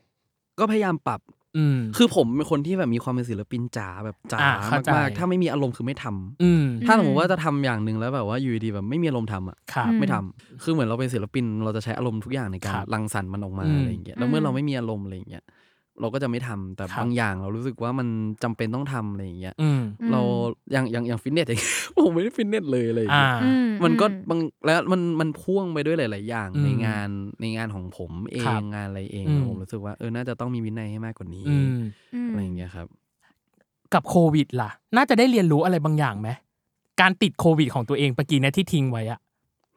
[SPEAKER 9] ก็พยายามปรับ
[SPEAKER 7] อืม
[SPEAKER 9] คือผมเป็นคนที่แบบมีความเป็นศิลปินจ๋าแบบจ๋า
[SPEAKER 7] อ่าเข้าใจ
[SPEAKER 9] มากๆถ้าไม่มีอารมณ์คือไม่ทำ
[SPEAKER 7] อืม
[SPEAKER 9] ถ้าสมมติว่าจะทำอย่างหนึ่งแล้วแบบว่าอยู่ดีๆแบบไม่มีอารมณ์ทำอ่ะ
[SPEAKER 7] ครับ
[SPEAKER 9] ไม่ทำ คือเหมือนเราเป็นศิลปิน เราจะใช้อารมณ์ทุกอย่างในการ
[SPEAKER 7] ครับ
[SPEAKER 9] รังสรรค์มันออกมา
[SPEAKER 7] อืม
[SPEAKER 9] อะไรอย่างเงี้ย แล้วเมื่อเราไม่มีอารมณ์อะไรอย่างเงี้ย เราก็จะไม่ทำ แต่
[SPEAKER 7] ครับ
[SPEAKER 9] บางอย่างเรารู้สึกว่ามันจำเป็นต้องทำอะไรอย่างเงี้ย
[SPEAKER 7] อืม
[SPEAKER 9] เราอย่างอย่างอย่างฟิตเนสอย่างเงี้ [LAUGHS] ย ผมไม่ได้ฟิตเนสเลยอะไรอย่าง
[SPEAKER 7] อ่า
[SPEAKER 9] เงี้ยมันก็
[SPEAKER 6] อื
[SPEAKER 9] บางแล้วมันมันพ่วงไปด้วยหลาย ๆ อย่าง
[SPEAKER 7] อืม
[SPEAKER 9] ในงานในงานของผมเอ
[SPEAKER 7] ครั
[SPEAKER 9] ง
[SPEAKER 7] บ
[SPEAKER 9] งานอะไรเอง
[SPEAKER 7] อืม
[SPEAKER 9] ผมรู้สึกว่าเออ น่าจะต้องมีวินัยให้มากกว่านี้
[SPEAKER 7] อืม
[SPEAKER 6] ม
[SPEAKER 9] อะไรอย่างเงี้ยครับ
[SPEAKER 7] กับโควิดล่ะ น่าจะได้เรียนรู้อะไรบางอย่างไหม การติดโควิดของตัวเองปกีนะที่ทิ้งไว้อะ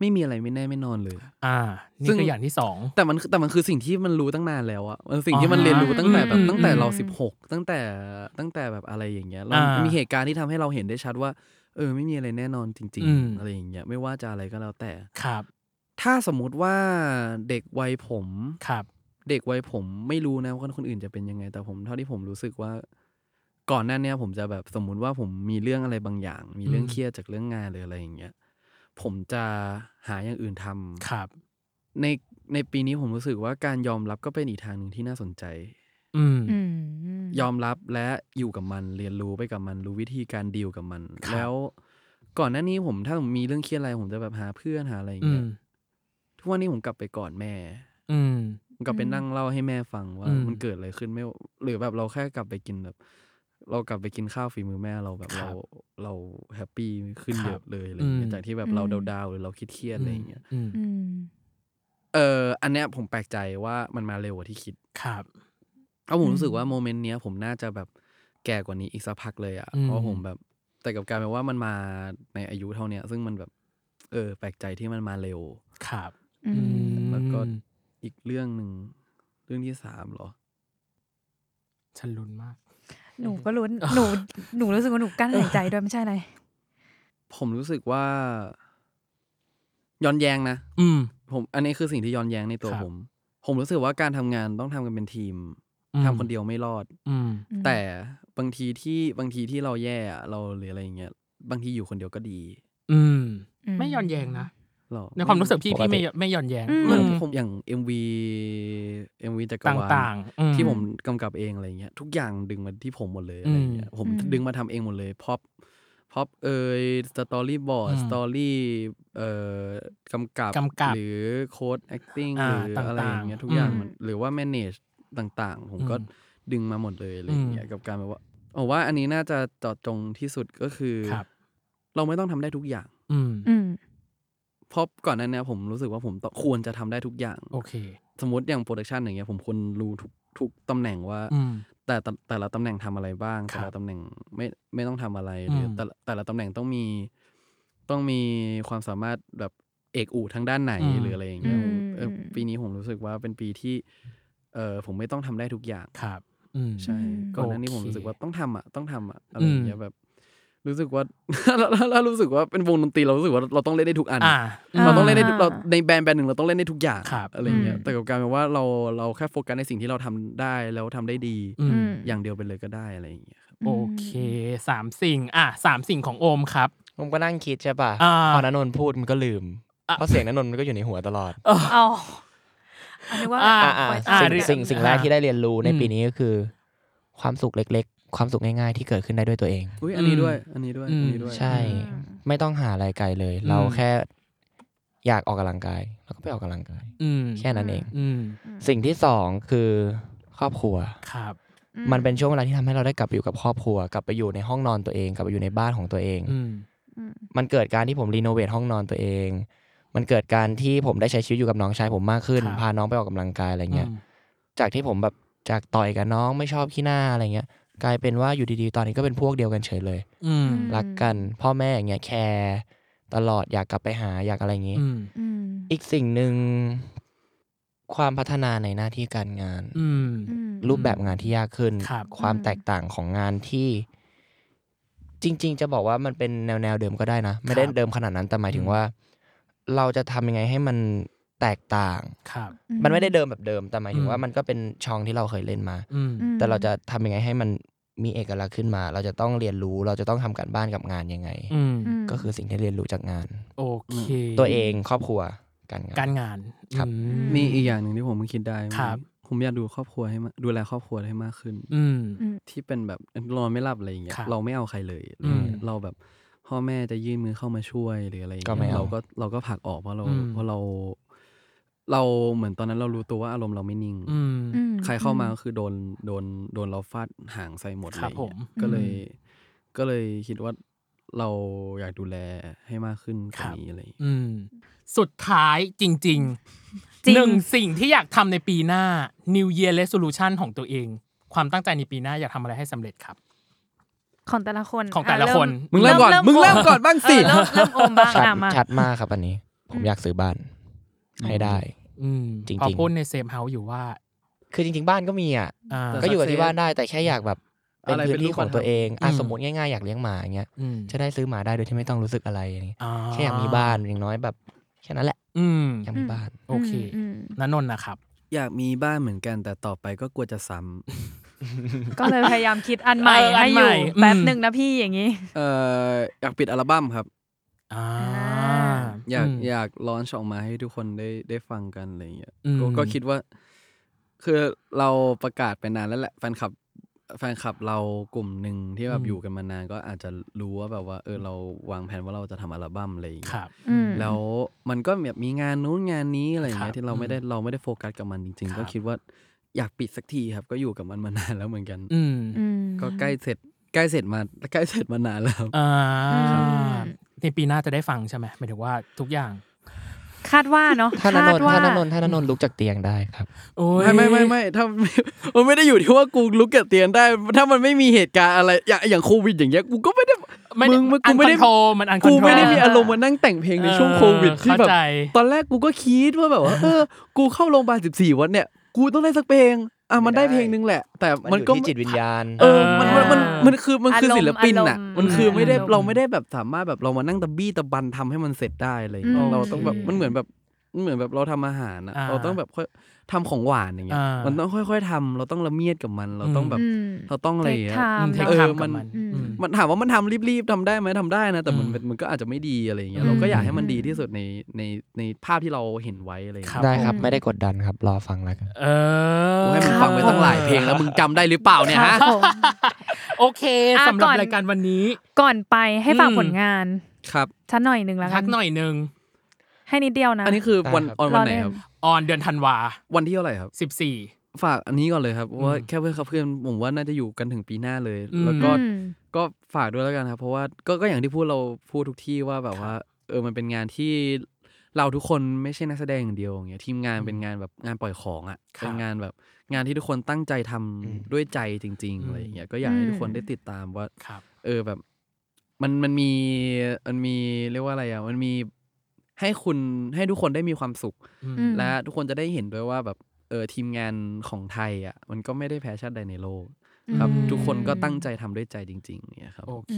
[SPEAKER 9] ไม่มีอะไรไม่แน่ไม่นอนเลย
[SPEAKER 7] อ่า นี่
[SPEAKER 9] ซึ่ง
[SPEAKER 7] คืออย่างที่สอง
[SPEAKER 9] แต่มันแต่มันคือสิ่งที่มันรู้ตั้งนานแล้วอะมันสิ่งที่
[SPEAKER 7] อ่ามั
[SPEAKER 9] มันเรียนรู้ตั้งแต่แบ
[SPEAKER 7] อื
[SPEAKER 9] บ
[SPEAKER 7] ม
[SPEAKER 9] ตั้งแต่เรา
[SPEAKER 6] อืม
[SPEAKER 9] สิบหกตั้งแต่ตั้งแต่แบบอะไรอย่างเงี้ยเรา
[SPEAKER 7] อ่ามี
[SPEAKER 9] มีเหตุการณ์ที่ทำให้เราเห็นได้ชัดว่า เออไม่มีอะไรแน่นอนจริง
[SPEAKER 7] อืม
[SPEAKER 9] ๆ อะไรอย่างเงี้ยไม่ว่าจะอะไรก็แล้วแต่
[SPEAKER 7] ครับ
[SPEAKER 9] ถ้าสมมุติว่าเด็กวัยผม
[SPEAKER 7] ครับ
[SPEAKER 9] เด็กวัยผมไม่รู้นะว่าคนอื่นจะเป็นยังไง แต่ผมเท่าที่ผมรู้สึกว่า ก่อนหน้าเนี้ยผมจะแบบสมมุติว่าผมมีเรื่องอะไรบางอย่าง มีเรื่อง
[SPEAKER 7] อืม
[SPEAKER 9] เครียดจากเรื่องงานหรืออะไรอย่างเงี้ยผมจะหาอย่างอื่นทำ
[SPEAKER 7] ครับ
[SPEAKER 9] ในในปีนี้ผมรู้สึกว่าการยอมรับก็เป็นอีกทางหนึ่งที่น่าสนใจ
[SPEAKER 7] อืม
[SPEAKER 6] อืม
[SPEAKER 9] ยอมรับและอยู่กับมันเรียนรู้ไปกับมันรู้วิธีการดีลกับมัน
[SPEAKER 7] ครับ
[SPEAKER 9] แล้วก่อนหน้านี้ผมถ้าผมมีเรื่องเครียดอะไรผมจะแบบหาเพื่อนหาอะไรอย่าง
[SPEAKER 7] อื
[SPEAKER 9] เงี้
[SPEAKER 7] ม
[SPEAKER 9] ยทุกวันนี้ผมกลับไปกอดแม่
[SPEAKER 7] อืม
[SPEAKER 9] ผมกลับไป
[SPEAKER 6] อืม
[SPEAKER 9] นั่งเล่าให้แม่ฟังว่า
[SPEAKER 7] อืม
[SPEAKER 9] มันเกิดอะไรขึ้นไม่หรือแบบเราแค่กลับไปกินแบบ เรากลับไปกินข้าวฝีมือแม่เราแบบ
[SPEAKER 7] ครั
[SPEAKER 9] เรา
[SPEAKER 7] บ
[SPEAKER 9] เราแฮปปี้ขึ้น
[SPEAKER 7] ครั
[SPEAKER 9] เย
[SPEAKER 7] บ
[SPEAKER 9] อะเลยอะไรอย่างเงี้
[SPEAKER 7] อื
[SPEAKER 9] ย
[SPEAKER 7] ม
[SPEAKER 9] จากที่แบบเราดาวๆหรือเราคิดเครียดๆอะไรอย่างเงี้ย
[SPEAKER 7] อืม
[SPEAKER 6] อืม
[SPEAKER 9] เอออันเนี้ยผมแปลกใจว่ามันมาเร็วกว่าที่คิด
[SPEAKER 7] ครับ
[SPEAKER 9] เพราะผม
[SPEAKER 6] อืม
[SPEAKER 9] รู้สึกว่าโมเมนต์เนี้ยผมน่าจะแบบแก่กว่านี้อีกสักพักเลยอ่ะ
[SPEAKER 7] อืม
[SPEAKER 9] เพราะผมแบบ แต่กับกลารแปลว่ามันมาในอายุเท่าเนี้ย ซึ่งมันแบบ เออ แปลกใจที่มันมาเร็ว
[SPEAKER 7] ครับ
[SPEAKER 6] อื
[SPEAKER 7] อื
[SPEAKER 6] ม
[SPEAKER 7] ม
[SPEAKER 9] แล้วก็ อีกเรื่องหนึ่งเรื่องที่สามเหรอ
[SPEAKER 7] ฉันลุ้นมาก
[SPEAKER 6] หนูก็ลุ้น หนู หนูรู้สึกว่าหนูกั้นหายใจด้วยไม่ใช่อะไร
[SPEAKER 9] ผมรู้สึกว่า ย้อนแย้งนะ
[SPEAKER 7] อืม
[SPEAKER 9] ผมอันนี้คือสิ่งที่ย้อนแย้งในตัว
[SPEAKER 7] ครับ
[SPEAKER 9] ผม ผมรู้สึกว่าการทำงานต้องทำกันเป็นทีม
[SPEAKER 7] อืม
[SPEAKER 9] ทำคนเดียวไม่รอด
[SPEAKER 7] อืม
[SPEAKER 6] อืม
[SPEAKER 9] แต่บางทีที่บางทีที่เราแย่อะเราหรืออะไรอย่างเงี้ยบางทีอยู่คนเดียวก็ดี
[SPEAKER 7] อืม
[SPEAKER 6] อืม
[SPEAKER 7] ไม่ย้อนแยงนะ
[SPEAKER 9] หรอ
[SPEAKER 7] ในความรู้สึกพี่
[SPEAKER 8] ปก
[SPEAKER 7] พี่
[SPEAKER 8] ติ
[SPEAKER 7] ไม่ไม่ย้อนแยง
[SPEAKER 6] อืม
[SPEAKER 9] มัน
[SPEAKER 7] อืม
[SPEAKER 9] ผมอย่าง MV MV จักร
[SPEAKER 7] ต
[SPEAKER 9] วาล่
[SPEAKER 7] างๆอื
[SPEAKER 9] ที่ผมกำกับเองอะไรเงี้ยทุกอย่างดึงมาที่ผมหมดเลยอะไรเงี้ยผม
[SPEAKER 6] อืม
[SPEAKER 9] ดึงมาทำเองหมดเลยพอปพอปเอ่ยสตอรี่บอร์ด
[SPEAKER 7] อืม
[SPEAKER 9] สตอรี่เอ่อกำกับ
[SPEAKER 7] กำกับ
[SPEAKER 9] หรือโค้ด acting
[SPEAKER 7] อ่า
[SPEAKER 9] หรืออะไรอย่างเงี้ย
[SPEAKER 7] ต่างๆ
[SPEAKER 9] ทุกอย่าง
[SPEAKER 7] อืม
[SPEAKER 9] มันหรือว่า manage ต่างๆ ผมก็
[SPEAKER 7] อืม
[SPEAKER 9] ดึงมาหมดเลยอะไรเงี้
[SPEAKER 7] อื
[SPEAKER 9] ย
[SPEAKER 7] ม
[SPEAKER 9] กับการแบบว่าผมว่าอันนี้น่าจะเจอดจงที่สุดก็คือ
[SPEAKER 7] ครับ
[SPEAKER 9] เราไม่ต้องทำได้ทุกอย่าง
[SPEAKER 7] อืม
[SPEAKER 6] อืม
[SPEAKER 9] เพราะก่อนหนั้นเนี่ยผมรู้สึกว่าผมต้องควรจะทำได้ทุกอย่าง
[SPEAKER 7] โอเค
[SPEAKER 9] สมมติอย่างโปรดักชันอย่างเงี้ยผมควรรู้ทุกทุกตำแหน่งว่า
[SPEAKER 7] อืม
[SPEAKER 9] แต่แต่แต่ละตำแหน่งทำอะไรบ้าง
[SPEAKER 7] ครั
[SPEAKER 9] แต่
[SPEAKER 7] บ
[SPEAKER 9] ละตำแหน่งไม่ไม่ต้องทำอะไรหรืออ
[SPEAKER 7] ม
[SPEAKER 9] แต่ละแต่ละตำแหน่งต้องมีต้องมีความสามารถแบบเอกอู่ทางด้านไหนหรืออะไรอย่างเงี้ย
[SPEAKER 10] อืม
[SPEAKER 9] เออปีนี้ผมรู้สึกว่าเป็นปีที่เออผมไม่ต้องทำได้ทุกอย่าง
[SPEAKER 7] ครับ อืม
[SPEAKER 9] ใช่
[SPEAKER 10] อืม
[SPEAKER 9] ก่อนหน้านี้
[SPEAKER 7] โอเค
[SPEAKER 9] ผมรู้สึกว่าต้องทำอ่ะต้องทำอ่ะอะไรอย่างเงี้
[SPEAKER 7] อื
[SPEAKER 9] ย
[SPEAKER 7] ม
[SPEAKER 9] แบบ รู้สึกว่า [LAUGHS] แล้วแล้วแล้วรู้สึกว่าเป็นวงดนตรีเรารู้สึกว่าเราต้องเล่นได้ทุกอัน
[SPEAKER 7] อ่า
[SPEAKER 9] เราต้องเล่นได้ทุก
[SPEAKER 10] อ่า
[SPEAKER 9] เราในแบรนด์แบรนด์หนึ่งเราต้องเล่นได้ทุกอย่าง
[SPEAKER 7] ครับ
[SPEAKER 9] อะไรอย่างเงี้ย
[SPEAKER 10] อืม
[SPEAKER 9] แต่กับกลารแปลว่าเราเราแค่โฟกัสในสิ่งที่เราทำได้แล้วทำได้ดี
[SPEAKER 7] อืม
[SPEAKER 10] ม
[SPEAKER 9] อย่างเดียวไปเลยก็ได้อะไรอย่างเงี้ยครับ
[SPEAKER 7] โอเคสามสิ่ง อ่ะสามสิ่งของโอมครับ
[SPEAKER 8] ผมก็นั่งคิดใช่ป่ะ
[SPEAKER 7] อ่า
[SPEAKER 8] พอนนนท์พูดมันก็ลืม
[SPEAKER 7] อ่ะ
[SPEAKER 8] เพราะเสียงนนท์มันก็อยู่ในหัวตลอด
[SPEAKER 6] เอาอันนี้ว่า
[SPEAKER 7] อ่า
[SPEAKER 8] อ่ะอ่ะ
[SPEAKER 6] ไว้
[SPEAKER 7] อ่า
[SPEAKER 6] ตน
[SPEAKER 8] สิ่ง
[SPEAKER 7] เรีย
[SPEAKER 6] เย
[SPEAKER 7] น
[SPEAKER 8] สิ่งสิ่งแรกที่ได้เรียนรู้ใน
[SPEAKER 7] อืม
[SPEAKER 8] ปีนี้ก็คือ ความสุขเล็ก ๆ ความสุขง่ายๆ ที่เกิดขึ้นได้ด้วยตัวเอง
[SPEAKER 9] อุ้ยอันนี้ด้วย อันนี้ด้วย
[SPEAKER 7] อืม
[SPEAKER 9] อันนี้ด้วย
[SPEAKER 8] ใช่ ไม่ต้องหาอะไรไกลเลย เราแค่อยากออกกำลังกายเราก็ไปออกกำลังกาย
[SPEAKER 7] อืม
[SPEAKER 8] แค่นั้นเอง
[SPEAKER 7] อืม
[SPEAKER 8] สิ่งที่สองคือครอบครัว
[SPEAKER 7] ครับ
[SPEAKER 8] มันเป็นช่วงเวลาที่ทำให้เราได้กลับไปอยู่กับครอบครัว กลับไปอยู่ในห้องนอนตัวเอง กลับไปอยู่ในบ้านของตัวเอง
[SPEAKER 7] อืม
[SPEAKER 8] มันเกิดการที่ผมรีโนเวทห้องนอนตัวเอง มันเกิดการที่ผมได้ใช้ชีวิตอยู่กับน้องชายผมมากขึ้น
[SPEAKER 7] ครับ
[SPEAKER 8] พาน้องไปออกกำลังกายอะไรเงี้ย
[SPEAKER 7] อืม
[SPEAKER 8] จากที่ผมแบบจากต่อยกับน้องไม่ชอบขี้หน้าอะไรเงี้ย กลายเป็นว่าอยู่ดีๆ ตอนนี้ก็เป็นพวกเดียวกันเฉยเลย
[SPEAKER 7] อืม
[SPEAKER 8] รักกัน พ่อแม่อย่างเงี้ยแคร์ตลอดอยากกลับไปหาอยากอะไรอย่างงี้
[SPEAKER 7] อืม
[SPEAKER 10] อืม
[SPEAKER 8] อีกสิ่งหนึ่งความพัฒนาในหน้าที่การงาน
[SPEAKER 7] อืม
[SPEAKER 10] อืม
[SPEAKER 8] รูปแบบงานที่ยากขึ้น
[SPEAKER 7] ครับ
[SPEAKER 8] ความ
[SPEAKER 10] อืม
[SPEAKER 8] แตกต่างของงานที่ จริง ๆ จะบอกว่ามันเป็นแนวแนวๆเดิมก็ได้นะ ไม่ได้เดิมขนาดนั้นแต่หมายถึงว่า เราจะทำยังไงให้มันแตกต่าง
[SPEAKER 7] ครับ
[SPEAKER 8] มันไม่ได้เดิมแบบเดิม แต่หมายถึ
[SPEAKER 7] อื
[SPEAKER 8] ง
[SPEAKER 7] ม
[SPEAKER 8] ว่ามันก็เป็นช่องที่เราเคยเล่นมา
[SPEAKER 7] อืม
[SPEAKER 10] อืม
[SPEAKER 8] แต่เราจะทำยังไงให้มันมีเอกลักษณ์ขึ้นมา เราจะต้องเรียนรู้ เราจะต้องทำการบ้านกับงานยังไง
[SPEAKER 7] อืม
[SPEAKER 10] ม
[SPEAKER 8] ก็คือสิ่งที่เรียนรู้จากงาน
[SPEAKER 7] โอเค
[SPEAKER 8] ตัวเองครอบครัวการงาน
[SPEAKER 7] การงาน
[SPEAKER 8] ครับ
[SPEAKER 7] อื
[SPEAKER 9] มีอีกอย่างหนึ่งที่ผมเพิ่งคิดได้
[SPEAKER 7] ครับ
[SPEAKER 9] ผมอยากดูครอบครัวให้มาดูแลครอบครัวให้มากขึ้น
[SPEAKER 7] อืม
[SPEAKER 9] ที่เป็นแบบนอนไม่หลับอะไรอย่างเงี้ย
[SPEAKER 7] ครับ
[SPEAKER 9] เราไม่เอาใครเลยอะไร
[SPEAKER 7] อืม
[SPEAKER 9] เงี้ยเราแบบพ่อแม่จะยื่นมือเข้ามาช่วยหรืออะไรอย่าง
[SPEAKER 8] ก็ไม่
[SPEAKER 9] เงี้ย
[SPEAKER 8] เอา
[SPEAKER 9] เราก็เราก็ผลักออกเพราะเรา
[SPEAKER 7] อืม
[SPEAKER 9] เพราะเรา เราเหมือนตอนนั้นเรารู้ตัวว่าอารมณ์เราไม่นิ่ง
[SPEAKER 7] อืม
[SPEAKER 10] อืม
[SPEAKER 9] ใครเข้ามาก็คือโดนโดนโดนเราฟาดหางใส่หมด
[SPEAKER 7] ครับ
[SPEAKER 9] เลยเนี่ย
[SPEAKER 7] ผม
[SPEAKER 9] ก็เลยก็เลยคิดว่าเราอยากดูแลให้มากขึ้นก
[SPEAKER 7] ครั
[SPEAKER 9] ว่า
[SPEAKER 7] บ
[SPEAKER 9] นี้อะไรอย่างเงี้ย
[SPEAKER 7] อืม สุดท้ายจริง
[SPEAKER 10] จริ
[SPEAKER 7] ๆ
[SPEAKER 10] ง
[SPEAKER 7] หนึ่งสิ่งที่อยากทำในปีหน้า New Year Resolution ของตัวเอง ความตั้งใจในปีหน้าอยากทำอะไรให้สำเร็จครับ
[SPEAKER 10] ของแต่ละคน
[SPEAKER 7] ของแต่ละคน
[SPEAKER 9] มึงเริ่มก่อนมึงเริ่มก่อนบ้างสิ
[SPEAKER 10] เริ่มเริ่มโอมบ้าง
[SPEAKER 8] ชัด
[SPEAKER 10] อ่ะมา
[SPEAKER 8] ชัดมากครับอันนี้ ผมอยากซื้อบ้าน ให้ได้
[SPEAKER 7] อืม
[SPEAKER 8] จริงๆ
[SPEAKER 7] พอพูดในเซฟเฮาส์อยู่ว่า
[SPEAKER 8] คือจริง ๆ บ้านก็มีอ่ะ
[SPEAKER 7] อ่า
[SPEAKER 9] แต่
[SPEAKER 8] ก็อยู่กับที่
[SPEAKER 9] success
[SPEAKER 8] บ้านได้แต่แค่อยากแบบเป็น
[SPEAKER 9] อะไร
[SPEAKER 8] พื้
[SPEAKER 9] เป็น นรู
[SPEAKER 8] ที่
[SPEAKER 9] ป
[SPEAKER 8] ขอ
[SPEAKER 9] ธ
[SPEAKER 8] ง
[SPEAKER 9] รรม
[SPEAKER 8] ตัวเองอ่ะสมมติง่ายๆอยากเลี้ยงหมาอย่างเงี้ย
[SPEAKER 7] อืม
[SPEAKER 8] จะได้ซื้อหมาได้โดยที่ไม่ต้องรู้สึกอะไรอย่างเงี้ย
[SPEAKER 7] า
[SPEAKER 8] แค่อยากมีบ้านอย่างน้อยแบบแค่นั้นแหละ
[SPEAKER 7] อืม
[SPEAKER 8] อยากมีบ้าน
[SPEAKER 7] โอเค
[SPEAKER 10] อืม
[SPEAKER 7] นันนท์นะครับ
[SPEAKER 9] อยากมีบ้านเหมือนกันแต่ต่อไปก็กลัวจะซ้
[SPEAKER 10] อืมก็เลยพยายามคิดอันใหม่
[SPEAKER 7] เอออัน
[SPEAKER 10] ให้อ
[SPEAKER 7] ใหม่
[SPEAKER 10] ยู่
[SPEAKER 7] อืม
[SPEAKER 10] แป๊บหนึ่งนะพี่อย่างนี้
[SPEAKER 9] ำ [LAUGHS] เอ่ออยากปิดอัลบั้มครับ
[SPEAKER 7] อ่า
[SPEAKER 9] อยาก
[SPEAKER 7] ม
[SPEAKER 9] อยากลอนช์ออกมาให้ทุกคนได้ได้ฟังกันอะไรอย่างเงี้ย
[SPEAKER 7] อืม
[SPEAKER 9] ก็ก็คิดว่า คือเราประกาศไปนานแล้วแหละแฟนคลับแฟนคลับเรากลุ่มหนึ่งที่แบ
[SPEAKER 7] อื
[SPEAKER 9] บ
[SPEAKER 7] ม
[SPEAKER 9] อยู่กันมานานก็อาจจะรู้ว่าแบบว่าเออเราวางแผนว่าเราจะทำอัลบั้มอะไรอย่าง
[SPEAKER 7] ค
[SPEAKER 9] เงี้ย
[SPEAKER 7] รับ
[SPEAKER 10] อืม
[SPEAKER 9] แล้วมันก็แบบมีงานนู้นงานนี้อะไรอย่างเงี้ย
[SPEAKER 7] ครับ
[SPEAKER 9] ที่เราไม่ได้เราไม่ได้โฟกัสกับมันจริง
[SPEAKER 7] ค
[SPEAKER 9] ๆ
[SPEAKER 7] รับ
[SPEAKER 9] ก็คิดว่าอยากปิดสักทีครับ ก็อยู่กับมันมานานแล้วเหมือนกัน
[SPEAKER 7] อืม
[SPEAKER 10] อืม
[SPEAKER 9] ก็ใกล้เสร็จใกล้เสร็จมาใกล้เสร็จมานานแล้วครับ
[SPEAKER 7] อ่า
[SPEAKER 10] อืม
[SPEAKER 7] ในปีหน้าจะได้ฟังใช่ไหมหมายถึงว่าทุกอย่าง
[SPEAKER 10] คาดว่าเนาะ
[SPEAKER 8] ถ้านน
[SPEAKER 10] คาด
[SPEAKER 8] นท์
[SPEAKER 10] ว่า
[SPEAKER 8] ถ้านนท์ถ้านนท์ลุกจากเตียงได้ครับ
[SPEAKER 7] โอ้ย
[SPEAKER 9] ไม่ไม่ไม่ไม่ถ้า มันไม่ได้อยู่ที่ว่ากูลุกกับเตียงได้ ถ้ามันไม่มีเหตุการณ์อะไรอย่างอย่างโควิดอย่างเงี้ยกูก็ไม่ได้
[SPEAKER 7] ไม่ได้
[SPEAKER 9] มึงมึงกูไม่ได้
[SPEAKER 7] อันคอนโทรลมันอันคอน
[SPEAKER 9] กู
[SPEAKER 7] โทรล
[SPEAKER 9] ไม่ได้มีอารมณ์มานั่งแต่งเพลงในช่วงโควิดที่แบบ
[SPEAKER 7] เข้าใจ
[SPEAKER 9] ตอนแรกกูก็คิดว่าแบบว่าเออกูเข้าโรงพยาบาลสิบสี่วันเนี่ยกูต้องได้สักเพลงอ่ะมันได้
[SPEAKER 8] ไม่ได้
[SPEAKER 9] เพลงนึงแหละ แต่
[SPEAKER 8] มั
[SPEAKER 9] มัน น
[SPEAKER 8] อยู่
[SPEAKER 9] ก็
[SPEAKER 8] ที่จิตวิญญาณ
[SPEAKER 9] เออมันมันมันมันคือมันคือ
[SPEAKER 10] ารมณ์
[SPEAKER 9] ศิลปินอ่ะ
[SPEAKER 10] อารมณ์
[SPEAKER 9] มันคือไม่ได้
[SPEAKER 10] อารมณ์
[SPEAKER 9] เราไม่ได้แบบสามารถแบบเรามานั่งตะบี้ตะบันทำให้มันเสร็จได้อะไรอย่างเลย
[SPEAKER 10] อืม
[SPEAKER 9] เราต้องแบบมันเหมือนแบบมันเหมือนแบบเราทำอาหารอะ
[SPEAKER 7] อ่า
[SPEAKER 9] เราต้องแบบค่อย ทำของหวานอย่างเงี้ย
[SPEAKER 7] อ่ามั
[SPEAKER 9] มันต้องค่อย ๆทำเราต้องละเมียดกับมัน เราต้องแบบ
[SPEAKER 10] อืม
[SPEAKER 9] เราต้องอะไรอย่างเงี้ย
[SPEAKER 10] Take time
[SPEAKER 7] เทค
[SPEAKER 9] เออ
[SPEAKER 7] ทำ
[SPEAKER 9] มั
[SPEAKER 7] กับ
[SPEAKER 9] น
[SPEAKER 7] มัน
[SPEAKER 10] อืม
[SPEAKER 7] อืม
[SPEAKER 9] มันถามว่ามันทำรีบๆทำได้ไหมทำได้นะ แต่มัน
[SPEAKER 7] อืม
[SPEAKER 9] มันก็อาจจะไม่ดีอะไรอย่างเงี้ย
[SPEAKER 7] อืม
[SPEAKER 9] เราก็อยากให้มันดีที่สุดในในในภาพที่เราเห็นไว้อะไรอย่าง
[SPEAKER 7] ครั
[SPEAKER 9] เงี้ย
[SPEAKER 8] ได้ครับ
[SPEAKER 10] ผม
[SPEAKER 8] ไม่ได้กดดันครับ รอฟังแล้วกัน
[SPEAKER 7] เออ
[SPEAKER 9] โอ้ให้มึงฟังไปตั้งหลายเพลงแล้วมึงจำได้หรือเปล่าเนี่ย
[SPEAKER 10] ครับ
[SPEAKER 9] ฮะ
[SPEAKER 10] ผม
[SPEAKER 7] โอเค
[SPEAKER 10] อ่ะ
[SPEAKER 7] สำหรั
[SPEAKER 10] ก่
[SPEAKER 7] บ
[SPEAKER 10] อน
[SPEAKER 7] รายการวันนี้
[SPEAKER 10] ก่อนไปให้ฝาก
[SPEAKER 7] อืม
[SPEAKER 10] ผลงาน
[SPEAKER 9] ครับ
[SPEAKER 10] ชันหน่อยหนึ่งแล้วกั
[SPEAKER 7] ทักหน่อยหนึ่ง
[SPEAKER 10] ให้นิดเดียวนะ
[SPEAKER 9] อันนี้คือวัน
[SPEAKER 8] ได้
[SPEAKER 9] ออ
[SPEAKER 8] ครับ
[SPEAKER 9] นวันไหน
[SPEAKER 10] รอเล่น
[SPEAKER 9] ครับ
[SPEAKER 7] ออนเดือนธันวา
[SPEAKER 9] วันที่เท่าไหร่ครับ
[SPEAKER 7] สิบสี่
[SPEAKER 9] ฝากอันนี้ก่อนเลยครับเพราะว่า
[SPEAKER 7] อืม
[SPEAKER 9] แค่เพื่อนครับเพื่อนผมว่าน่าจะอยู่กันถึงปีหน้าเลย
[SPEAKER 7] อืม
[SPEAKER 9] แล้วก็
[SPEAKER 10] อืม
[SPEAKER 9] ก็ฝากด้วยแล้วกันครับ เพราะว่าก็ก็อย่างที่พูดเราพูดทุกที่ว่าแบบว่า เออมันเป็นงานที่ เราทุกคนไม่ใช่นักแสดงอย่างเดียวอย่างเงี้ยทีมงานเป็นงานแบบงานปล่อยของอ่ะ
[SPEAKER 8] ครับ
[SPEAKER 9] เป็นงานแบบงานที่ทุกคนตั้งใจทำด้วยใจจริงๆอะไรอย่างเงี้ยก็อยากให้ทุกคนได้ติดตามว่าเออแบบ มันมันมีมันมีเรียกว่าอะไรอ่ะมันมีให้คุณให้ทุกคนได้มีความสุข
[SPEAKER 7] อืม
[SPEAKER 9] และทุกคนจะได้เห็นด้วยว่าแบบเออทีมงานของไทยอ่ะมันก็ไม่ได้แพ้ชาติใดในโลกครับ
[SPEAKER 7] อืม
[SPEAKER 9] ทุกคนก็ตั้งใจทำด้วยใจจริง ๆเนี่ยครับ
[SPEAKER 7] โอเค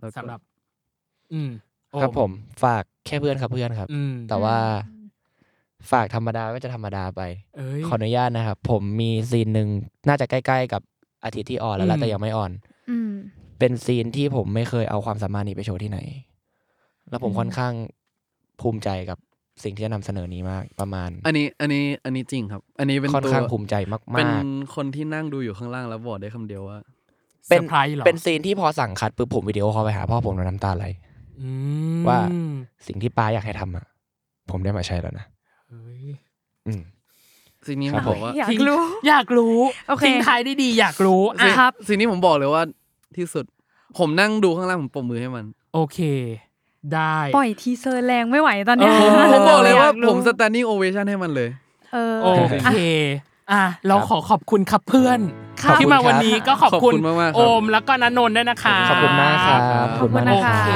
[SPEAKER 9] แล้วก็
[SPEAKER 7] สำหรับ อืมโอ
[SPEAKER 8] ครับผมฝากแค่เพื่อนครับเพื่อนครับ
[SPEAKER 7] อืม
[SPEAKER 8] แต่ว่าฝากธรรมดาก็จะธรรมดาไป
[SPEAKER 7] เอ้ย
[SPEAKER 8] ขออนุญาตนะครับ ผมมีซีนหนึ่งน่าจะใกล้ ๆ กับอาทิตย์ที่ออนแล้วแหละ
[SPEAKER 7] อืม
[SPEAKER 8] แต่ยังไม่ออน
[SPEAKER 10] อืม
[SPEAKER 8] เป็นซีนที่ผมไม่เคยเอาความสามารถนี้ไปโชว์ที่ไหน แล้วผม
[SPEAKER 10] อืม
[SPEAKER 8] ค่อนข้างภูมิใจกับสิ่งที่จะนำเสนอนี้มากประมาณ
[SPEAKER 9] อันนี้อันนี้อันนี้จริงครับ อันนี้เป็น
[SPEAKER 8] ค่อน
[SPEAKER 9] ตัว
[SPEAKER 8] ข้างภูมิใจมากๆ
[SPEAKER 9] เป็นคนที่นั่งดูอยู่ข้างล่างแล้วบอกได้คำเดียวว่า
[SPEAKER 8] เป็
[SPEAKER 7] เซอ
[SPEAKER 8] น
[SPEAKER 7] ร์ไพรส์เหรอ
[SPEAKER 8] เป็นซีนที่พอสั่งคัดปุ๊บผมวิดีโอคอลไปหาพ่อผมแล้วน้ำตาไหล
[SPEAKER 7] อืม
[SPEAKER 8] ว่าสิ่งที่ป้าอยากให้ทำอ่ะ ผมได้มาใช้แล้วนะ
[SPEAKER 7] เฮ้ย
[SPEAKER 8] อืม
[SPEAKER 9] สิ่งนี้
[SPEAKER 8] ค
[SPEAKER 9] ผ
[SPEAKER 8] รับ
[SPEAKER 9] มบอกว่า
[SPEAKER 10] อยาก
[SPEAKER 7] ทิ้ง
[SPEAKER 10] รู้
[SPEAKER 7] อยากรู้
[SPEAKER 10] โอเค
[SPEAKER 7] ทิ้งท้ายได้ดีอยากรู้อ่ะ
[SPEAKER 10] ครับ
[SPEAKER 9] สิ่งนี้ผมบอกเลยว่าที่สุด ผมนั่งดูข้างล่างผมปรบมือให้มัน
[SPEAKER 7] โอเค ได้
[SPEAKER 10] ปล่อยทีเซอร์แรงไม่ไหวตอนเนี้ย
[SPEAKER 9] ผมบอกเลยว่า
[SPEAKER 10] อรู้
[SPEAKER 9] ผมสแตนดิ้งโอเวชั่นให้มันเลย
[SPEAKER 10] เออ
[SPEAKER 7] โอเค อ่ะเราขอขอบคุณครับเพื่อน
[SPEAKER 10] ครับ
[SPEAKER 7] ที่มาวันนี้ก็ขอบคุณ
[SPEAKER 9] ขอบคุณมากๆครับ
[SPEAKER 7] โอมแล้วก็นันนนท์ด้วยนะคะ
[SPEAKER 8] ขอบคุณมากครับ
[SPEAKER 10] ขอบคุณนะ
[SPEAKER 7] โอ
[SPEAKER 10] คะ
[SPEAKER 7] เค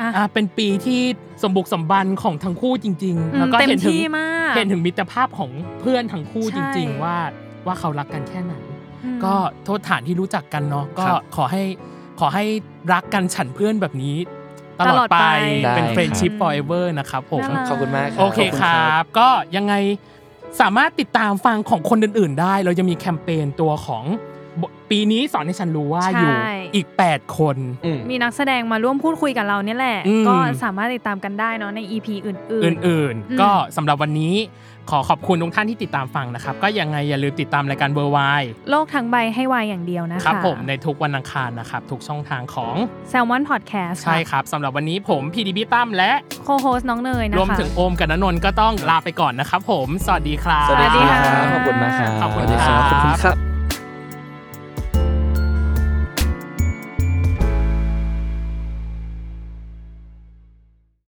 [SPEAKER 10] อ่ะ
[SPEAKER 7] อ่ะเป็นปีที่สมบุกสมบันของทั้งคู่จริง
[SPEAKER 10] อื
[SPEAKER 7] ๆ
[SPEAKER 10] ม
[SPEAKER 7] แล้วก็
[SPEAKER 10] เต็ม
[SPEAKER 7] เห็นถึง
[SPEAKER 10] ที่มาก
[SPEAKER 7] เห็นถึงมิตรภาพของเพื่อนทั้งคู่
[SPEAKER 10] ใช่
[SPEAKER 7] จริง ๆ ว่าว่าเขารักกันแค่ไหน
[SPEAKER 10] อืม
[SPEAKER 7] ก็โทษฐานที่รู้จักกันเนาะก็
[SPEAKER 9] ครับ
[SPEAKER 7] ขอให้ขอให้รักกันฉันเพื่อนแบบนี้ ตลอด
[SPEAKER 10] ตลอด
[SPEAKER 7] ไป
[SPEAKER 10] ไป
[SPEAKER 7] เป็น
[SPEAKER 8] ได้
[SPEAKER 7] friendship
[SPEAKER 10] ครับ
[SPEAKER 7] forever นะครับผม
[SPEAKER 10] น่ารัก
[SPEAKER 8] ขอบคุณมากรับ
[SPEAKER 7] โอเค
[SPEAKER 8] ขบณ
[SPEAKER 7] ครับ ก็ยังไงสามารถติดตามฟังของคนอื่น ๆ ได้ เราจะมีแคมเปญตัวของบปีนี้สอนให้ฉันรู้ว่า
[SPEAKER 10] ใช่
[SPEAKER 7] อยู่อีก 8 คน
[SPEAKER 8] อืม
[SPEAKER 10] มีนักแสดงมาร่วมพูดคุยกับเราเนี่ยแหละ
[SPEAKER 7] อืม
[SPEAKER 10] ก็สามารถติดตามกันได้เนาะใน EP อื่
[SPEAKER 7] อน ื่น
[SPEAKER 10] อืม
[SPEAKER 7] ๆ ก็สำหรับวันนี้ขอขอบคุณทุกท่านที่ติดตามฟังนะครับ ก็ยังไงอย่าลืมติดตามรายการเบอร์ไว
[SPEAKER 10] ๆ โลกทั้งใบให้วายอย่างเดียวนะคะ
[SPEAKER 7] ครับผมในทุกวันอังคารนะครับ ทุกช่องทางของ
[SPEAKER 10] แซลมอนพอดแคสต์
[SPEAKER 7] ใช่ครับสำหรับวันนี้ผมพีดีบีตั้มและ
[SPEAKER 10] โคโฮสน้องเนยนะคะ
[SPEAKER 7] รวมถึงโอมกับณนนท์ก็ต้องลาไปก่อนนะครับผม สวัสดีครับ
[SPEAKER 8] สวัสดี
[SPEAKER 10] สวัสดี
[SPEAKER 8] ค
[SPEAKER 10] ค่ะ
[SPEAKER 8] รับขอบคุณมากครับ
[SPEAKER 7] ขอบคุณ
[SPEAKER 8] สวัสดี
[SPEAKER 7] ครับ
[SPEAKER 8] ขอบคุณครับ